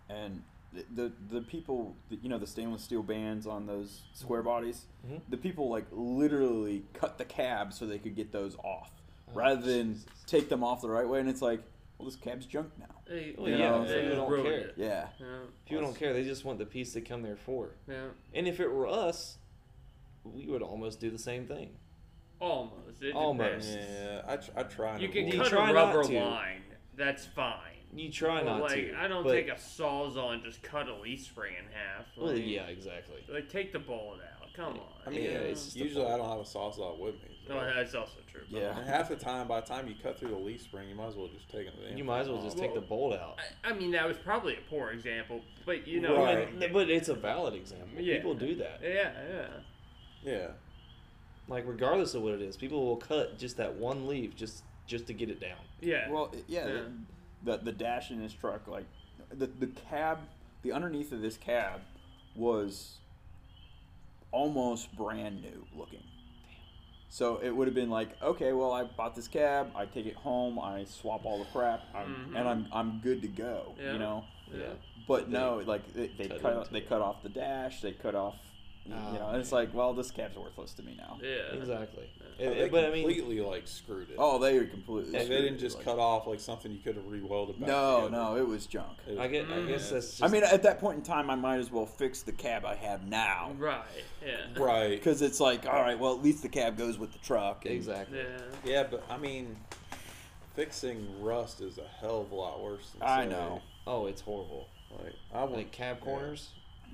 Speaker 2: and the the, the people, the, you know, the stainless steel bands on those square bodies,
Speaker 4: Mhm.
Speaker 2: the people like literally cut the cab so they could get those off, rather than
Speaker 4: Oh, Jesus.
Speaker 2: take them off the right way. And it's like, well, this cab's junk now.
Speaker 3: They,
Speaker 4: Well,
Speaker 3: they-
Speaker 2: yeah, so
Speaker 3: they
Speaker 4: you don't
Speaker 3: ruined
Speaker 4: care.
Speaker 3: it.
Speaker 2: Yeah.
Speaker 3: Yeah,
Speaker 4: People don't care. They just want the piece they come there for.
Speaker 3: yeah.
Speaker 4: And if it were us, we would almost do the same thing.
Speaker 3: Almost. It
Speaker 4: Almost.
Speaker 3: depends.
Speaker 1: yeah, I, tr- I try.
Speaker 3: You
Speaker 1: to
Speaker 3: can
Speaker 1: avoid-
Speaker 4: You
Speaker 3: cut
Speaker 4: try
Speaker 3: a
Speaker 4: not
Speaker 3: rubber
Speaker 4: to.
Speaker 3: line. That's fine.
Speaker 4: You try
Speaker 3: But,
Speaker 4: not
Speaker 3: like,
Speaker 4: to.
Speaker 3: I don't
Speaker 4: but-
Speaker 3: take a sawzall and just cut a leaf spring in half.
Speaker 4: Well,
Speaker 3: Like,
Speaker 4: yeah, exactly.
Speaker 3: Like, take the bullet out. Come on.
Speaker 1: I mean,
Speaker 4: Yeah,
Speaker 3: you know?
Speaker 4: it's-
Speaker 1: usually I don't have a saw saw with me.
Speaker 3: No, that's also true. but-
Speaker 2: Yeah.
Speaker 1: And half the time, by the time you cut through the leaf spring, you might as well just take it.
Speaker 4: You might as well just take the
Speaker 3: Well,
Speaker 4: bolt out.
Speaker 3: I, I mean, that was probably a poor example, but you know.
Speaker 1: Right.
Speaker 3: like-
Speaker 4: But it's a valid example.
Speaker 3: Yeah.
Speaker 4: People do that.
Speaker 3: yeah, yeah.
Speaker 1: Yeah,
Speaker 4: Like regardless of what it is, people will cut just that one leaf just just to get it down.
Speaker 3: Yeah.
Speaker 2: Well, it- yeah,
Speaker 3: Yeah.
Speaker 2: The, the the dash in his truck, like the the cab, the underneath of this cab was almost brand new looking. So it would have been like, okay, well, I bought this cab, I take it home, I swap all the crap, I'm,
Speaker 3: Mhm.
Speaker 2: and I'm I'm good to go.
Speaker 3: Yeah.
Speaker 2: You know,
Speaker 3: yeah.
Speaker 2: but
Speaker 4: They
Speaker 2: no, like they, they
Speaker 4: cut
Speaker 2: cut,
Speaker 4: into
Speaker 2: they
Speaker 4: it.
Speaker 2: cut off the dash, they cut off, you
Speaker 4: Ah,
Speaker 2: know, and it's like, well, this cab's worthless to me now.
Speaker 3: Oh, Yeah.
Speaker 4: Exactly.
Speaker 1: But
Speaker 4: It-
Speaker 1: they
Speaker 4: it- but I mean,
Speaker 1: completely like screwed it.
Speaker 2: Oh, they were completely.
Speaker 1: Like, they
Speaker 2: screwed,
Speaker 1: didn't just
Speaker 2: like-
Speaker 1: cut off like something you could have rewelded. Back
Speaker 2: No,
Speaker 1: together.
Speaker 2: no, it was junk.
Speaker 1: It was-
Speaker 4: I get. I
Speaker 3: Mm.
Speaker 4: guess that's. Just,
Speaker 2: I mean, at that point in time, I might as well fix the cab I have now.
Speaker 3: Right. Yeah.
Speaker 1: right.
Speaker 2: Because it's like, all right, well, at least the cab goes with the truck. and-
Speaker 4: exactly.
Speaker 3: Yeah.
Speaker 1: Yeah, but I mean, fixing rust is a hell of a lot worse. Than
Speaker 2: I
Speaker 1: say,
Speaker 2: know.
Speaker 4: Oh, it's horrible.
Speaker 1: Like I want
Speaker 4: Like cab corners.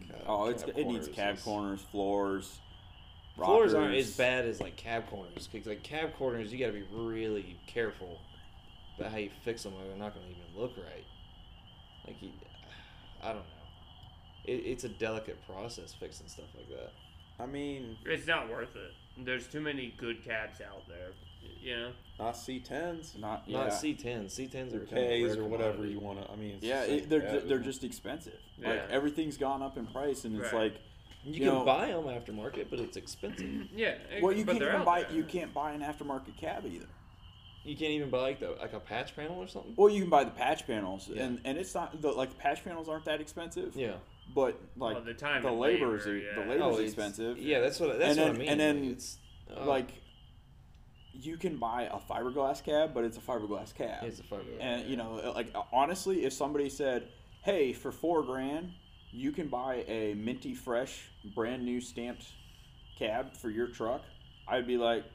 Speaker 4: God,
Speaker 2: Oh, it's,
Speaker 4: cab
Speaker 2: it needs cab
Speaker 4: is-
Speaker 2: corners, floors,
Speaker 4: Floors aren't
Speaker 2: rockers.
Speaker 4: as bad as like cab corners because like cab corners, you got to be really careful about how you fix them, or they're not going to even look right. Like, you, I don't know. It, it's a delicate process fixing stuff like that.
Speaker 1: I mean,
Speaker 3: It's not worth it. There's too many good cabs out there. You know.
Speaker 1: not C10s,
Speaker 2: Not, yeah.
Speaker 4: Not C tens. C tens are
Speaker 1: or
Speaker 4: becoming a
Speaker 1: Ks,
Speaker 4: rare
Speaker 1: or whatever
Speaker 4: commodity.
Speaker 1: you want to. I mean, it's the
Speaker 2: Yeah,
Speaker 1: same
Speaker 2: it, they're,
Speaker 1: cab,
Speaker 2: ju-
Speaker 1: isn't
Speaker 2: they're
Speaker 1: it?
Speaker 2: just expensive.
Speaker 3: Yeah.
Speaker 2: Like, everything's gone up in price, and it's
Speaker 3: Right.
Speaker 2: like,
Speaker 4: You,
Speaker 2: you
Speaker 4: can
Speaker 2: know-
Speaker 4: buy them aftermarket, but it's expensive.
Speaker 3: Yeah.
Speaker 2: well, you
Speaker 3: but
Speaker 2: can't
Speaker 3: they're
Speaker 2: even
Speaker 3: out
Speaker 2: buy,
Speaker 3: there.
Speaker 2: you can't buy an aftermarket cab either.
Speaker 4: you can't even buy like the like a patch panel or something.
Speaker 2: Well, you can buy the patch panels,
Speaker 4: Yeah.
Speaker 2: and, and it's not the, like the patch panels aren't that expensive.
Speaker 4: Yeah.
Speaker 2: But like
Speaker 3: the time
Speaker 2: the
Speaker 3: and
Speaker 2: labor's
Speaker 3: labor,
Speaker 2: e-
Speaker 3: yeah.
Speaker 2: the
Speaker 3: Oh,
Speaker 2: labor's
Speaker 4: it's-
Speaker 2: expensive.
Speaker 4: Yeah, that's what that's
Speaker 2: And
Speaker 4: what
Speaker 2: then-
Speaker 4: I mean.
Speaker 2: and then,
Speaker 4: like, it's oh,
Speaker 2: like you can buy a fiberglass cab, but it's a fiberglass cab.
Speaker 4: it's a fiberglass.
Speaker 2: and you know, uh, like honestly, if somebody said, "Hey, for four grand, you can buy a minty fresh, brand new stamped cab for your truck," I'd be like,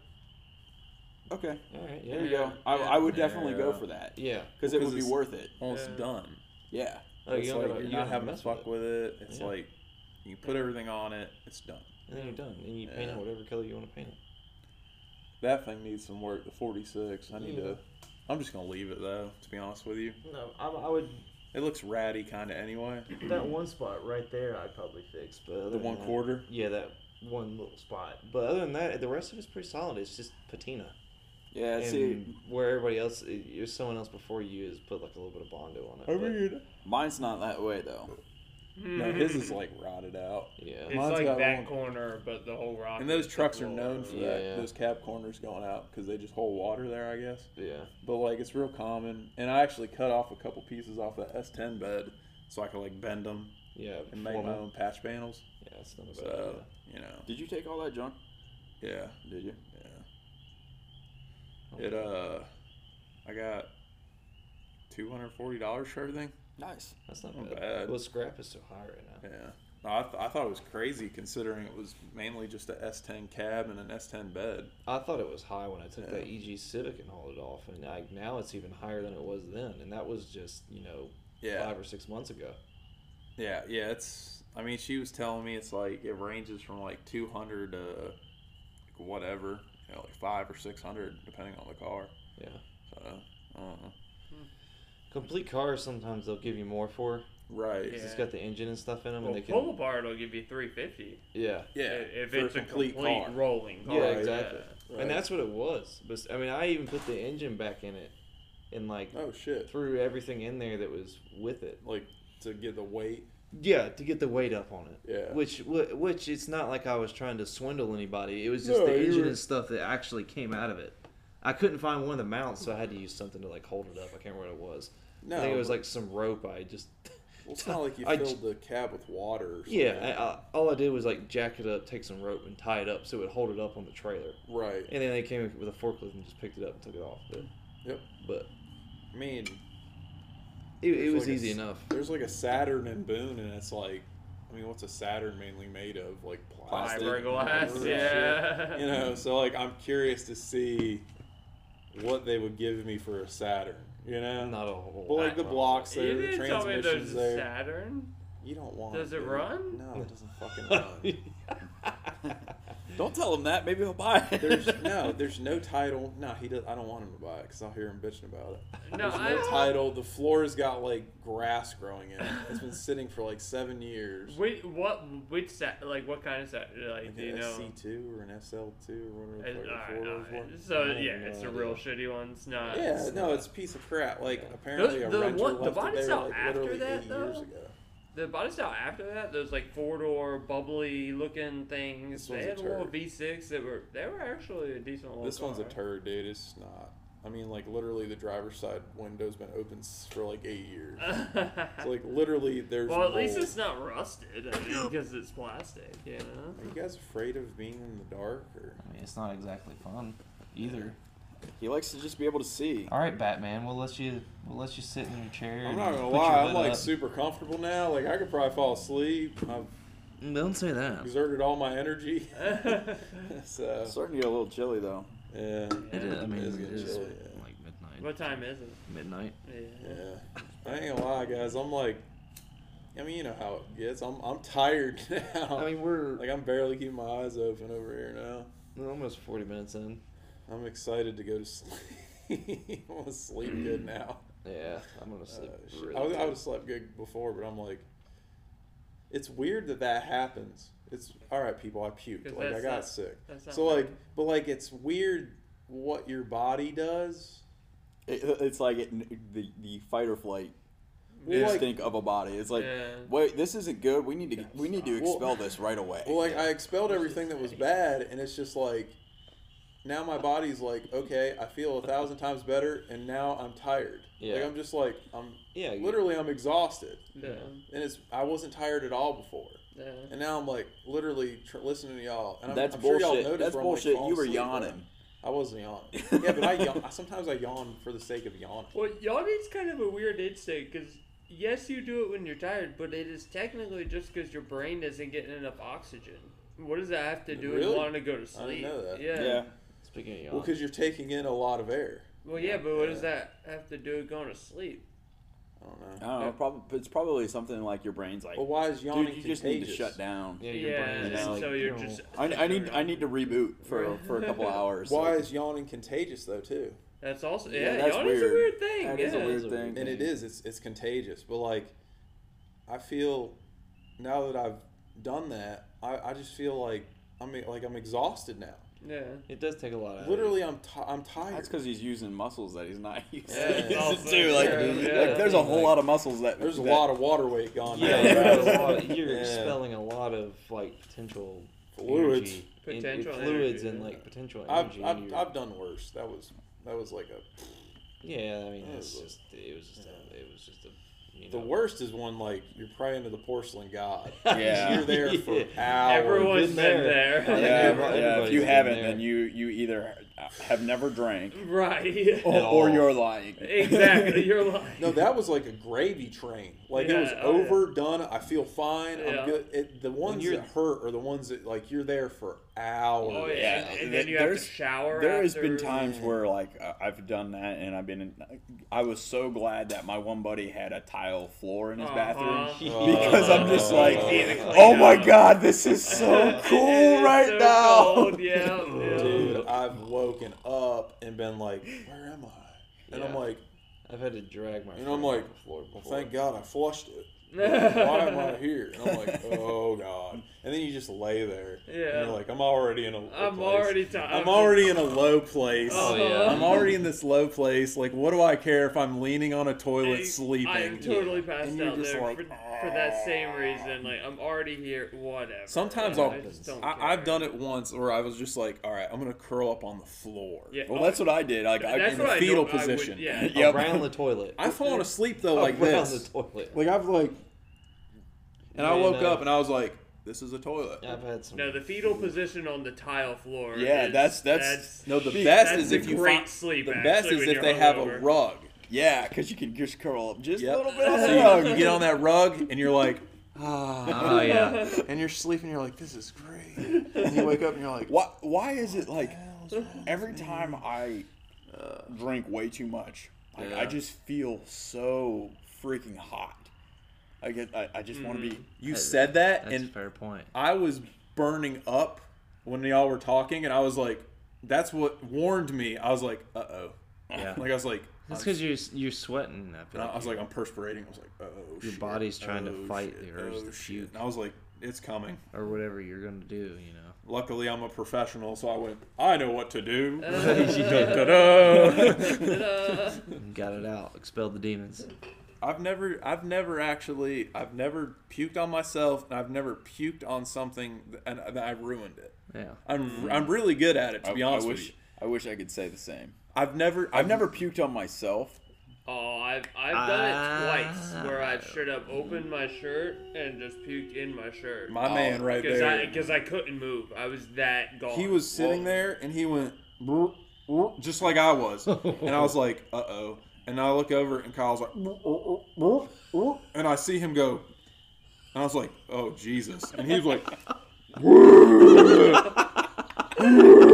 Speaker 2: "Okay,
Speaker 4: All right.
Speaker 2: there you go."
Speaker 4: Yeah.
Speaker 3: Yeah,
Speaker 2: I,
Speaker 3: yeah.
Speaker 2: I would definitely go
Speaker 1: Yeah.
Speaker 2: for that
Speaker 4: Yeah.
Speaker 2: because it
Speaker 1: Because
Speaker 2: would be
Speaker 1: it's-
Speaker 2: worth it.
Speaker 1: Well, it's
Speaker 3: Yeah.
Speaker 1: done.
Speaker 2: Yeah,
Speaker 4: Oh,
Speaker 1: it's
Speaker 4: you don't
Speaker 1: like
Speaker 4: gotta-
Speaker 1: you're
Speaker 4: you
Speaker 1: not
Speaker 4: don't
Speaker 1: having to
Speaker 4: mess with
Speaker 1: fuck
Speaker 4: it.
Speaker 1: with it. It's
Speaker 4: Yeah.
Speaker 1: like you put everything on it. It's done.
Speaker 4: And then you're done. And you paint
Speaker 1: Yeah.
Speaker 4: it whatever color you want to paint it.
Speaker 1: That thing needs some work. The 46. I need
Speaker 4: Yeah.
Speaker 1: to. I'm just gonna leave it though. To be honest with you,
Speaker 4: No, I, I would.
Speaker 1: it looks ratty kind of anyway.
Speaker 4: That one spot right there, I'd probably fix. But other
Speaker 1: The
Speaker 4: than
Speaker 1: one
Speaker 4: that-
Speaker 1: quarter.
Speaker 4: Yeah, that one little spot. But other than that, the rest of it's pretty solid. It's just patina.
Speaker 2: yeah.
Speaker 4: and
Speaker 2: see,
Speaker 4: where everybody else, there's someone else before you has put like a little bit of bondo on it.
Speaker 1: I
Speaker 4: but-
Speaker 1: mean,
Speaker 2: mine's not that way though.
Speaker 1: no,
Speaker 4: Mm-hmm.
Speaker 1: his is like rotted out.
Speaker 4: yeah.
Speaker 3: It's
Speaker 1: Mine's
Speaker 3: like
Speaker 1: got
Speaker 3: that
Speaker 1: one-
Speaker 3: corner, but the whole rock.
Speaker 1: And those
Speaker 3: is the
Speaker 1: trucks are
Speaker 3: floor.
Speaker 1: known for
Speaker 4: Yeah.
Speaker 1: that. Those cab corners going out because they just hold water there, I guess.
Speaker 4: Yeah.
Speaker 1: But like it's real common. And I actually cut off a couple pieces off that S10 bed so I could like bend them
Speaker 4: Yeah.
Speaker 1: and make my
Speaker 4: formal.
Speaker 1: own patch panels.
Speaker 4: Yeah, that's not a bad
Speaker 1: So
Speaker 4: idea.
Speaker 1: you know,
Speaker 2: Did you take all that junk?
Speaker 1: yeah,
Speaker 2: Did you?
Speaker 1: yeah.
Speaker 9: It uh, I got two hundred forty dollars for everything.
Speaker 2: Nice.
Speaker 4: That's not
Speaker 9: Not
Speaker 4: bad.
Speaker 9: bad.
Speaker 4: Well, scrap is so high right now.
Speaker 9: Yeah, no, I, th- I thought it was crazy considering it was mainly just a S10 cab and an S10 bed.
Speaker 4: I thought it was high when I took
Speaker 9: Yeah.
Speaker 4: that EG Civic and hauled it off, and like now it's even higher than it was then, and that was just you know
Speaker 9: Yeah,
Speaker 4: five or six months ago.
Speaker 9: yeah, yeah. It's I mean she was telling me it's like it ranges from like two hundred to like whatever, you know, like five or six hundred depending on the car.
Speaker 4: Yeah,
Speaker 9: So I don't know.
Speaker 4: complete cars sometimes they'll give you more for
Speaker 9: Right.
Speaker 4: 'cause it's
Speaker 3: Yeah.
Speaker 4: got the engine and stuff in them,
Speaker 3: Well,
Speaker 4: and they
Speaker 3: pull
Speaker 4: can
Speaker 3: apart will give you three fifty.
Speaker 4: yeah.
Speaker 9: Yeah.
Speaker 3: if
Speaker 9: for a
Speaker 3: it's a complete
Speaker 9: car.
Speaker 3: rolling car.
Speaker 4: Yeah, exactly.
Speaker 1: Right.
Speaker 4: And that's what it was. But I mean, I even put the engine back in it, and like
Speaker 1: Oh shit!
Speaker 4: threw everything in there that was with it.
Speaker 1: Like to get the weight.
Speaker 4: Yeah, to get the weight up on it.
Speaker 1: Yeah.
Speaker 4: Which wh- which it's not like I was trying to swindle anybody. It was just
Speaker 1: No,
Speaker 4: the
Speaker 1: you
Speaker 4: engine
Speaker 1: were-
Speaker 4: and stuff that actually came out of it. I couldn't find one of the mounts, so I had to use something to like hold it up. I can't remember what it was.
Speaker 1: No,
Speaker 4: I think it was
Speaker 1: but-
Speaker 4: like some rope. I just
Speaker 1: Well, it's not like you
Speaker 4: I j-
Speaker 1: filled the cab with water. Or something.
Speaker 4: yeah. I, I, all I did was like jack it up, take some rope, and tie it up so it would hold it up on the trailer.
Speaker 1: Right.
Speaker 4: And then they came with a forklift and just picked it up and took it off. But
Speaker 1: Yep.
Speaker 4: but
Speaker 1: I mean,
Speaker 4: it, it
Speaker 1: It's
Speaker 4: was
Speaker 1: like a
Speaker 4: easy
Speaker 1: s-
Speaker 4: enough.
Speaker 1: there's like a Saturn and Boone, and it's like, I mean, what's a Saturn mainly made of? Like plastic.
Speaker 3: Fiberglass,
Speaker 1: rubber,
Speaker 3: yeah.
Speaker 1: shit. You know, so like, I'm curious to see what they would give me for a Saturn. You know.
Speaker 4: Not a whole.
Speaker 1: But like
Speaker 4: lot.
Speaker 1: the blocks there,
Speaker 3: you
Speaker 1: the
Speaker 3: didn't tell me there's
Speaker 1: transmissions
Speaker 3: a
Speaker 1: there.
Speaker 3: Saturn.
Speaker 1: You don't want.
Speaker 3: Does it
Speaker 1: dude.
Speaker 3: run?
Speaker 1: No, it doesn't fucking run.
Speaker 2: Don't tell him that. Maybe he'll buy it.
Speaker 1: There's no, there's no title. No, he does. I don't want him to buy it because I'll hear him bitching about it.
Speaker 3: No,
Speaker 1: There's
Speaker 3: I,
Speaker 1: no title. The floor's got like grass growing in it. It's been sitting for like seven years.
Speaker 3: Wait, what? Which sat? Like what kind of sat? Like,
Speaker 1: Like
Speaker 3: do you
Speaker 1: an
Speaker 3: know?
Speaker 1: SC two or an SL two or whatever.
Speaker 3: It-
Speaker 1: the fuck the floor
Speaker 3: alright,
Speaker 1: is
Speaker 3: alright.
Speaker 1: for.
Speaker 3: So
Speaker 4: I have
Speaker 3: yeah,
Speaker 4: no
Speaker 3: it's a
Speaker 4: idea.
Speaker 3: real shitty one. It's not.
Speaker 1: Yeah, no, it's a piece of crap. Like
Speaker 4: Yeah.
Speaker 1: apparently
Speaker 3: Those-
Speaker 1: a
Speaker 3: the
Speaker 1: renter
Speaker 3: one- the
Speaker 1: left
Speaker 3: bodies
Speaker 1: it there
Speaker 3: out
Speaker 1: like
Speaker 3: after
Speaker 1: literally
Speaker 3: that,
Speaker 1: eight years
Speaker 3: though?
Speaker 1: ago.
Speaker 3: The body style after that, those like four door bubbly looking
Speaker 1: This
Speaker 3: things.
Speaker 1: one's
Speaker 3: They
Speaker 1: a
Speaker 3: had a little
Speaker 1: turd.
Speaker 3: V six that were they were actually a decent little
Speaker 1: This one's a
Speaker 3: car.
Speaker 1: turd, dude. It's not. I mean, like literally the driver's side window's been open s- for like eight years. So, like literally, there's.
Speaker 3: well, at least
Speaker 1: mold.
Speaker 3: it's not rusted I mean, because it's plastic. You know.
Speaker 1: Are you guys afraid of being in the dark? Or
Speaker 4: I mean, it's not exactly fun either.
Speaker 2: He likes to just be able to see.
Speaker 4: All right, Batman. We'll let you. We'll let you sit in your chair.
Speaker 1: I'm
Speaker 4: and
Speaker 1: not gonna
Speaker 4: put your
Speaker 1: lie, I'm
Speaker 4: lid
Speaker 1: like
Speaker 4: up.
Speaker 1: super comfortable now. Like I could probably fall asleep. I've
Speaker 4: Mm, Don't say that.
Speaker 1: exerted all my energy. so
Speaker 2: It's starting to get a little chilly though.
Speaker 1: yeah,
Speaker 4: It is. I mean,
Speaker 1: It
Speaker 4: it
Speaker 1: is
Speaker 4: is,
Speaker 1: getting chilly, yeah.
Speaker 4: like midnight.
Speaker 3: What time is it?
Speaker 4: Midnight.
Speaker 3: Yeah.
Speaker 1: yeah. I ain't gonna lie, guys. I'm like, I mean, you know how it gets. I'm I'm tired now.
Speaker 4: I mean, we're
Speaker 1: like I'm barely keeping my eyes open over here now.
Speaker 4: we're almost forty minutes in.
Speaker 1: I'm excited to go to sleep. I'm gonna sleep good now.
Speaker 4: Yeah, I'm gonna
Speaker 1: Uh,
Speaker 4: sleep.
Speaker 1: shit.
Speaker 4: really
Speaker 1: I, would, I
Speaker 4: good.
Speaker 1: would have slept good before, but I'm like, it's weird that that happens. It's all right, people. I puked.
Speaker 3: 'Cause
Speaker 1: Like I
Speaker 3: that's
Speaker 1: got
Speaker 3: not-
Speaker 1: sick.
Speaker 3: that's not
Speaker 1: So like,
Speaker 3: bad.
Speaker 1: but like, it's weird what your body does.
Speaker 2: It, it's like it, the the fight or flight
Speaker 1: Well, like,
Speaker 2: instinct of a body. It's like,
Speaker 3: Yeah.
Speaker 2: wait, this isn't good. We need to we need to
Speaker 1: Well-
Speaker 2: expel this right away.
Speaker 1: well, like I expelled everything that was bad, and it's just like, now my body's like, okay, I feel a thousand times better, and now I'm tired. Like
Speaker 4: Yeah.
Speaker 1: I'm just like, I'm
Speaker 4: yeah, you-
Speaker 1: literally, I'm exhausted,
Speaker 3: Yeah.
Speaker 1: and it's I wasn't tired at all before.
Speaker 3: Yeah.
Speaker 1: And now I'm like literally tr- listening to y'all, and I'm,
Speaker 2: That's
Speaker 1: I'm sure
Speaker 2: bullshit.
Speaker 1: y'all noticed
Speaker 2: That's
Speaker 1: where I'm,
Speaker 2: bullshit.
Speaker 1: Like falling
Speaker 2: you were
Speaker 1: asleep, right?
Speaker 2: yawning.
Speaker 1: I wasn't yawning. Yeah, but I yawn. I- Sometimes I yawn for the sake of yawning.
Speaker 3: Well, yawning's kind of a weird instinct because yes, you do it when you're tired, but it is technically just because your brain isn't getting enough oxygen. What does that have to do
Speaker 1: Really?
Speaker 3: with wanting to go to
Speaker 1: I didn't
Speaker 3: sleep?
Speaker 1: know that.
Speaker 3: Yeah.
Speaker 2: Yeah.
Speaker 4: Speaking of yawn,
Speaker 1: Well, because you're taking in a lot of air.
Speaker 3: Well, yeah, but what does that have to do with going to sleep?
Speaker 1: I don't know.
Speaker 2: I don't know. Probably it's probably something like your brain's like,
Speaker 1: Well, why is yawning
Speaker 2: dude, you just need to
Speaker 1: contagious?
Speaker 2: shut down.
Speaker 4: yeah, your
Speaker 3: Yeah,
Speaker 4: brain
Speaker 3: and
Speaker 4: is like,
Speaker 3: so you're
Speaker 4: "No."
Speaker 3: just.
Speaker 2: I, I need I need to reboot for, for a couple hours.
Speaker 1: Why is yawning contagious though too?
Speaker 3: That's also yeah.
Speaker 2: Yeah, that's
Speaker 3: yawning's
Speaker 2: weird.
Speaker 3: a weird thing.
Speaker 2: That
Speaker 3: yeah.
Speaker 2: is a weird thing.
Speaker 1: And it is. It's it's contagious. But like, I feel now that I've done that, I, I just feel like I'm e, like I'm exhausted now.
Speaker 3: Yeah.
Speaker 4: It does take a lot of
Speaker 1: Literally, I'm ti I'm tired.
Speaker 2: That's because he's using muscles that he's not used
Speaker 3: Yeah,
Speaker 2: to
Speaker 3: it's also
Speaker 2: using too. Like,
Speaker 3: true,
Speaker 2: like,
Speaker 3: yeah.
Speaker 2: there's a whole lot of muscles that
Speaker 1: There's a
Speaker 2: that-
Speaker 1: lot of water weight gone.
Speaker 4: Yeah,
Speaker 1: down,
Speaker 4: you're,
Speaker 1: right?
Speaker 4: a lot- you're
Speaker 1: Yeah.
Speaker 4: expelling a lot of like potential
Speaker 1: Fluids.
Speaker 4: energy, in-
Speaker 3: Potential
Speaker 4: fluids,
Speaker 3: energy,
Speaker 4: and
Speaker 3: yeah.
Speaker 4: like potential
Speaker 1: I've,
Speaker 4: energy. in
Speaker 1: I've,
Speaker 4: your-
Speaker 1: I've done worse. That was that was like a
Speaker 4: yeah, I mean,
Speaker 1: Yeah,
Speaker 4: it's
Speaker 1: but-
Speaker 4: just it was just a, it was just a you know,
Speaker 1: the worst is when like you're praying to the porcelain god.
Speaker 2: Yeah.
Speaker 1: You're there for
Speaker 4: Yeah.
Speaker 1: hours.
Speaker 3: Everyone's been
Speaker 4: been there.
Speaker 3: there.
Speaker 4: Yeah,
Speaker 2: Yeah,
Speaker 4: everybody's
Speaker 2: yeah, if you
Speaker 4: been
Speaker 2: haven't,
Speaker 4: there.
Speaker 2: then you you either have never drank,
Speaker 3: Right.
Speaker 2: or,
Speaker 4: all.
Speaker 2: or you're lying.
Speaker 3: Exactly. You're lying.
Speaker 10: No, that was like a gravy train. Like it was
Speaker 3: Yeah, oh, yeah.
Speaker 10: overdone. I feel fine.
Speaker 3: Yeah.
Speaker 10: I'm good. It, the ones
Speaker 2: you're-
Speaker 10: that hurt are the ones that like you're there for hours.
Speaker 3: Oh yeah,
Speaker 2: Yeah,
Speaker 3: and, and
Speaker 2: th-
Speaker 3: then you have to
Speaker 2: there's-
Speaker 3: shower.
Speaker 2: There has been
Speaker 3: after.
Speaker 2: times where like I- I've done that, and I've been. In, I was so glad that my one buddy had a tile floor in his
Speaker 3: Uh-huh.
Speaker 2: bathroom because I'm just
Speaker 1: Uh-huh.
Speaker 2: like,
Speaker 10: Oh.
Speaker 2: oh my god, this is so
Speaker 3: It
Speaker 2: cool
Speaker 3: is
Speaker 2: right
Speaker 3: so
Speaker 2: now.
Speaker 3: cold, Yeah. yeah.
Speaker 10: Dude, I've woken up and been like, where am I? And I'm
Speaker 4: Yeah.
Speaker 10: like,
Speaker 4: I've had to drag my.
Speaker 10: And I'm
Speaker 4: friend on
Speaker 10: like,
Speaker 4: the floor before.
Speaker 10: well, thank God I flushed it. Why am I here? And I'm like, oh god. And then you just lay there.
Speaker 3: Yeah.
Speaker 10: And you're like, I'm already in a. low
Speaker 3: I'm
Speaker 10: place.
Speaker 3: already tired.
Speaker 10: I'm already in a low place.
Speaker 4: Oh, yeah.
Speaker 10: I'm already in this low place. Like, what do I care if I'm leaning on a toilet sleeping?
Speaker 3: I'm totally passed
Speaker 10: And you're
Speaker 3: out
Speaker 10: just
Speaker 3: there
Speaker 10: like,
Speaker 3: for, for that same reason. Like I'm already here. Whatever.
Speaker 1: Sometimes
Speaker 3: Yeah,
Speaker 1: I'll-
Speaker 3: I just don't care.
Speaker 1: I, I've done it once where I was just like, all right, I'm gonna curl up on the floor.
Speaker 3: Yeah.
Speaker 2: Well, that's what I did. Like I
Speaker 3: That's
Speaker 1: in
Speaker 3: what I
Speaker 1: fetal
Speaker 3: don't- I would-
Speaker 1: position.
Speaker 3: yeah.
Speaker 2: Yep.
Speaker 4: around the toilet.
Speaker 1: I've fallen asleep though,
Speaker 3: Oh,
Speaker 1: like
Speaker 4: around
Speaker 1: this.
Speaker 4: the toilet.
Speaker 1: Like I've like, and I
Speaker 4: Yeah,
Speaker 1: woke
Speaker 4: no.
Speaker 1: up and I was like, this is a toilet.
Speaker 4: I've had some.
Speaker 3: No, the fetal position on the tile floor.
Speaker 2: Yeah,
Speaker 3: is-
Speaker 2: that's- that's-
Speaker 1: No, the
Speaker 2: Dude,
Speaker 1: best
Speaker 3: that's
Speaker 1: is
Speaker 3: a
Speaker 1: if you
Speaker 3: great
Speaker 1: find,
Speaker 3: sleep,
Speaker 1: The
Speaker 3: actually,
Speaker 1: best is
Speaker 3: when
Speaker 1: if
Speaker 3: you're
Speaker 1: they have a
Speaker 3: hungover.
Speaker 1: rug.
Speaker 2: yeah, because you can just curl up just
Speaker 1: Yep.
Speaker 2: a little bit. On the
Speaker 1: So you,
Speaker 2: rug.
Speaker 1: you get on that rug and you're like, ah,
Speaker 11: Oh yeah.
Speaker 1: and you're sleeping. You're like, this is great. And you wake up and you're like,
Speaker 2: Why, why is it like every time I drink way too much, like, I
Speaker 11: Yeah.
Speaker 2: just feel so freaking hot. I get, I, I just want to be.
Speaker 1: you said that,
Speaker 11: That's a
Speaker 1: and
Speaker 11: fair point.
Speaker 1: I was burning up when y'all were talking, and I was like, that's what warned me. I was like, uh oh.
Speaker 11: Yeah.
Speaker 1: Like I was like,
Speaker 11: That's because you're you're sweating. I feel
Speaker 1: I
Speaker 11: like.
Speaker 1: was like, I'm perspirating. I was like, oh.
Speaker 11: Your
Speaker 1: shit.
Speaker 11: body's trying to
Speaker 1: Oh,
Speaker 11: fight
Speaker 1: shit.
Speaker 11: the urge
Speaker 1: Oh,
Speaker 11: to
Speaker 1: shit.
Speaker 11: puke.
Speaker 1: And I was like, it's coming.
Speaker 11: or whatever you're gonna do, you know.
Speaker 1: Luckily, I'm a professional, so I went. I know what to do.
Speaker 3: Ta-da.
Speaker 11: Got it out, expelled the demons.
Speaker 1: I've never, I've never actually, I've never puked on myself, and I've never puked on something, th- and I- I ruined it.
Speaker 11: Yeah.
Speaker 1: I'm, I'm really good at it, to
Speaker 2: I,
Speaker 1: be
Speaker 2: I
Speaker 1: honest with
Speaker 2: wish,
Speaker 1: you.
Speaker 2: I wish I could say the same.
Speaker 1: I've never,
Speaker 2: I've never puked on myself.
Speaker 3: Oh, I've I've done it twice
Speaker 11: Ah.
Speaker 3: where I straight up opened my shirt and just puked in my shirt.
Speaker 1: My
Speaker 2: Um,
Speaker 1: man right
Speaker 3: because I
Speaker 1: there.
Speaker 3: because I couldn't move. I was that gone.
Speaker 1: he was sitting there, and he went "Brr, brr," just like I was, and I was like, uh oh. And I look over, and Kyle's like, "Brr, brr, brr, brr," and I see him go, and I was like, oh Jesus, and he was like.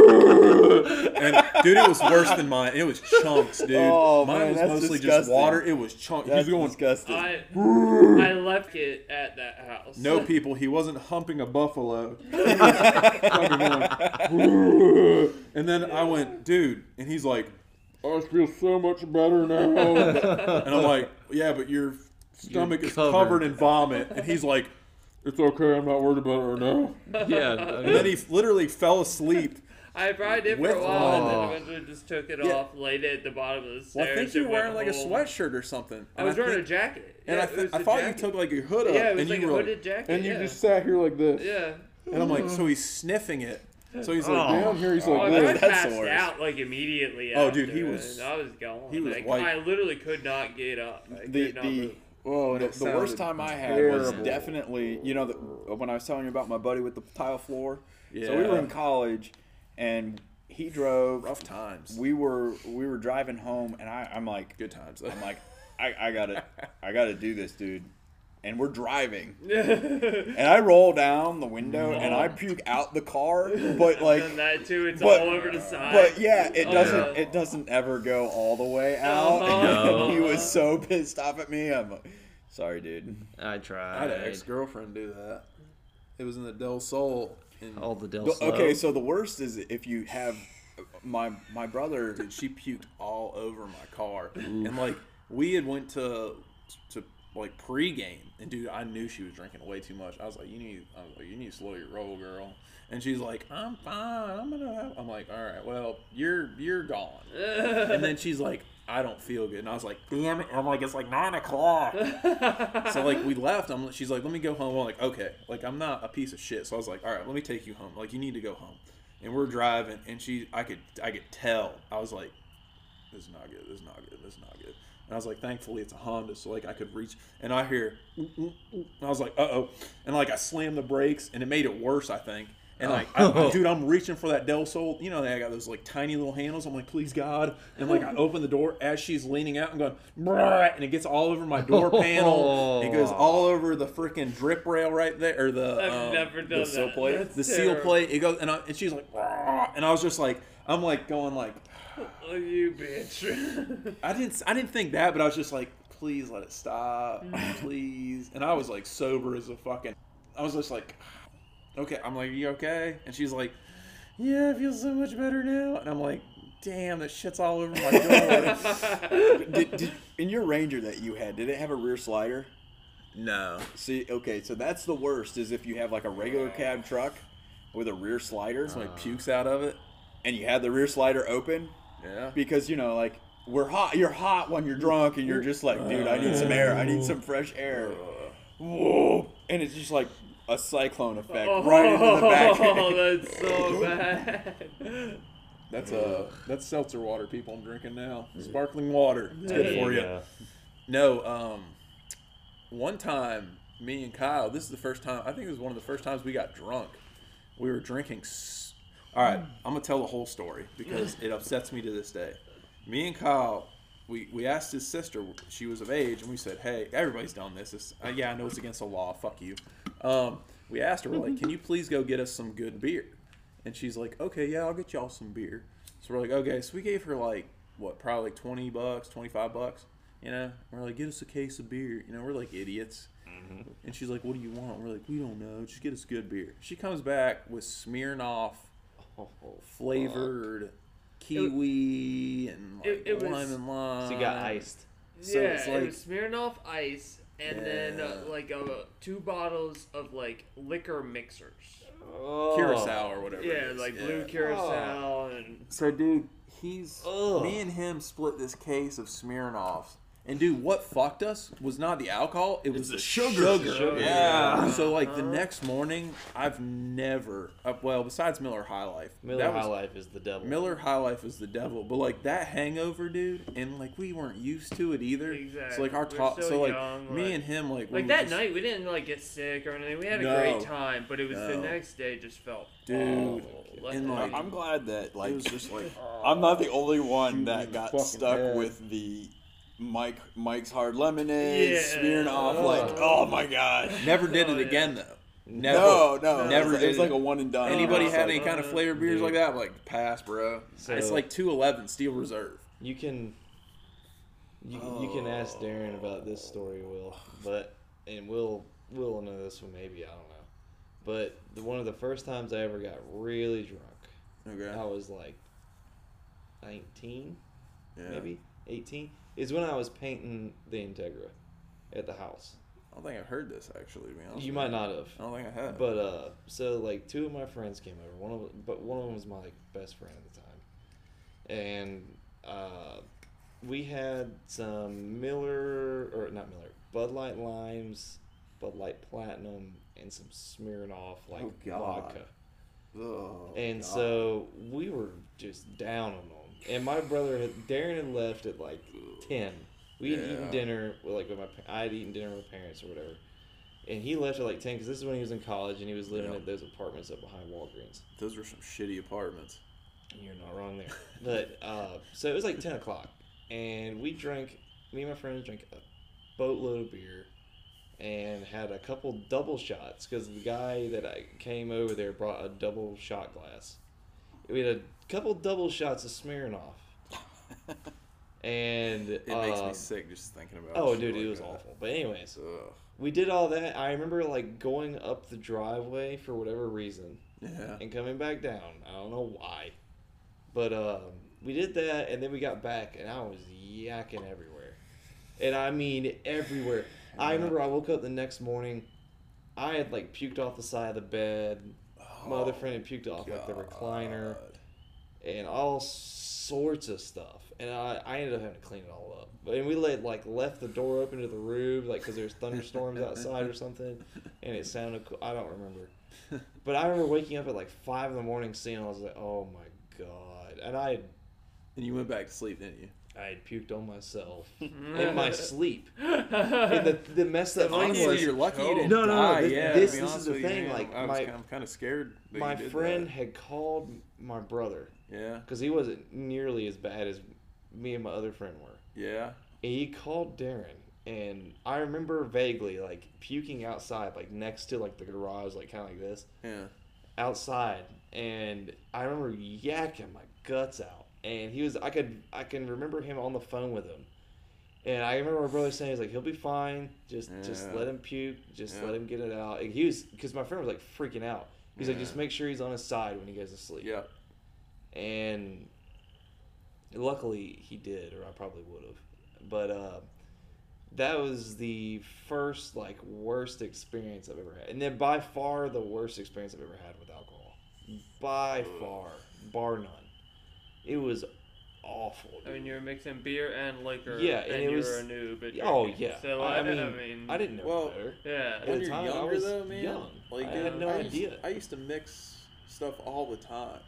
Speaker 1: And dude, it was worse than mine. It was chunks, dude.
Speaker 2: Oh,
Speaker 1: mine
Speaker 2: man,
Speaker 1: was
Speaker 2: that's
Speaker 1: mostly just
Speaker 2: disgusting.
Speaker 1: water. It was chunks. He was
Speaker 2: That's
Speaker 1: going
Speaker 2: disgusting.
Speaker 3: I I left it at that house.
Speaker 1: no people. He wasn't humping a buffalo. fucking going, and then I went, dude, and he's like, I feel so much better now. and I'm like, yeah, but your stomach
Speaker 11: You're
Speaker 1: is
Speaker 11: covered.
Speaker 1: covered in vomit. And he's like, it's okay, I'm not worried about it right now.
Speaker 11: Yeah.
Speaker 1: And then he literally fell asleep.
Speaker 3: I probabed it for
Speaker 1: With-
Speaker 3: a while and
Speaker 11: Oh.
Speaker 3: then eventually just took it
Speaker 1: Yeah.
Speaker 3: off, laid it at the bottom of the stairs.
Speaker 1: Well, I think
Speaker 3: and
Speaker 1: you were
Speaker 3: went
Speaker 1: wearing like a
Speaker 3: home.
Speaker 1: sweatshirt or something.
Speaker 3: I was
Speaker 1: And
Speaker 3: wearing a
Speaker 1: think-
Speaker 3: jacket.
Speaker 1: And
Speaker 3: yeah,
Speaker 1: I,
Speaker 3: it
Speaker 1: th-
Speaker 3: was
Speaker 1: I
Speaker 3: a
Speaker 1: thought
Speaker 3: jacket.
Speaker 1: you took like your hood up,
Speaker 3: Yeah, it was
Speaker 1: and
Speaker 3: like
Speaker 1: you
Speaker 3: a
Speaker 1: were
Speaker 3: hooded jacket.
Speaker 1: and you
Speaker 3: yeah.
Speaker 1: just sat here like this.
Speaker 3: yeah.
Speaker 1: And I'm like, so he's sniffing it. So he's like
Speaker 11: Oh.
Speaker 1: down here. He's
Speaker 3: Oh,
Speaker 1: like,
Speaker 3: I
Speaker 1: this.
Speaker 2: that's the
Speaker 3: passed
Speaker 2: worst.
Speaker 3: out like immediately.
Speaker 1: Oh, dude, he
Speaker 3: after
Speaker 1: was-
Speaker 3: it. I was gone.
Speaker 1: he was
Speaker 3: like,
Speaker 1: white.
Speaker 3: I literally could not get up. I
Speaker 2: the
Speaker 3: could not
Speaker 2: the
Speaker 3: move.
Speaker 2: oh,
Speaker 1: and
Speaker 2: the,
Speaker 1: it
Speaker 2: the worst
Speaker 1: sounded
Speaker 2: time I had was
Speaker 1: terrible.
Speaker 2: definitely you know the, when I was telling you about my buddy with the tile floor. So we
Speaker 1: Yeah.
Speaker 2: were in college, and he drove.
Speaker 1: rough times.
Speaker 2: We were we were driving home, and I, I'm like,
Speaker 1: Good times.
Speaker 2: I'm like, I, I gotta, I gotta do this, dude. And we're driving, and I roll down the window, and I puke out the car, but like,
Speaker 3: Done that too. It's
Speaker 2: but-
Speaker 3: all over the side.
Speaker 2: but yeah, it
Speaker 3: Oh,
Speaker 2: doesn't,
Speaker 3: yeah.
Speaker 2: it doesn't ever go all the way out.
Speaker 3: Uh-huh.
Speaker 2: And he was so pissed off at me. I'm like, sorry, dude.
Speaker 11: I
Speaker 1: I had
Speaker 11: tried.
Speaker 1: an ex girlfriend do that. It was in the Del Sol. And
Speaker 11: all the Del
Speaker 2: But,
Speaker 11: Sol.
Speaker 2: okay, so the worst is if you have my my brother.
Speaker 1: dude, she puked all over my car. And like we had went to to like pregame, and dude, I knew she was drinking way too much. I was like, you need, I was like, you need to slow your roll, girl. And she's like, I'm fine. I'm gonna. Have... I'm like, all right, well, you're you're gone. and then she's like, I don't feel good. And I was like, damn it. I'm like, it's like nine o'clock. so like we left. I'm she's like, let me go home. I'm like, okay. Like I'm not a piece of shit. So I was like, all right, let me take you home. Like you need to go home. And we're driving, and she, I could, I could tell. I was like, this is not good. This is not good. This is not good. And I was like, thankfully it's a Honda, so like I could reach. And I hear, "Ooh, ooh, ooh," and I was like, uh oh. And like I slammed the brakes, and it made it worse, I think. And like, I, dude, I'm reaching for that Del Sol. You know, I got those like tiny little handles. I'm like, please God. And like, I open the door as she's leaning out and going, "Brrr," and it gets all over my door panel. It goes all over the freaking drip rail right there, or the
Speaker 3: I've
Speaker 1: um,
Speaker 3: never done
Speaker 1: the seal
Speaker 3: that.
Speaker 1: plate,
Speaker 3: That's
Speaker 1: the seal
Speaker 3: terrible.
Speaker 1: plate. It goes, and I, and she's like, "Brrr," and I was just like, I'm like going like,
Speaker 3: Oh, you bitch.
Speaker 1: I didn't I didn't think that, but I was just like, please let it stop, please. And I was like sober as a fucking. I was just like, okay. I'm like, you okay? And she's like, yeah, I feel so much better now. And I'm like, damn, that shit's all over my door.
Speaker 2: Did, did, in your Ranger that you had, did it have a rear slider?
Speaker 1: no,
Speaker 2: See, okay, so that's the worst is if you have like a regular cab truck with a rear slider,
Speaker 1: like pukes out of it.
Speaker 2: and you have the rear slider open
Speaker 1: Yeah.
Speaker 2: because you know like we're hot. You're hot when you're drunk, and you're just like, dude, I need some air. I need some fresh air.
Speaker 1: Uh.
Speaker 2: Whoa! And it's just like a cyclone effect right into the
Speaker 3: Oh,
Speaker 2: back.
Speaker 3: that's so bad.
Speaker 1: That's uh, that's seltzer water. People, I'm drinking now. Sparkling water. It's good Oh, for you.
Speaker 4: Yeah.
Speaker 1: No, um, one time, me and Kyle, this is the first time, I think it was one of the first times we got drunk. We were drinking. S- All right, I'm going to tell the whole story because it upsets me to this day. Me and Kyle, we, we asked his sister, she was of age, and we said, hey, everybody's done this. It's, uh, yeah, I know it's against the law. Fuck you. Um, we asked her, we're like, can you please go get us some good beer? And she's like, okay, yeah, I'll get y'all some beer. So we're like, okay. So we gave her like, what, probably like 20 bucks, 25 bucks. You know, we're like, get us a case of beer. You know, we're like idiots.
Speaker 4: Mm-hmm.
Speaker 1: And she's like, what do you want? We're like, we don't know. Just get us good beer. She comes back with Smirnoff
Speaker 4: Oh,
Speaker 1: flavored kiwi and like
Speaker 3: It- it was-
Speaker 1: lime and lime.
Speaker 4: So you got iced.
Speaker 1: So
Speaker 3: yeah,
Speaker 1: it's
Speaker 3: it
Speaker 1: like-
Speaker 3: was Smirnoff Ice, and then uh, like uh, two bottles of like liquor mixers.
Speaker 1: Oh. Curacao or whatever. it
Speaker 3: Yeah,
Speaker 1: is.
Speaker 3: like blue curacao and
Speaker 1: So, dude, he's
Speaker 4: Ugh.
Speaker 1: me and him split this case of Smirnoffs. And dude, what fucked us was not the alcohol; it was the, sugar.
Speaker 4: Sugar.
Speaker 1: Yeah. So like the next morning, I've never. Uh, well, besides Miller High Life,
Speaker 4: Miller
Speaker 1: that
Speaker 4: High
Speaker 1: was-
Speaker 4: Life is the devil.
Speaker 1: Miller High Life is the devil, but like that hangover, dude, and like we weren't used to it either. So
Speaker 3: Exactly.
Speaker 1: like our
Speaker 3: We're
Speaker 1: talk,
Speaker 3: so
Speaker 1: so, like
Speaker 3: young,
Speaker 1: me
Speaker 3: like-
Speaker 1: and him, like we
Speaker 3: like
Speaker 1: were
Speaker 3: that
Speaker 1: just-
Speaker 3: night we didn't like get sick or anything. We had a
Speaker 1: No.
Speaker 3: great time, but it was the
Speaker 1: No.
Speaker 3: next day just felt
Speaker 1: dude,
Speaker 4: Oh.
Speaker 3: awful.
Speaker 1: and like
Speaker 2: I'm glad that
Speaker 1: it
Speaker 2: like
Speaker 1: was just like
Speaker 2: I'm not the only one that
Speaker 1: Shooting
Speaker 2: got
Speaker 1: fucking
Speaker 2: stuck
Speaker 1: head.
Speaker 2: with the Mike Mike's hard lemonade
Speaker 3: Yeah.
Speaker 2: smearing off like oh my gosh.
Speaker 1: never did
Speaker 3: Oh,
Speaker 1: it
Speaker 3: yeah.
Speaker 1: again though. Never.
Speaker 2: No, no,
Speaker 1: Never
Speaker 2: It was, it was
Speaker 1: did.
Speaker 2: like a one and done.
Speaker 1: Anybody
Speaker 4: Oh,
Speaker 2: It's
Speaker 1: had
Speaker 2: like-
Speaker 1: any kind of flavored beers
Speaker 4: Dude.
Speaker 1: like that? I'm like pass, bro.
Speaker 4: So-
Speaker 1: it's like 211 Steel Reserve.
Speaker 4: You can you, you can ask Darren about this story, Will, but and Will Will will know this one maybe I don't know, but the, one of the first times I ever got really drunk,
Speaker 1: Okay.
Speaker 4: I was like nineteen,
Speaker 1: Yeah.
Speaker 4: maybe eighteen, is when I was painting the Integra at the house.
Speaker 1: I don't think I've heard this actually. To be honest,
Speaker 4: You
Speaker 1: with
Speaker 4: might not have,
Speaker 2: "Oh
Speaker 1: I don't think I have.
Speaker 4: but uh, so like two of my friends came over. One of but one of them was my like best friend at the time, and uh, we had some Miller or not Miller Bud Light limes, Bud Light Platinum, and some Smirnoff like
Speaker 1: Oh, God. Oh,
Speaker 4: vodka.
Speaker 1: Ugh.
Speaker 4: And so we were just down on them. And my brother, had, Darren, had left at like ten. We had eaten
Speaker 1: Yeah.
Speaker 4: dinner, well, like with my, pa- I had eaten dinner with my parents or whatever. And he left at like ten because this is when he was in college and he was living
Speaker 1: Yeah.
Speaker 4: at those apartments up behind Walgreens.
Speaker 1: those were some shitty apartments.
Speaker 4: You're not wrong there. But uh, so it was like ten o'clock, and we drank. Me and my friends drank a boatload of beer, and had a couple double shots because the guy that I came over there brought a double shot glass. We had a couple double shots of Smirnoff, and
Speaker 1: It makes
Speaker 4: uh,
Speaker 1: me sick just thinking about.
Speaker 4: Oh,
Speaker 1: shit
Speaker 4: dude, it
Speaker 1: like
Speaker 4: was
Speaker 1: that.
Speaker 4: awful. But anyways,
Speaker 1: Ugh.
Speaker 4: we did all that. I remember like going up the driveway for whatever reason
Speaker 1: Yeah.
Speaker 4: and coming back down. I don't know why, but um, we did that, and then we got back, and I was yakking everywhere, and I mean everywhere. I remember I woke up the next morning, I had like puked off the side of the bed. My other friend had puked off like the recliner, and all sorts of stuff. And I, I ended up having to clean it all up. But- And we let, like left the door open to the room, like because there's thunderstorms outside or something, and it sounded cool. I don't remember. But I remember waking up at like five in the morning, seeing. it, I was like, "Oh my god!" And I,
Speaker 1: And you went back to sleep, didn't you?
Speaker 4: I had puked on myself in my sleep. And the, the mess that
Speaker 3: lucky
Speaker 4: mine
Speaker 3: that
Speaker 4: was.
Speaker 2: you're lucky you
Speaker 9: Oh.
Speaker 2: didn't
Speaker 4: No, no, no,
Speaker 2: die.
Speaker 4: this-
Speaker 2: yeah.
Speaker 4: this-
Speaker 1: To be
Speaker 4: is
Speaker 1: honest
Speaker 4: the
Speaker 1: with you,
Speaker 4: thing,
Speaker 1: man,
Speaker 4: like,
Speaker 1: I
Speaker 4: my-
Speaker 1: am kind of scared. That you
Speaker 4: My
Speaker 1: did
Speaker 4: friend had called my brother
Speaker 1: That. Yeah.
Speaker 4: because he wasn't nearly as bad as me and my other friend were.
Speaker 1: Yeah.
Speaker 4: And he called Darren, and I remember vaguely like puking outside, like next to like the garage, like kind of like this
Speaker 1: Yeah.
Speaker 4: outside. And I remember yakking my guts out. And he was, I could, I can remember him on the phone with him. And I remember my brother saying, "He's like, he'll be fine. Just, just
Speaker 1: Yeah.
Speaker 4: let him puke. Just
Speaker 1: Yeah.
Speaker 4: let him get it out." And he was, because my friend was like freaking out. He's like,
Speaker 1: Yeah.
Speaker 4: "Just make sure he's on his side when he goes to sleep."
Speaker 1: Yeah.
Speaker 4: and luckily he did or i probably would have but uh, that was the first like worst experience i've ever had and then by far the worst experience i've ever had with alcohol by far bar none it was awful
Speaker 3: I
Speaker 4: dude.
Speaker 3: mean, you were mixing beer and liquor.
Speaker 4: Yeah,
Speaker 3: and,
Speaker 4: and it
Speaker 3: you
Speaker 4: was-
Speaker 3: were a noob. at
Speaker 4: oh
Speaker 3: drinking.
Speaker 4: yeah
Speaker 3: So
Speaker 4: I,
Speaker 3: I,
Speaker 4: I mean
Speaker 3: I mean,
Speaker 4: i didn't know
Speaker 1: Well,
Speaker 4: better
Speaker 3: Yeah.
Speaker 4: At
Speaker 1: When
Speaker 4: the
Speaker 1: you're
Speaker 4: time, I
Speaker 1: younger
Speaker 4: was
Speaker 1: though, man,
Speaker 4: young.
Speaker 1: like
Speaker 4: I
Speaker 1: dude,
Speaker 4: had no
Speaker 1: I used-
Speaker 4: idea.
Speaker 1: I used to mix stuff all the time,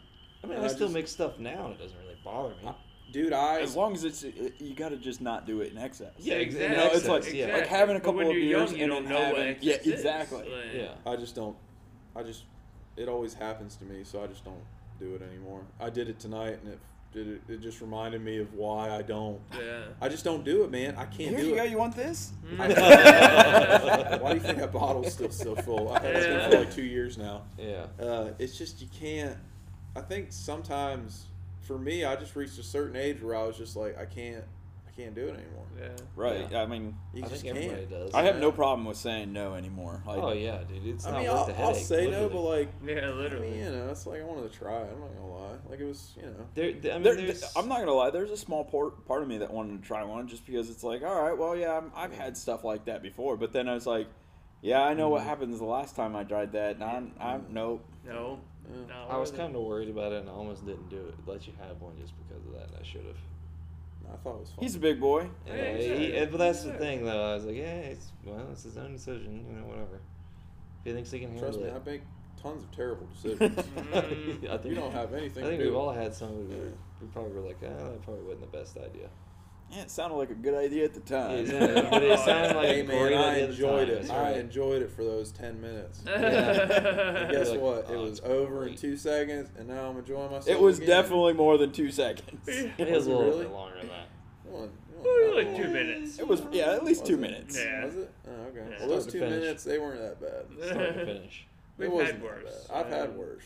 Speaker 4: i mean i,
Speaker 1: I
Speaker 4: still
Speaker 1: just-
Speaker 4: make stuff now and it doesn't really bother me
Speaker 1: dude. I
Speaker 2: As long as it's, you got to just not do it in excess.
Speaker 4: Yeah,
Speaker 2: You
Speaker 4: exactly.
Speaker 2: know, it's
Speaker 4: Excess,
Speaker 2: like,
Speaker 4: yeah.
Speaker 2: like having a
Speaker 3: But
Speaker 2: couple
Speaker 3: when
Speaker 2: of
Speaker 3: you're young,
Speaker 2: beers
Speaker 3: you
Speaker 2: and
Speaker 3: don't
Speaker 2: then
Speaker 3: know what
Speaker 2: having,
Speaker 3: excess
Speaker 2: yeah,
Speaker 3: is.
Speaker 2: exactly.
Speaker 3: Like,
Speaker 4: yeah
Speaker 1: I just don't. I just. It always happens to me, so I just don't do it anymore. I did it tonight, and it did it. It just reminded me of why I don't.
Speaker 3: Yeah. Hmm.
Speaker 1: I just don't do it, man. I can't
Speaker 2: Here
Speaker 1: do
Speaker 2: you go.
Speaker 1: it.
Speaker 2: You want this?
Speaker 1: Why do you think that bottle's still so full? I've had this thing
Speaker 3: Yeah.
Speaker 1: for like two years now.
Speaker 4: yeah
Speaker 1: Uh, it's just you can't. I think sometimes, for me, I just reached a certain age where I was just like, I can't, I can't do it anymore.
Speaker 3: yeah.
Speaker 2: Right. I mean,
Speaker 1: You
Speaker 4: i
Speaker 1: just
Speaker 4: think everybody
Speaker 1: can't.
Speaker 4: does
Speaker 2: I have no
Speaker 1: Yeah.
Speaker 2: problem with saying no anymore. Like,
Speaker 4: oh yeah dude it's
Speaker 1: I
Speaker 4: not
Speaker 1: mean,
Speaker 4: worth
Speaker 1: I'll,
Speaker 4: the headache
Speaker 1: I'll say no,
Speaker 4: literally.
Speaker 1: but like, I
Speaker 3: Yeah, literally.
Speaker 1: mean, you know, it's like I wanted to try. it. I'm not gonna lie. Like it was, you know.
Speaker 4: There, th- I mean,
Speaker 2: There,
Speaker 4: there's,
Speaker 2: I'm not gonna lie. There's a small part part of me that wanted to try one just because it's like, all right, well, yeah, I'm, I've had stuff like that before. But then I was like, yeah, I know what happens the last time I tried that, and I'm, I'm nope.
Speaker 3: No.
Speaker 1: Yeah.
Speaker 3: not
Speaker 4: I was
Speaker 3: worth it.
Speaker 4: kind of worried about it, and I almost didn't do it. Let you have one just because of that, and I should have.
Speaker 1: I thought it was fun.
Speaker 2: He's a big boy.
Speaker 3: Yeah,
Speaker 4: Yeah,
Speaker 3: exactly.
Speaker 4: but that's the
Speaker 3: Yeah.
Speaker 4: thing, though. I was like, yeah, it's well, it's his own decision, you know, whatever. If he thinks he can
Speaker 1: Trust
Speaker 4: handle
Speaker 1: me, I
Speaker 4: it.
Speaker 1: make tons of terrible decisions.
Speaker 3: Mm.
Speaker 4: I think,
Speaker 1: you don't have anything
Speaker 4: I think
Speaker 1: to do.
Speaker 4: we've all had some. We, were,
Speaker 1: Yeah.
Speaker 4: we probably were like, ah, that probably wasn't the best idea.
Speaker 2: Yeah, it sounded like a good idea at the time.
Speaker 4: Yeah, but it sounded like
Speaker 1: hey
Speaker 4: a great
Speaker 1: man, I
Speaker 4: idea at the
Speaker 1: enjoyed
Speaker 4: time,
Speaker 1: it.
Speaker 4: that's
Speaker 1: I
Speaker 4: right.
Speaker 1: enjoyed it for those ten minutes. And
Speaker 4: Yeah.
Speaker 1: guess
Speaker 4: You're like,
Speaker 1: what? It
Speaker 4: "Oh,
Speaker 1: was
Speaker 4: it's
Speaker 1: over in
Speaker 4: great."
Speaker 1: two seconds, and now I'm enjoying myself.
Speaker 2: It was
Speaker 1: again.
Speaker 2: definitely more than two seconds. it
Speaker 4: It was a
Speaker 1: it
Speaker 4: little
Speaker 1: really?
Speaker 4: bit longer than that.
Speaker 1: It wasn't- it wasn't
Speaker 3: Ooh,
Speaker 1: that
Speaker 3: like
Speaker 1: long.
Speaker 3: two minutes.
Speaker 2: was, yeah, at least
Speaker 1: Was
Speaker 2: two
Speaker 1: it?
Speaker 2: minutes.
Speaker 3: Yeah.
Speaker 1: Was it? Oh, okay.
Speaker 3: Yeah.
Speaker 1: Well, those
Speaker 4: Start
Speaker 1: two
Speaker 4: to finish.
Speaker 1: minutes they weren't that bad.
Speaker 4: Start to finish.
Speaker 1: it
Speaker 3: We've
Speaker 1: wasn't
Speaker 3: had
Speaker 1: that
Speaker 3: worse.
Speaker 1: bad. I've had
Speaker 3: Um,
Speaker 1: worse.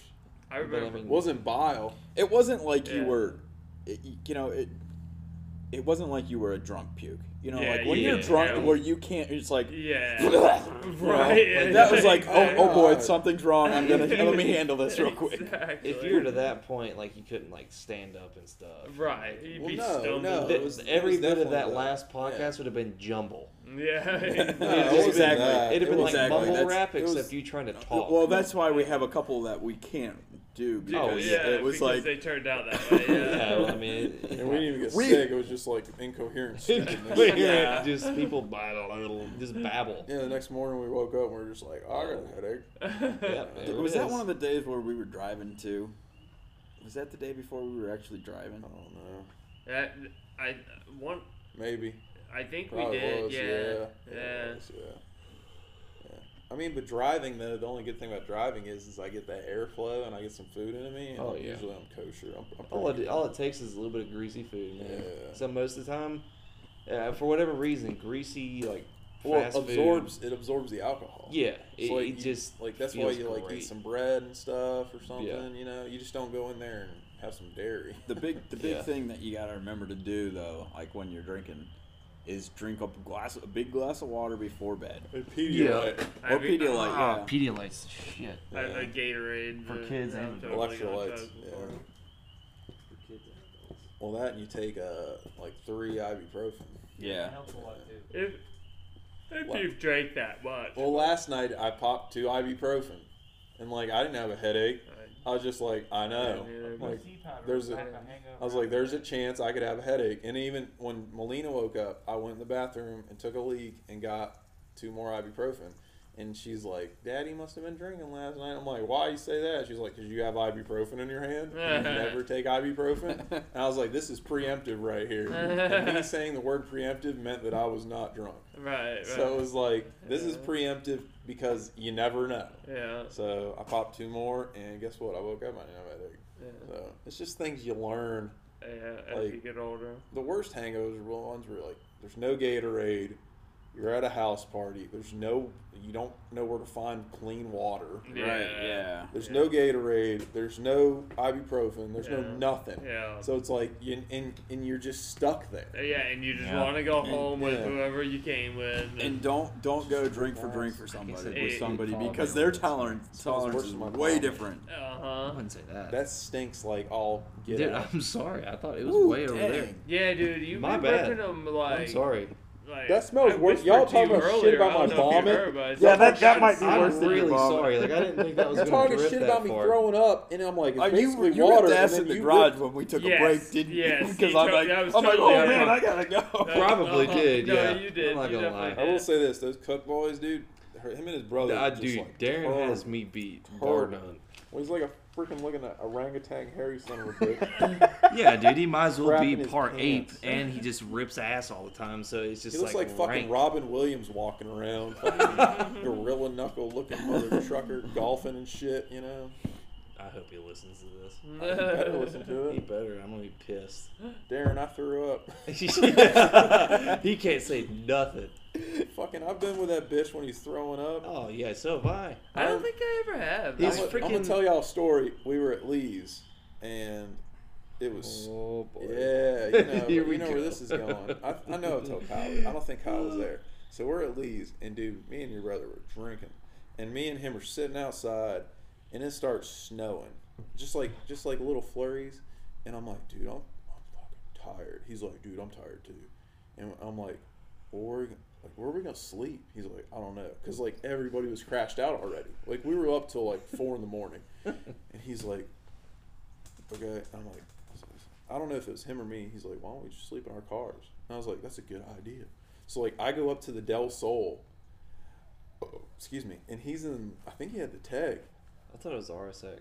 Speaker 3: I
Speaker 4: But I
Speaker 3: remember.
Speaker 4: mean,
Speaker 1: Wasn't bile.
Speaker 2: It wasn't like you
Speaker 3: Yeah.
Speaker 2: were, it, you know, it. It wasn't like you were a drunk puke. You know,
Speaker 3: Yeah,
Speaker 2: like when you're
Speaker 3: yeah,
Speaker 2: drunk,
Speaker 3: yeah.
Speaker 2: where you can't, it's like.
Speaker 3: yeah. right.
Speaker 2: Like, that was like, oh,
Speaker 3: exactly.
Speaker 2: oh boy, something's wrong. I'm gonna let me handle this real quick.
Speaker 3: Exactly.
Speaker 4: If you were to that point, like you couldn't like stand up and stuff.
Speaker 3: Right. You'd
Speaker 1: Well,
Speaker 3: be
Speaker 1: no,
Speaker 3: stumbled.
Speaker 1: no.
Speaker 4: Th-
Speaker 1: it was- it
Speaker 4: every
Speaker 1: was
Speaker 4: bit of
Speaker 1: definitely
Speaker 4: that
Speaker 1: that.
Speaker 4: last
Speaker 1: Yeah.
Speaker 4: podcast would have been jumble.
Speaker 3: Yeah.
Speaker 1: No,
Speaker 4: It'd
Speaker 1: it wasn't
Speaker 4: just been-
Speaker 1: that.
Speaker 4: It'd have
Speaker 1: It
Speaker 4: been
Speaker 1: wasn't
Speaker 4: like
Speaker 1: that.
Speaker 4: mumble
Speaker 1: That's-
Speaker 4: rap,
Speaker 1: it was-
Speaker 4: except you trying to talk.
Speaker 2: Well, that's why we have a couple that we can't do because
Speaker 4: Oh, yeah,
Speaker 2: it was
Speaker 3: because
Speaker 2: like
Speaker 3: they turned out that way.
Speaker 4: yeah,
Speaker 3: Yeah.
Speaker 4: well, I mean, it-
Speaker 1: And we didn't even get
Speaker 2: We-
Speaker 1: sick. It was just like incoherent. shit. And then-
Speaker 2: Yeah.
Speaker 4: just people babble, just babble.
Speaker 1: yeah, the next morning we woke up and we were just like, oh, I got a headache.
Speaker 4: Yep, there
Speaker 2: was
Speaker 4: it
Speaker 2: that
Speaker 4: is.
Speaker 2: one of the days where we were driving to? Was that the day before we were actually driving?
Speaker 1: I don't know.
Speaker 3: that, I one.
Speaker 1: Maybe.
Speaker 3: I think
Speaker 1: Probably
Speaker 3: we did.
Speaker 1: was.
Speaker 3: yeah.
Speaker 1: Yeah. it was, yeah. Yeah. I mean, but driving though, the only good thing about driving is, is I get that airflow and I get some food into me. And
Speaker 4: Oh, yeah.
Speaker 1: Usually I'm kosher. I'm, I'm
Speaker 4: All
Speaker 1: pretty
Speaker 4: it, all it takes is a little bit of greasy food, man.
Speaker 1: Yeah.
Speaker 4: So most of the time, uh, for whatever reason, greasy like
Speaker 1: Well, it
Speaker 4: fast food-
Speaker 1: absorbs it absorbs the alcohol.
Speaker 4: Yeah, it,
Speaker 1: It's like
Speaker 4: it
Speaker 1: you-
Speaker 4: just
Speaker 1: like that's why
Speaker 4: feels
Speaker 1: you like
Speaker 4: great.
Speaker 1: eat some bread and stuff or something. You know, you just don't go in there and have some dairy.
Speaker 2: The big, the big
Speaker 4: Yeah.
Speaker 2: thing that you gotta remember to do though, like when you're drinking, is drink up a glass, a big glass of water before bed.
Speaker 1: Pedialyte.
Speaker 3: I
Speaker 2: Or
Speaker 3: mean,
Speaker 2: Pedialyte,
Speaker 3: ah,
Speaker 2: yeah.
Speaker 11: Pedialight's the shit.
Speaker 3: I- I- Gatorade
Speaker 11: For
Speaker 3: the-
Speaker 11: kids
Speaker 3: I'm
Speaker 11: and
Speaker 3: totally gonna
Speaker 1: Electrolytes,
Speaker 3: choke.
Speaker 1: yeah. Well, that and you take uh like three ibuprofen.
Speaker 2: Yeah.
Speaker 3: If, if
Speaker 1: What?
Speaker 3: you've drank that much,
Speaker 1: Well, last night I popped two ibuprofen, and like I didn't have a headache. I was just Oh. like, I know. Like, there's a, I was like, there's a chance I could have a headache. And even when Melina woke up, I went in the bathroom and took a leak and got two more ibuprofen. And she's like, Daddy must have been drinking last night. I'm like, Why you say that? She's like, Because you have ibuprofen in your hand. and You never take ibuprofen. And I was like, This is preemptive right here. And me saying the word preemptive meant that I was not drunk.
Speaker 3: Right, right.
Speaker 1: So it was like, This is preemptive because you never know.
Speaker 3: yeah,
Speaker 1: So I popped two more, and guess what? I woke up. I didn't have a headache.
Speaker 3: yeah,
Speaker 1: So it's just things you learn.
Speaker 3: yeah. As
Speaker 1: like-
Speaker 3: you get older,
Speaker 1: The worst hangovers are the ones where like there's no Gatorade. You're at a house party. There's no. You don't know where to find clean water.
Speaker 2: Right. Yeah.
Speaker 1: There's
Speaker 3: Yeah.
Speaker 1: no Gatorade. There's no ibuprofen. There's no
Speaker 3: Yeah.
Speaker 1: nothing.
Speaker 3: yeah.
Speaker 1: So it's like you, and and you're just stuck there.
Speaker 3: yeah, and you just
Speaker 2: Yeah.
Speaker 3: want to go home with
Speaker 1: yeah.
Speaker 3: whoever you came with.
Speaker 2: And don't don't go drink for drink for
Speaker 11: it
Speaker 2: somebody
Speaker 3: did
Speaker 2: with somebody
Speaker 11: fall
Speaker 2: because
Speaker 11: down.
Speaker 2: their tolerance
Speaker 1: That was
Speaker 2: tolerance
Speaker 1: worse
Speaker 2: is
Speaker 1: than my
Speaker 2: way
Speaker 1: problem.
Speaker 2: different.
Speaker 3: uh huh.
Speaker 11: I wouldn't say that.
Speaker 1: That stinks like all get
Speaker 11: Dude,
Speaker 1: out.
Speaker 11: I'm sorry. I thought it was
Speaker 2: Ooh,
Speaker 11: way over there.
Speaker 2: dang.
Speaker 3: Yeah, dude, you
Speaker 4: My
Speaker 3: been
Speaker 4: bad.
Speaker 3: ripping them like.
Speaker 4: I'm sorry.
Speaker 3: Like,
Speaker 1: That smells
Speaker 3: I
Speaker 1: worse. Y'all
Speaker 3: whispered to
Speaker 1: talking
Speaker 3: you
Speaker 1: about shit
Speaker 3: earlier,
Speaker 1: about
Speaker 3: I don't
Speaker 1: my
Speaker 3: know if you
Speaker 1: vomit?
Speaker 3: heard, but it's
Speaker 2: Yeah,
Speaker 3: like
Speaker 2: that-
Speaker 3: I
Speaker 2: that might be
Speaker 3: should've-
Speaker 2: worse
Speaker 4: I'm
Speaker 2: than your
Speaker 4: really
Speaker 2: vomit.
Speaker 4: sorry. Like I didn't think that was
Speaker 1: You're
Speaker 4: going to
Speaker 1: talking
Speaker 4: rip
Speaker 1: shit
Speaker 4: that
Speaker 1: about me
Speaker 4: far.
Speaker 1: throwing up, and I'm like, it's
Speaker 2: Uh, you
Speaker 1: basically
Speaker 2: you
Speaker 1: water.
Speaker 2: ripped ass
Speaker 1: and then
Speaker 2: in the
Speaker 1: you
Speaker 2: garage
Speaker 1: ripped-
Speaker 2: when we took
Speaker 3: Yes,
Speaker 2: a break, didn't you?
Speaker 3: yes,
Speaker 2: Because
Speaker 3: you
Speaker 2: I'm
Speaker 3: to-
Speaker 2: like,
Speaker 3: that was
Speaker 2: I'm like,
Speaker 3: totally
Speaker 2: oh
Speaker 3: our
Speaker 2: man, I
Speaker 3: fault."
Speaker 2: gotta go.
Speaker 3: No,
Speaker 4: Probably
Speaker 3: uh-huh.
Speaker 4: did,
Speaker 3: No,
Speaker 4: yeah.
Speaker 3: you did.
Speaker 4: I'm not
Speaker 3: you
Speaker 4: gonna lie.
Speaker 1: I
Speaker 3: definitely
Speaker 1: will
Speaker 3: did.
Speaker 1: say this: those cook boys, dude, her- him and his brother,
Speaker 4: I
Speaker 1: just
Speaker 4: dude,
Speaker 1: like
Speaker 4: Darren
Speaker 1: horrible.
Speaker 4: has me beat.
Speaker 1: Horrible.
Speaker 4: Bar none.
Speaker 1: Well, he's like a freaking looking at orangutan hairy son of a bitch.
Speaker 11: Yeah, dude, he might as well
Speaker 1: Crap
Speaker 11: be
Speaker 1: in his
Speaker 11: part ape,
Speaker 1: pants.
Speaker 11: and he just rips ass all the time. So it's just
Speaker 1: he looks like,
Speaker 11: rank.
Speaker 1: fucking Robin Williams walking around, fucking gorilla knuckle looking mother trucker golfing and shit. You know,
Speaker 4: I hope he listens to this.
Speaker 1: you better listen to
Speaker 4: He
Speaker 1: it.
Speaker 4: better. I'm gonna be pissed.
Speaker 1: Darren, I threw up.
Speaker 4: he can't say nothing.
Speaker 1: fucking, I've been with that bitch when he's throwing up.
Speaker 4: Oh yeah, so have I.
Speaker 3: I don't think I ever have.
Speaker 4: He's
Speaker 1: I'm, gonna- I'm
Speaker 4: freaking-
Speaker 1: gonna tell y'all a story. We were at Lee's, and it was
Speaker 4: Oh boy.
Speaker 1: Yeah, you know,
Speaker 4: Here we
Speaker 1: you know where
Speaker 4: go.
Speaker 1: this is going. I, I know it's Kyle. I don't think Kyle was there. So we're at Lee's, and dude, me and your brother were drinking, and me and him are sitting outside, and it starts snowing, just like just like little flurries, and I'm like, dude, I'm, I'm fucking tired. He's like, dude, I'm tired too, and I'm like, well, where are we, like where are we gonna sleep? He's like, I don't know, cause like everybody was crashed out already. Like we were up till like four in the morning, and he's like, okay. I'm like, I don't know if it was him or me. He's like, why don't we just sleep in our cars? And I was like, that's a good idea. So like, I go up to the Del Sol. Oh, Excuse me, and he's in. I think he had the tag.
Speaker 4: I thought it was the RSX.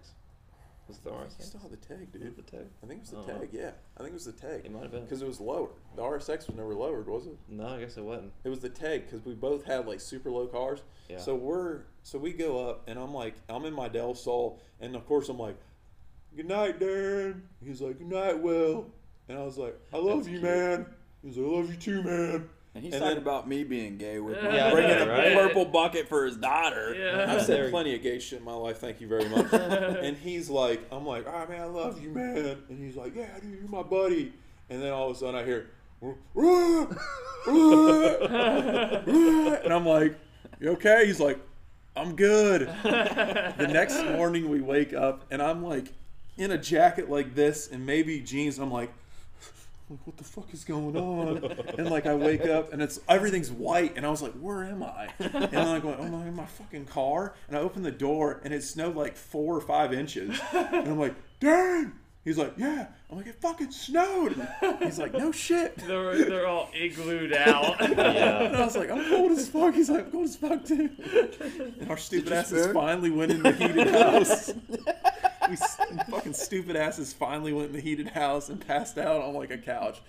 Speaker 4: Was it the
Speaker 1: He
Speaker 4: RSX?
Speaker 1: still had the tag,
Speaker 4: Was it
Speaker 1: dude.
Speaker 4: the tag?
Speaker 1: I think it was the
Speaker 4: Oh.
Speaker 1: tag. Yeah, I think it was the
Speaker 4: It
Speaker 1: tag
Speaker 4: might have been.
Speaker 1: because it was lowered. The RSX was never lowered, was it?
Speaker 4: No, I guess it wasn't.
Speaker 1: It was the tag because we both had like super low cars.
Speaker 4: Yeah.
Speaker 1: So we're so we go up and I'm like I'm in my Del Sol and of course I'm like, good night, Darren. He's like, good night, Will. And I was like, I love
Speaker 4: That's
Speaker 1: you,
Speaker 4: cute.
Speaker 1: man. He's like, I love you too, man.
Speaker 2: And he's
Speaker 1: And
Speaker 2: talking
Speaker 1: then-
Speaker 2: about me being gay with
Speaker 3: Yeah,
Speaker 2: bringing a
Speaker 4: right?
Speaker 2: purple bucket for his daughter.
Speaker 1: I've
Speaker 3: Yeah.
Speaker 4: There
Speaker 1: said
Speaker 4: we-
Speaker 1: plenty of gay shit in my life. Thank you very much. and he's like, I'm like, all right, man, I love you, man. And he's like, yeah, dude, you're my buddy. And then all of a sudden I hear, "Rah, rah, rah," and I'm like, you okay? He's like, I'm good. the next morning we wake up and I'm like in a jacket like this and maybe jeans. I'm like, like, what the fuck is going on? and like I wake up and it's everything's white and I was like, where am I? And then I go, oh my, in my fucking car. And I open the door and it snowed like four or five inches. And I'm like, dang. He's like, yeah. I'm like, it fucking snowed. He's like, no shit.
Speaker 3: They're, they're all iglooed out.
Speaker 1: And
Speaker 4: Yeah.
Speaker 1: I was like, I'm cold as fuck. He's like, I'm cold as fuck too. And our stupid asses
Speaker 2: swear?
Speaker 1: finally went in the heated house. we s- fucking stupid asses finally went in the heated house and passed out on like a couch.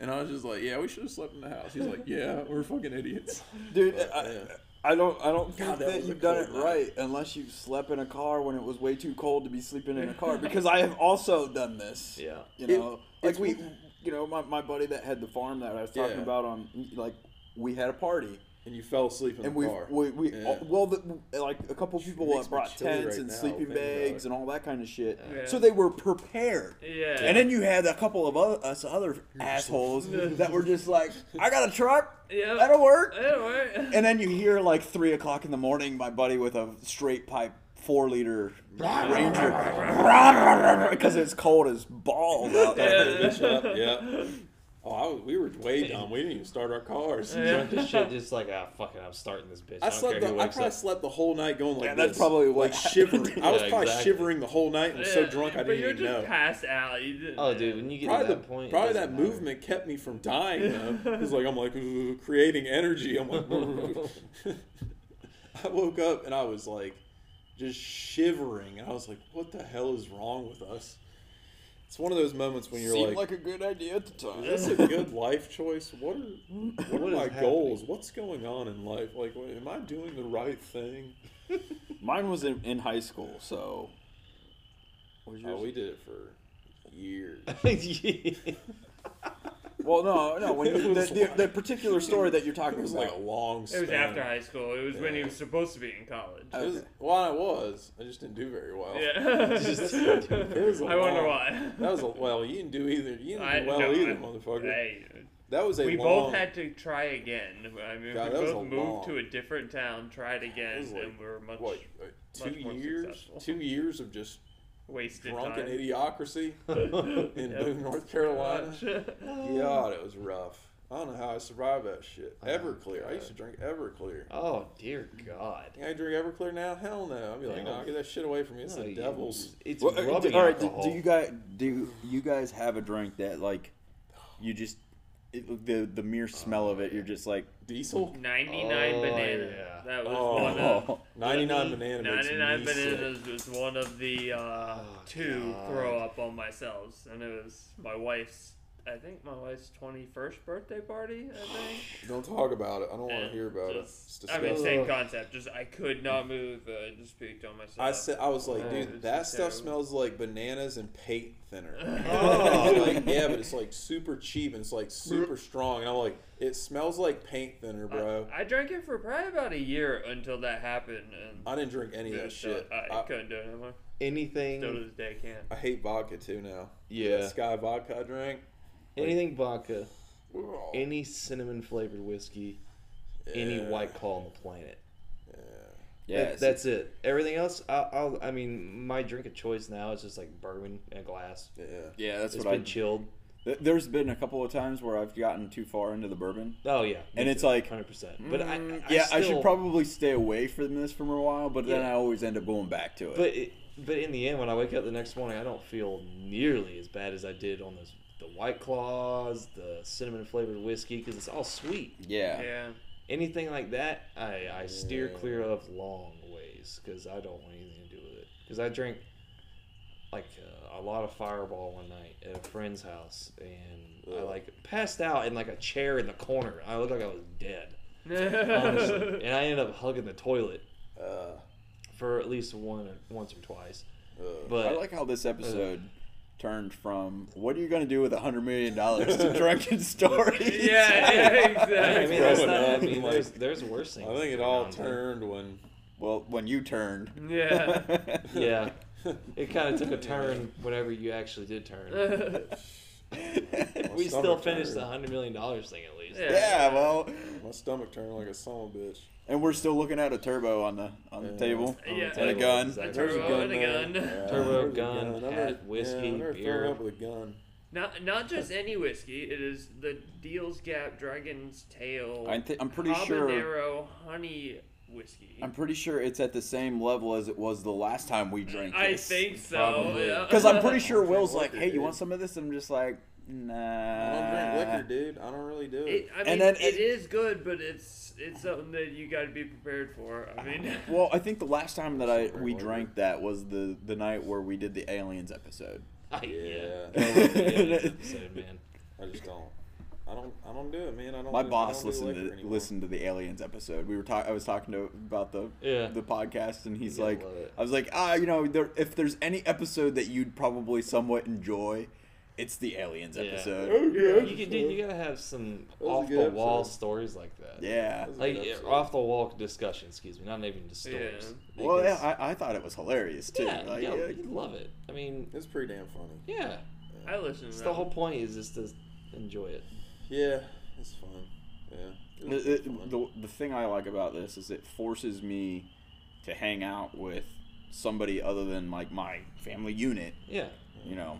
Speaker 1: And I was just like, yeah, we should have slept in the house. He's like, yeah, we're fucking idiots.
Speaker 2: Dude,
Speaker 1: Oh, yeah.
Speaker 2: I, I don't I don't think
Speaker 1: that
Speaker 2: that,
Speaker 1: was a
Speaker 2: you've done it
Speaker 1: cold night.
Speaker 2: right unless you slept in a car when it was way too cold to be sleeping in a car because I have also done this.
Speaker 4: Yeah.
Speaker 2: You
Speaker 1: It-
Speaker 2: know,
Speaker 1: it's
Speaker 2: like we
Speaker 1: weird.
Speaker 2: you know, my, my buddy that had the farm that I was talking
Speaker 1: Yeah.
Speaker 2: about on like we had a party
Speaker 1: And you fell asleep in
Speaker 2: and
Speaker 1: the
Speaker 2: we
Speaker 1: car.
Speaker 2: we, we uh,
Speaker 1: Yeah.
Speaker 2: well the, like a couple people
Speaker 1: makes
Speaker 2: uh,
Speaker 1: me
Speaker 2: brought
Speaker 1: chilly
Speaker 2: tents
Speaker 1: right
Speaker 2: and
Speaker 1: now
Speaker 2: sleeping
Speaker 1: thinking about
Speaker 2: bags
Speaker 1: it.
Speaker 2: and all that kind of shit.
Speaker 3: Yeah.
Speaker 2: So they were prepared.
Speaker 3: Yeah.
Speaker 2: And then you had a couple of other, us other assholes that were just like, I got a truck.
Speaker 3: Yeah.
Speaker 2: That'll work.
Speaker 3: Anyway.
Speaker 2: And then you hear like three o'clock in the morning, my buddy with a straight pipe four liter Ranger, because it's cold as balls out there.
Speaker 3: Yeah.
Speaker 1: yeah. Oh, I was, we were way dumb. We didn't even start our cars.
Speaker 4: Drunk as shit, just like ah, fuck it, I'm starting this bitch. I,
Speaker 1: I
Speaker 4: don't
Speaker 1: slept.
Speaker 4: care
Speaker 1: The,
Speaker 4: who
Speaker 1: I
Speaker 4: wakes
Speaker 1: probably
Speaker 4: up.
Speaker 1: slept the whole night going like
Speaker 2: Yeah, that's
Speaker 1: this.
Speaker 2: probably what
Speaker 1: like shivering. I was
Speaker 4: Yeah,
Speaker 1: probably
Speaker 4: exactly.
Speaker 1: shivering the whole night and was so
Speaker 3: Yeah,
Speaker 1: drunk I
Speaker 3: but
Speaker 1: didn't
Speaker 3: you're
Speaker 1: even
Speaker 3: just
Speaker 1: know.
Speaker 3: passed out. You didn't
Speaker 4: Oh, dude, when you get
Speaker 1: Probably
Speaker 4: to
Speaker 1: that,
Speaker 4: that point, it
Speaker 1: probably
Speaker 4: doesn't
Speaker 1: that
Speaker 4: matter.
Speaker 1: movement kept me from dying. Though. It's like I'm like creating energy. I'm like I woke up and I was like, just shivering, and I was like, "What the hell is wrong with us?" It's one of those moments when you're
Speaker 2: Seemed
Speaker 1: like,
Speaker 2: like a good idea at the time.
Speaker 1: "Is this a good life choice? What are what,
Speaker 4: What
Speaker 1: are
Speaker 4: is
Speaker 1: my
Speaker 4: happening?
Speaker 1: goals? What's going on in life? Like, what, am I doing the right thing?"
Speaker 2: Mine was in, in high school, so.
Speaker 1: Oh, we did it for years.
Speaker 2: Well, no, no. When
Speaker 1: It
Speaker 2: you, the,
Speaker 1: was
Speaker 2: the,
Speaker 1: like-
Speaker 2: the particular story that you're
Speaker 1: It
Speaker 2: talking
Speaker 1: was
Speaker 2: about,
Speaker 1: like a long.
Speaker 3: It was
Speaker 1: span.
Speaker 3: after high school. It was when he was supposed to be in college.
Speaker 1: It was,
Speaker 2: Okay.
Speaker 1: well, I was. I just didn't do very well.
Speaker 3: yeah.
Speaker 1: was a
Speaker 3: I wonder
Speaker 1: long-
Speaker 3: why.
Speaker 1: That was a, well. You didn't do either. You didn't
Speaker 3: I-
Speaker 1: do well
Speaker 3: no,
Speaker 1: either,
Speaker 3: I-
Speaker 1: motherfucker.
Speaker 3: Hey,
Speaker 1: that was a
Speaker 3: we
Speaker 1: long.
Speaker 3: both had to try again. I mean,
Speaker 1: God,
Speaker 3: we
Speaker 1: that was
Speaker 3: both
Speaker 1: a
Speaker 3: moved
Speaker 1: long-
Speaker 3: to a different town, tried again,
Speaker 1: was like,
Speaker 3: and we were much
Speaker 1: what uh, two
Speaker 3: much more
Speaker 1: years?
Speaker 3: successful.
Speaker 1: Two years of just
Speaker 3: wasted
Speaker 1: drunken
Speaker 3: time.
Speaker 1: idiocracy in
Speaker 3: Yep.
Speaker 1: Boone, North Carolina.
Speaker 3: Much.
Speaker 1: God, it was rough. I don't know how I survived that shit. Everclear. I
Speaker 4: God.
Speaker 1: used to drink Everclear.
Speaker 4: oh dear God.
Speaker 1: Can I drink Everclear now? Hell no. I'd be like,
Speaker 4: No.
Speaker 1: no, get that shit away from me. It's
Speaker 4: No,
Speaker 1: the
Speaker 4: Oh, you-
Speaker 1: devil's.
Speaker 4: It's
Speaker 2: Well, uh, d-
Speaker 4: rubbing
Speaker 2: all right, d-
Speaker 4: alcohol.
Speaker 2: do you guys do you guys have a drink that like you just it, the the mere smell of it, you're just like
Speaker 1: Diesel?
Speaker 3: 99
Speaker 4: Oh,
Speaker 3: banana.
Speaker 4: yeah.
Speaker 3: That was
Speaker 1: Oh.
Speaker 3: one of.
Speaker 2: oh,
Speaker 1: 99 banana makes
Speaker 3: 99
Speaker 1: me sick.
Speaker 3: bananas was one of the uh,
Speaker 4: Oh,
Speaker 3: two
Speaker 4: God.
Speaker 3: throw up on myself, and it was my wife's. I think my wife's 21st birthday party. I think.
Speaker 1: Don't talk about it. I don't want to
Speaker 3: And
Speaker 1: hear about it.
Speaker 3: just-
Speaker 1: It's
Speaker 3: I mean,
Speaker 1: disgusting.
Speaker 3: same concept. Just I could not move. I just puked on myself.
Speaker 1: I said, I was like,
Speaker 4: Oh,
Speaker 1: dude,
Speaker 3: this
Speaker 1: that
Speaker 3: is
Speaker 1: stuff
Speaker 3: terrible.
Speaker 1: smells like bananas and paint thinner.
Speaker 4: Oh.
Speaker 1: It's like, yeah, but it's like super cheap and it's like super strong. And I'm like, it smells like paint thinner, bro.
Speaker 3: I, I drank it for probably about a year until that happened, and
Speaker 1: I, didn't drink any of that
Speaker 3: just, uh,
Speaker 1: shit.
Speaker 3: I,
Speaker 1: I,
Speaker 3: couldn't do it anymore. Still to
Speaker 4: anything?
Speaker 3: this day, can't.
Speaker 1: I hate vodka too now.
Speaker 4: Yeah.
Speaker 1: That Sky vodka I drank.
Speaker 4: Anything vodka. Any cinnamon flavored whiskey. Any
Speaker 1: Yeah.
Speaker 4: white claw on the planet.
Speaker 2: yeah,
Speaker 4: That- that's it. Everything else, I, I'll. I mean, my drink of choice now is just like bourbon in a glass.
Speaker 1: Yeah.
Speaker 2: yeah, that's
Speaker 4: It's
Speaker 2: what I.
Speaker 4: been chilled.
Speaker 2: th- there's been a couple of times where I've gotten too far into the bourbon.
Speaker 4: Oh yeah,
Speaker 2: And it's like- mm,
Speaker 4: hundred percent. But I, Mm, I
Speaker 2: yeah, I
Speaker 4: still-
Speaker 2: should probably stay away from this for a while, but then
Speaker 4: Yeah.
Speaker 2: I always end up going back to it.
Speaker 4: But it, but in the end, when I wake up the next morning, I don't feel nearly as bad as I did on those the white claws, the cinnamon flavored whiskey, because it's all sweet.
Speaker 2: yeah.
Speaker 3: Yeah,
Speaker 4: Anything like that, I, I steer clear of long ways because I don't want anything to do with it. Because I drank like uh, a lot of Fireball one night at a friend's house, and I like passed out in like a chair in the corner. I looked like I was dead, honestly, and I ended up hugging the toilet
Speaker 1: Uh,
Speaker 4: for at least one once or twice.
Speaker 1: uh,
Speaker 4: But
Speaker 2: I like how this episode turned from "What are you going to do with a hundred million dollars?" to drunken stories.
Speaker 3: yeah, yeah,
Speaker 4: I
Speaker 3: exactly.
Speaker 4: mean, that's
Speaker 1: Growing
Speaker 4: not, I
Speaker 1: up,
Speaker 4: mean,
Speaker 1: like-
Speaker 4: there's, there's worse things.
Speaker 1: I think it
Speaker 4: going
Speaker 1: all
Speaker 4: on, but-
Speaker 1: turned when.
Speaker 2: Well, when you turned.
Speaker 3: yeah.
Speaker 4: Yeah, it kind of took a turn whenever you actually did turn.
Speaker 1: stomach
Speaker 4: we still finished
Speaker 1: turned.
Speaker 4: the hundred million dollars thing at least.
Speaker 3: Yeah.
Speaker 2: yeah, well,
Speaker 1: My stomach turned like a son of a bitch.
Speaker 2: and we're still looking at a turbo on the on the
Speaker 1: Yeah.
Speaker 2: table.
Speaker 3: Yeah.
Speaker 2: And a gun.
Speaker 3: A
Speaker 4: Exactly.
Speaker 1: There's a
Speaker 3: turbo
Speaker 1: gun
Speaker 3: and a
Speaker 1: there.
Speaker 3: gun.
Speaker 4: Turbo,
Speaker 1: There's a
Speaker 4: gun,
Speaker 1: I never- yeah,
Speaker 4: hat,
Speaker 1: I
Speaker 4: whiskey,
Speaker 1: never threw
Speaker 4: beer.
Speaker 1: up with a gun.
Speaker 3: Not not just any whiskey. It is the Deals Gap Dragon's Tail.
Speaker 2: I thi- I'm pretty sure.
Speaker 3: Habanero honey whiskey.
Speaker 2: I'm pretty sure it's at the same level as it was the last time we drank
Speaker 3: I
Speaker 2: this.
Speaker 3: think so.
Speaker 4: Probably.
Speaker 3: yeah.
Speaker 2: Because I'm pretty sure Will's
Speaker 1: liquor,
Speaker 2: like, "Hey, you
Speaker 1: dude.
Speaker 2: want some of this?" I'm just like, "Nah."
Speaker 1: I don't drink liquor, dude. I don't really do
Speaker 3: It,
Speaker 1: it.
Speaker 3: I mean,
Speaker 2: And then
Speaker 3: it
Speaker 2: Ah. it-
Speaker 3: is good, but it's it's something that you got to be prepared for. I mean,
Speaker 2: Well, I think the last time that I
Speaker 1: Sorry,
Speaker 2: we
Speaker 1: what?
Speaker 2: drank that was the the night where we did the aliens episode.
Speaker 4: I-
Speaker 1: Yeah.
Speaker 4: yeah. That episode, man.
Speaker 1: I just don't. I don't. I don't do it, man. I don't.
Speaker 2: My
Speaker 1: do- I don't
Speaker 2: boss
Speaker 1: do
Speaker 2: listened
Speaker 1: liquor
Speaker 2: to
Speaker 1: anymore.
Speaker 2: listened to the aliens episode. We were talking. I was talking to about the
Speaker 4: Yeah.
Speaker 2: the podcast, and he's
Speaker 4: Yeah,
Speaker 2: like,
Speaker 4: love it.
Speaker 2: I was like, ah, you know, there, if there's any episode that you'd probably somewhat enjoy, it's the aliens
Speaker 4: Yeah.
Speaker 2: episode.
Speaker 4: You, can, dude, you gotta have some
Speaker 1: was a
Speaker 4: off the
Speaker 1: good
Speaker 4: wall
Speaker 1: episode.
Speaker 4: stories like that.
Speaker 2: Yeah.
Speaker 1: That was a
Speaker 4: Like
Speaker 1: good
Speaker 4: yeah,
Speaker 1: episode.
Speaker 4: off the wall discussion, excuse me, not even just
Speaker 3: Yeah.
Speaker 4: stories.
Speaker 2: Well,
Speaker 4: Because-
Speaker 2: yeah, I, I thought it was hilarious too.
Speaker 4: yeah,
Speaker 2: like,
Speaker 4: yo,
Speaker 2: yeah.
Speaker 4: you'd love it. I mean,
Speaker 1: It's pretty damn funny.
Speaker 4: yeah,
Speaker 3: I listen to
Speaker 4: it's
Speaker 3: that.
Speaker 4: the whole point is just to enjoy it.
Speaker 1: Yeah, it's fun. Yeah.
Speaker 2: It-
Speaker 1: It's
Speaker 2: it-
Speaker 1: fun.
Speaker 2: the, the thing I like about this is it forces me to hang out with somebody other than like my family unit.
Speaker 4: Yeah,
Speaker 2: You know,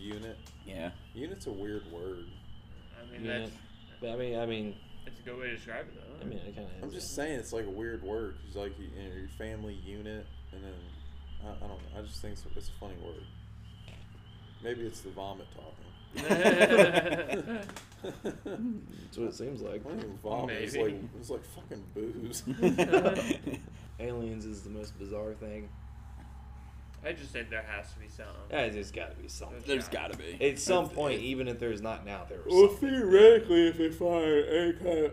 Speaker 1: unit.
Speaker 2: yeah.
Speaker 1: Unit's a weird word.
Speaker 3: I mean,
Speaker 4: you know.
Speaker 3: that's
Speaker 4: But I mean, I mean,
Speaker 3: that's a good way to describe it, though.
Speaker 4: I mean, it kind of.
Speaker 1: I'm just saying it's like a weird word. It's like you, you know, your family unit, and then I, I don't. know. I just think it's, it's a funny word. Maybe it's the vomit talking.
Speaker 4: That's what it seems like.
Speaker 1: I don't even vomit. It's
Speaker 3: Maybe.
Speaker 1: like it's like fucking booze.
Speaker 4: aliens is the most bizarre thing.
Speaker 3: I just said there has to be something.
Speaker 4: Yeah, there's got to be something.
Speaker 2: There's got to be.
Speaker 4: At some point, even if there's not now, there was
Speaker 1: Well,
Speaker 4: something.
Speaker 1: theoretically, if they find any kind of,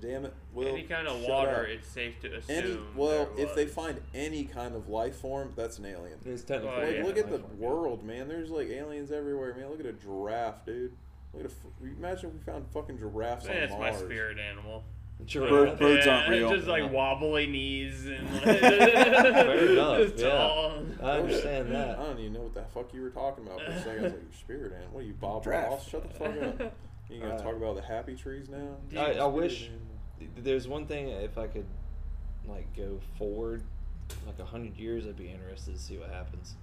Speaker 1: damn it, Will,
Speaker 3: Any kind of
Speaker 1: shut
Speaker 3: water,
Speaker 1: up.
Speaker 3: it's safe to assume.
Speaker 1: any well,
Speaker 3: there
Speaker 1: if they
Speaker 3: was.
Speaker 1: find any kind of life form, that's an alien.
Speaker 4: It's technically
Speaker 3: Well,
Speaker 1: Like,
Speaker 3: Oh, yeah.
Speaker 1: look at the
Speaker 4: life form, yeah.
Speaker 1: world, man. There's like aliens everywhere, man. Look at a giraffe, dude. Look at a. f- Imagine if we found fucking giraffes
Speaker 3: That's
Speaker 1: on
Speaker 3: Eh, my
Speaker 1: Mars.
Speaker 3: spirit animal.
Speaker 2: Bird-
Speaker 4: Giraffe.
Speaker 2: birds
Speaker 3: Yeah,
Speaker 2: aren't real.
Speaker 3: Just like
Speaker 2: Yeah.
Speaker 3: wobbly knees and like,
Speaker 4: Fair enough,
Speaker 3: it's
Speaker 4: yeah.
Speaker 3: all-
Speaker 4: I understand
Speaker 1: I
Speaker 4: that.
Speaker 1: don't even know what the fuck you were talking about for a second. I was like, your spirit animal. What are you, Bob
Speaker 2: Giraffe.
Speaker 1: Ross? Shut the fuck up. You gonna
Speaker 4: Uh,
Speaker 1: talk about the happy trees now?
Speaker 3: Dude,
Speaker 4: I, I
Speaker 1: Spirit
Speaker 4: wish
Speaker 1: animal.
Speaker 4: there's one thing if I could like go forward like a hundred years, I'd be interested to see what happens.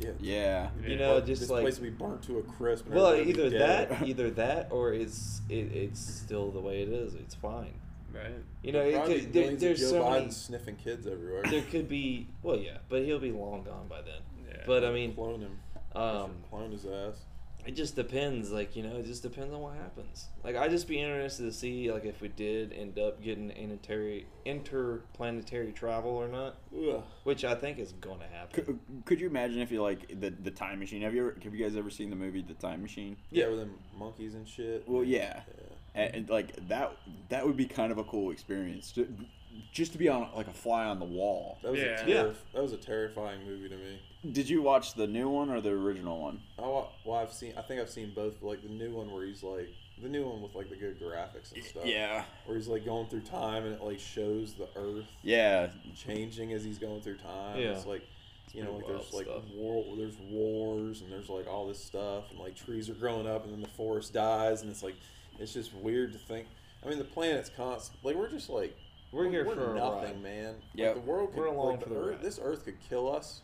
Speaker 1: Yeah.
Speaker 2: Yeah.
Speaker 4: You
Speaker 3: Yeah.
Speaker 4: know,
Speaker 1: But
Speaker 4: just
Speaker 1: this
Speaker 4: like
Speaker 1: place would be burnt to a crisp. and
Speaker 4: well,
Speaker 1: everybody would
Speaker 4: either
Speaker 1: be dead.
Speaker 4: that, either that, or it's it, it's still the way it is. It's fine.
Speaker 3: Right.
Speaker 4: You know, it
Speaker 1: Probably
Speaker 4: could, there,
Speaker 1: millions of
Speaker 4: there's
Speaker 1: Joe
Speaker 4: so
Speaker 1: Biden
Speaker 4: many.
Speaker 1: sniffing kids everywhere.
Speaker 4: There could be well, yeah, but he'll be long gone by then.
Speaker 3: Yeah.
Speaker 4: But I mean,
Speaker 1: clone him.
Speaker 4: um,
Speaker 1: clone his ass.
Speaker 4: it just depends like you know it just depends on what happens like i'd just be interested to see like if we did end up getting interplanetary interplanetary travel or not
Speaker 1: Ugh.
Speaker 4: which i think is gonna happen
Speaker 2: Could, could you imagine if you like the the time machine? Have you ever, have you guys ever seen the movie The Time Machine?
Speaker 1: Yeah, with them monkeys and shit.
Speaker 2: Well, yeah,
Speaker 1: Yeah.
Speaker 2: and, and, like that that would be kind of a cool experience. Ju- Just to be on like a fly on the wall.
Speaker 1: That was a
Speaker 3: Yeah.
Speaker 1: terri-
Speaker 4: Yeah.
Speaker 1: that was a terrifying movie to me.
Speaker 2: Did you watch the new one or the original one?
Speaker 1: I wa- well, I've seen. I think I've seen both. But like the new one where he's like the new one with like the good graphics and stuff.
Speaker 2: Yeah,
Speaker 1: Where he's like going through time and it like shows the Earth
Speaker 2: yeah,
Speaker 1: changing as he's going through time.
Speaker 4: Yeah.
Speaker 1: It's like. You know, like
Speaker 4: pretty wild
Speaker 1: there's like
Speaker 4: stuff.
Speaker 1: war, there's wars, and there's like all this stuff, and like trees are growing up, and then the forest dies, and it's like, it's just weird to think. I mean, the planet's constant. Like we're just like
Speaker 4: we're here for a
Speaker 1: nothing,
Speaker 4: ride
Speaker 1: man. Yeah,
Speaker 2: Yep.
Speaker 1: the world. Could,
Speaker 4: We're along
Speaker 1: like,
Speaker 4: for
Speaker 1: the
Speaker 4: the
Speaker 1: Earth,
Speaker 4: ride.
Speaker 1: This Earth could kill us,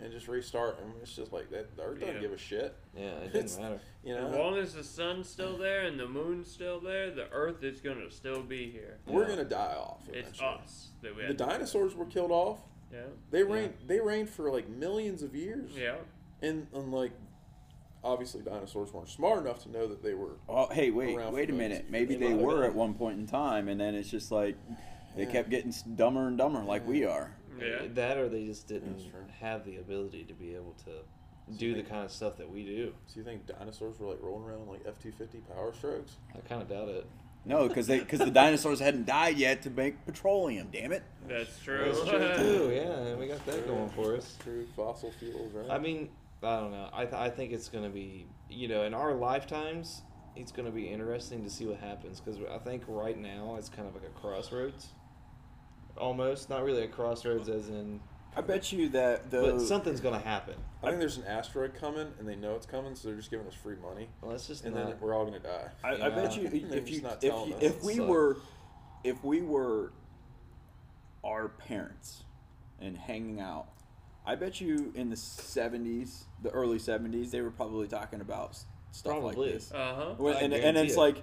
Speaker 1: and just restart. And it's just like that. The Earth doesn't
Speaker 3: Yeah.
Speaker 1: give a shit.
Speaker 4: yeah it
Speaker 1: It's-
Speaker 4: doesn't matter
Speaker 1: You
Speaker 3: As
Speaker 1: know,
Speaker 3: long as the sun's still there and the moon's still there, the Earth is gonna still be here.
Speaker 1: we're gonna die off.
Speaker 3: It's
Speaker 1: eventually.
Speaker 3: us that we
Speaker 1: The
Speaker 3: have.
Speaker 1: dinosaurs were killed off.
Speaker 3: yeah.
Speaker 1: They reigned. They reigned for like millions of years.
Speaker 3: Yeah.
Speaker 1: And, and like, obviously, dinosaurs weren't smart enough to know that they were.
Speaker 2: Oh, hey, wait,
Speaker 1: Around
Speaker 2: wait
Speaker 1: for
Speaker 2: a
Speaker 1: those.
Speaker 2: minute. Maybe
Speaker 1: They
Speaker 2: they
Speaker 1: might have
Speaker 2: were
Speaker 1: been.
Speaker 2: at one point in time, and then it's just like they
Speaker 1: Yeah.
Speaker 2: kept getting s- dumber and dumber, like we are.
Speaker 3: Yeah.
Speaker 4: that or they just
Speaker 1: That's
Speaker 4: didn't
Speaker 1: true.
Speaker 4: have the ability to be able to do the
Speaker 1: think-
Speaker 4: kind of stuff that we do
Speaker 1: So you think dinosaurs were like rolling around like F two fifty power strokes?
Speaker 4: i kind of doubt it
Speaker 2: No, because they because the dinosaurs hadn't died yet to make petroleum. Damn it!
Speaker 3: That's true.
Speaker 4: that's true too yeah and we got that going for us
Speaker 1: True fossil fuels, right?
Speaker 4: I mean, I don't know. I, th- I think it's going to be, you know, in our lifetimes, it's going to be interesting to see what happens because I think right now it's kind of like a crossroads. Almost. Not really a crossroads as in,
Speaker 2: I bet you that the
Speaker 4: but something's going to happen.
Speaker 1: I think there's an asteroid coming, and they know it's coming, so they're just giving us free money,
Speaker 4: Well, Let's just
Speaker 1: and
Speaker 4: not.
Speaker 1: then we're all gonna die.
Speaker 2: I, I bet you
Speaker 4: Yeah.
Speaker 2: if
Speaker 1: They're
Speaker 2: you
Speaker 1: just not
Speaker 2: if,
Speaker 1: telling
Speaker 2: you-
Speaker 1: us.
Speaker 2: if we
Speaker 4: Suck.
Speaker 2: were if we were our parents and hanging out, I bet you in the seventies, the early seventies, they were probably talking about s- stuff
Speaker 4: Probably.
Speaker 2: like this.
Speaker 3: Uh huh.
Speaker 2: Well,
Speaker 4: I
Speaker 2: and, and
Speaker 4: guarantee
Speaker 2: it's
Speaker 4: it.
Speaker 2: like,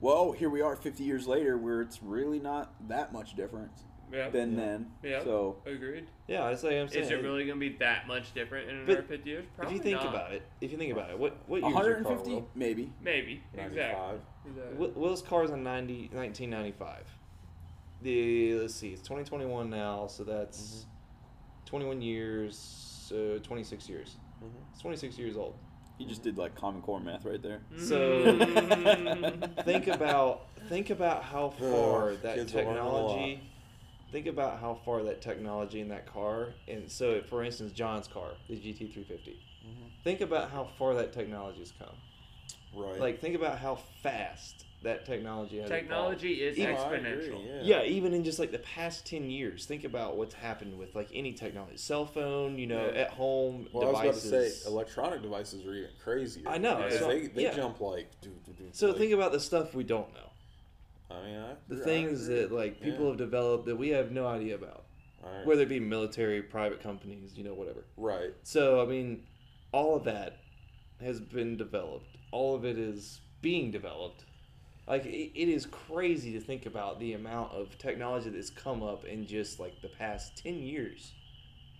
Speaker 2: well, here we are, fifty years later, where it's really not that much different
Speaker 3: Yeah.
Speaker 2: than then.
Speaker 3: Yeah.
Speaker 2: So
Speaker 3: Agreed.
Speaker 4: yeah, that's like I'm saying.
Speaker 3: Is it really gonna be that much different in
Speaker 4: But
Speaker 3: another 50 years?
Speaker 4: if
Speaker 3: Probably
Speaker 4: you think
Speaker 3: not.
Speaker 4: about it, if you think about it, what, what
Speaker 2: one
Speaker 4: year is your car,
Speaker 2: hundred and fifty,
Speaker 4: Will?
Speaker 2: maybe.
Speaker 3: Maybe. Exactly.
Speaker 1: 95.
Speaker 3: Exactly.
Speaker 4: Will- Will's car's in 90, 1995. The let's see, it's 2021 now, so that's
Speaker 1: Mm-hmm.
Speaker 4: 21 years, so 26 years.
Speaker 1: Mhm.
Speaker 4: It's 26 years old.
Speaker 2: You just did like Common Core math right there.
Speaker 4: Mm-hmm. So think about think about how far
Speaker 1: Ugh,
Speaker 4: that
Speaker 1: kids will learn a
Speaker 4: technology. Think about how far that technology in that car, and so for instance, John's car, the GT350.
Speaker 1: Mm-hmm.
Speaker 4: Think about how far that technology has come.
Speaker 1: Right.
Speaker 4: Like think about how fast that technology has evolved.
Speaker 3: Technology is
Speaker 1: Oh, I
Speaker 3: exponential.
Speaker 1: agree,
Speaker 4: yeah even in just like the past 10 years think about what's happened with like any technology cell phone you know
Speaker 3: Yeah.
Speaker 4: at home
Speaker 1: Well,
Speaker 4: devices
Speaker 1: I was about to say electronic devices are even crazier.
Speaker 4: I know,
Speaker 1: because
Speaker 3: so-
Speaker 1: they, they
Speaker 4: yeah.
Speaker 1: jump like. Do, do, do,
Speaker 4: so
Speaker 1: like,
Speaker 4: think about the stuff we don't know
Speaker 1: I mean, I,
Speaker 4: the
Speaker 1: I
Speaker 4: things
Speaker 1: agree.
Speaker 4: that like people
Speaker 1: Yeah.
Speaker 4: have developed that we have no idea about
Speaker 1: All right.
Speaker 4: whether it be military private companies you know whatever
Speaker 1: right.
Speaker 4: so i mean all of that has been developed all of it is being developed like it, it is crazy to think about the amount of technology that's come up in just like the past 10 years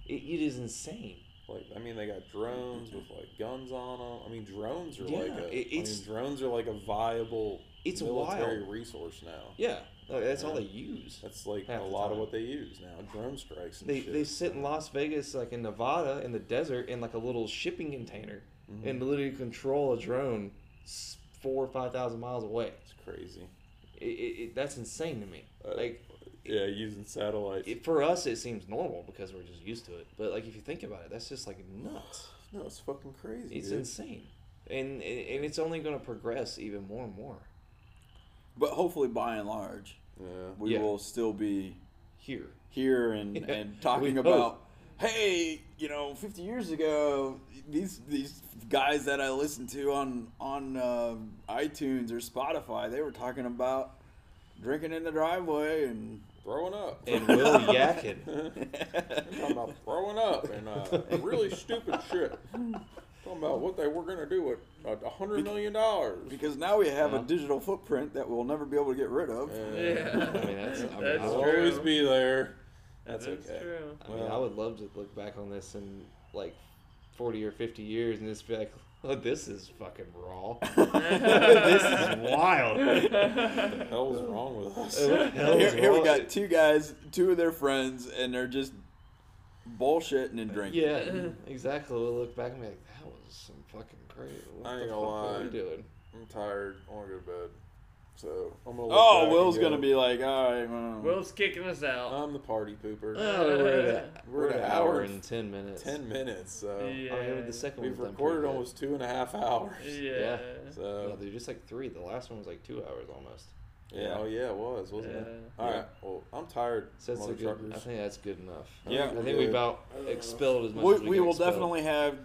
Speaker 4: it, it is insane
Speaker 1: Like I mean, they got drones with like guns on them. I mean, drones are like
Speaker 4: Yeah,
Speaker 1: a,
Speaker 4: it-
Speaker 1: I mean,
Speaker 4: it's-
Speaker 1: drones are like a viable
Speaker 4: It's
Speaker 1: military
Speaker 4: wild.
Speaker 1: resource now.
Speaker 4: Yeah, like, that's all they use.
Speaker 1: That's like
Speaker 4: Half
Speaker 1: a
Speaker 4: the
Speaker 1: lot of
Speaker 4: time.
Speaker 1: what they use now. Drone strikes and
Speaker 4: They,
Speaker 1: shit.
Speaker 4: they sit in Las Vegas, like in Nevada, in the desert, in like a little shipping container, and literally control a drone s- four or five thousand miles away.
Speaker 1: it's crazy.
Speaker 4: It, it, it, that's insane to me. Like
Speaker 1: Yeah, using satellites.
Speaker 4: it, for us, it seems normal because we're just used to it. But like if you think about it, that's just like nuts.
Speaker 1: no, it's fucking crazy.
Speaker 4: It's
Speaker 1: dude.
Speaker 4: insane, and and and it's only going to progress even more and more
Speaker 2: But hopefully, by and large,
Speaker 1: yeah.
Speaker 2: we
Speaker 4: Yeah.
Speaker 2: will still be
Speaker 4: here.
Speaker 2: here and,
Speaker 4: Yeah,
Speaker 2: and talking
Speaker 4: we
Speaker 2: about hey you know 50 years ago these these guys that i listened to on on uh, itunes or spotify they were talking about drinking in the driveway and
Speaker 1: Throwing up.
Speaker 4: And Will Yakin,
Speaker 1: talking about throwing up and uh, really stupid shit. Talking about what they were gonna do with a hundred million dollars.
Speaker 2: because now we have a
Speaker 4: Yeah.
Speaker 2: digital footprint that we'll never be able to get rid of
Speaker 1: Yeah.
Speaker 3: Yeah.
Speaker 4: I mean, that's- I mean,
Speaker 3: that's
Speaker 1: I'll
Speaker 4: I'll
Speaker 3: true.
Speaker 1: always be there.
Speaker 3: that's
Speaker 1: That's okay.
Speaker 3: true.
Speaker 4: I mean, I would love to look back on this in like forty or fifty years and just be like, oh, "This is fucking raw. this is wild."
Speaker 1: What the hell is wrong with us?
Speaker 4: What the hell
Speaker 2: here,
Speaker 4: is
Speaker 2: here we
Speaker 4: wrong-
Speaker 2: got two guys two of their friends and they're just bullshitting and drinking
Speaker 4: Yeah, exactly. We'll look back and be like, "That was some fucking crazy. What
Speaker 1: I
Speaker 4: the
Speaker 1: ain't
Speaker 4: fuck
Speaker 1: gonna
Speaker 4: were we
Speaker 1: lie.
Speaker 4: doing?"
Speaker 1: I'm tired. I want to go to bed. So I'm gonna. look back
Speaker 2: oh
Speaker 1: and
Speaker 2: will's
Speaker 1: go,
Speaker 2: gonna be like all right well,
Speaker 3: Will's kicking us out.
Speaker 1: I'm the party pooper.
Speaker 2: Uh,
Speaker 4: Oh, we're at, a-
Speaker 1: We're
Speaker 4: we're
Speaker 1: at
Speaker 4: at an hour and ten minutes.
Speaker 1: Ten minutes. So
Speaker 3: yeah.
Speaker 4: I mean, the second
Speaker 1: we've
Speaker 4: one's done
Speaker 1: recorded
Speaker 4: pretty good.
Speaker 1: almost two and a half hours.
Speaker 3: Yeah.
Speaker 4: No,
Speaker 1: So
Speaker 4: they're just like three. The last one was like two hours almost.
Speaker 1: yeah. Oh yeah, it was, wasn't it?
Speaker 3: Yeah.
Speaker 1: All right. Well, I'm tired.
Speaker 4: So that's a good, I
Speaker 1: motherfuckers.
Speaker 4: think that's good enough.
Speaker 1: Yeah,
Speaker 4: I
Speaker 1: we're
Speaker 4: think we
Speaker 1: good.
Speaker 4: about expelled as much
Speaker 2: we,
Speaker 4: as we,
Speaker 2: we
Speaker 4: can
Speaker 2: will
Speaker 4: expel.
Speaker 2: definitely have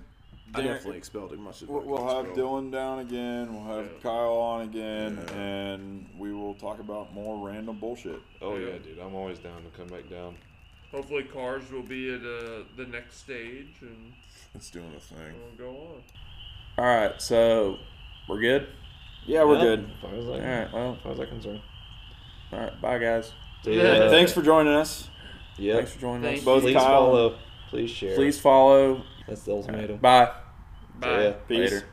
Speaker 9: I
Speaker 2: Darren-
Speaker 9: definitely expelled it much as I
Speaker 2: We'll, we'll
Speaker 9: can
Speaker 2: have
Speaker 9: expel.
Speaker 2: Dylan down again. We'll have
Speaker 3: Yeah.
Speaker 2: Kyle on again,
Speaker 9: Yeah.
Speaker 2: and we will talk about more random bullshit.
Speaker 4: Oh
Speaker 3: Yeah.
Speaker 4: yeah, dude. I'm always down to come back down.
Speaker 3: Hopefully, cars will be at uh, the next stage and
Speaker 9: It's doing a thing.
Speaker 3: we'll go on.
Speaker 9: All right, so we're good.
Speaker 2: Yeah, we're
Speaker 4: Yeah,
Speaker 2: good.
Speaker 4: As far as I,
Speaker 9: All
Speaker 4: as
Speaker 9: right, well,
Speaker 4: far as I'm concerned.
Speaker 9: all right. Bye, guys.
Speaker 3: Yeah.
Speaker 2: Thanks for joining us.
Speaker 4: Yeah.
Speaker 9: Thanks for joining
Speaker 3: Thank
Speaker 9: us.
Speaker 2: Both
Speaker 4: Please
Speaker 2: Kyle-
Speaker 4: follow. Please share.
Speaker 9: Please follow.
Speaker 4: That's the ultimatum.
Speaker 9: Bye.
Speaker 3: Bye.
Speaker 4: Yeah.
Speaker 2: Peace.
Speaker 9: Later.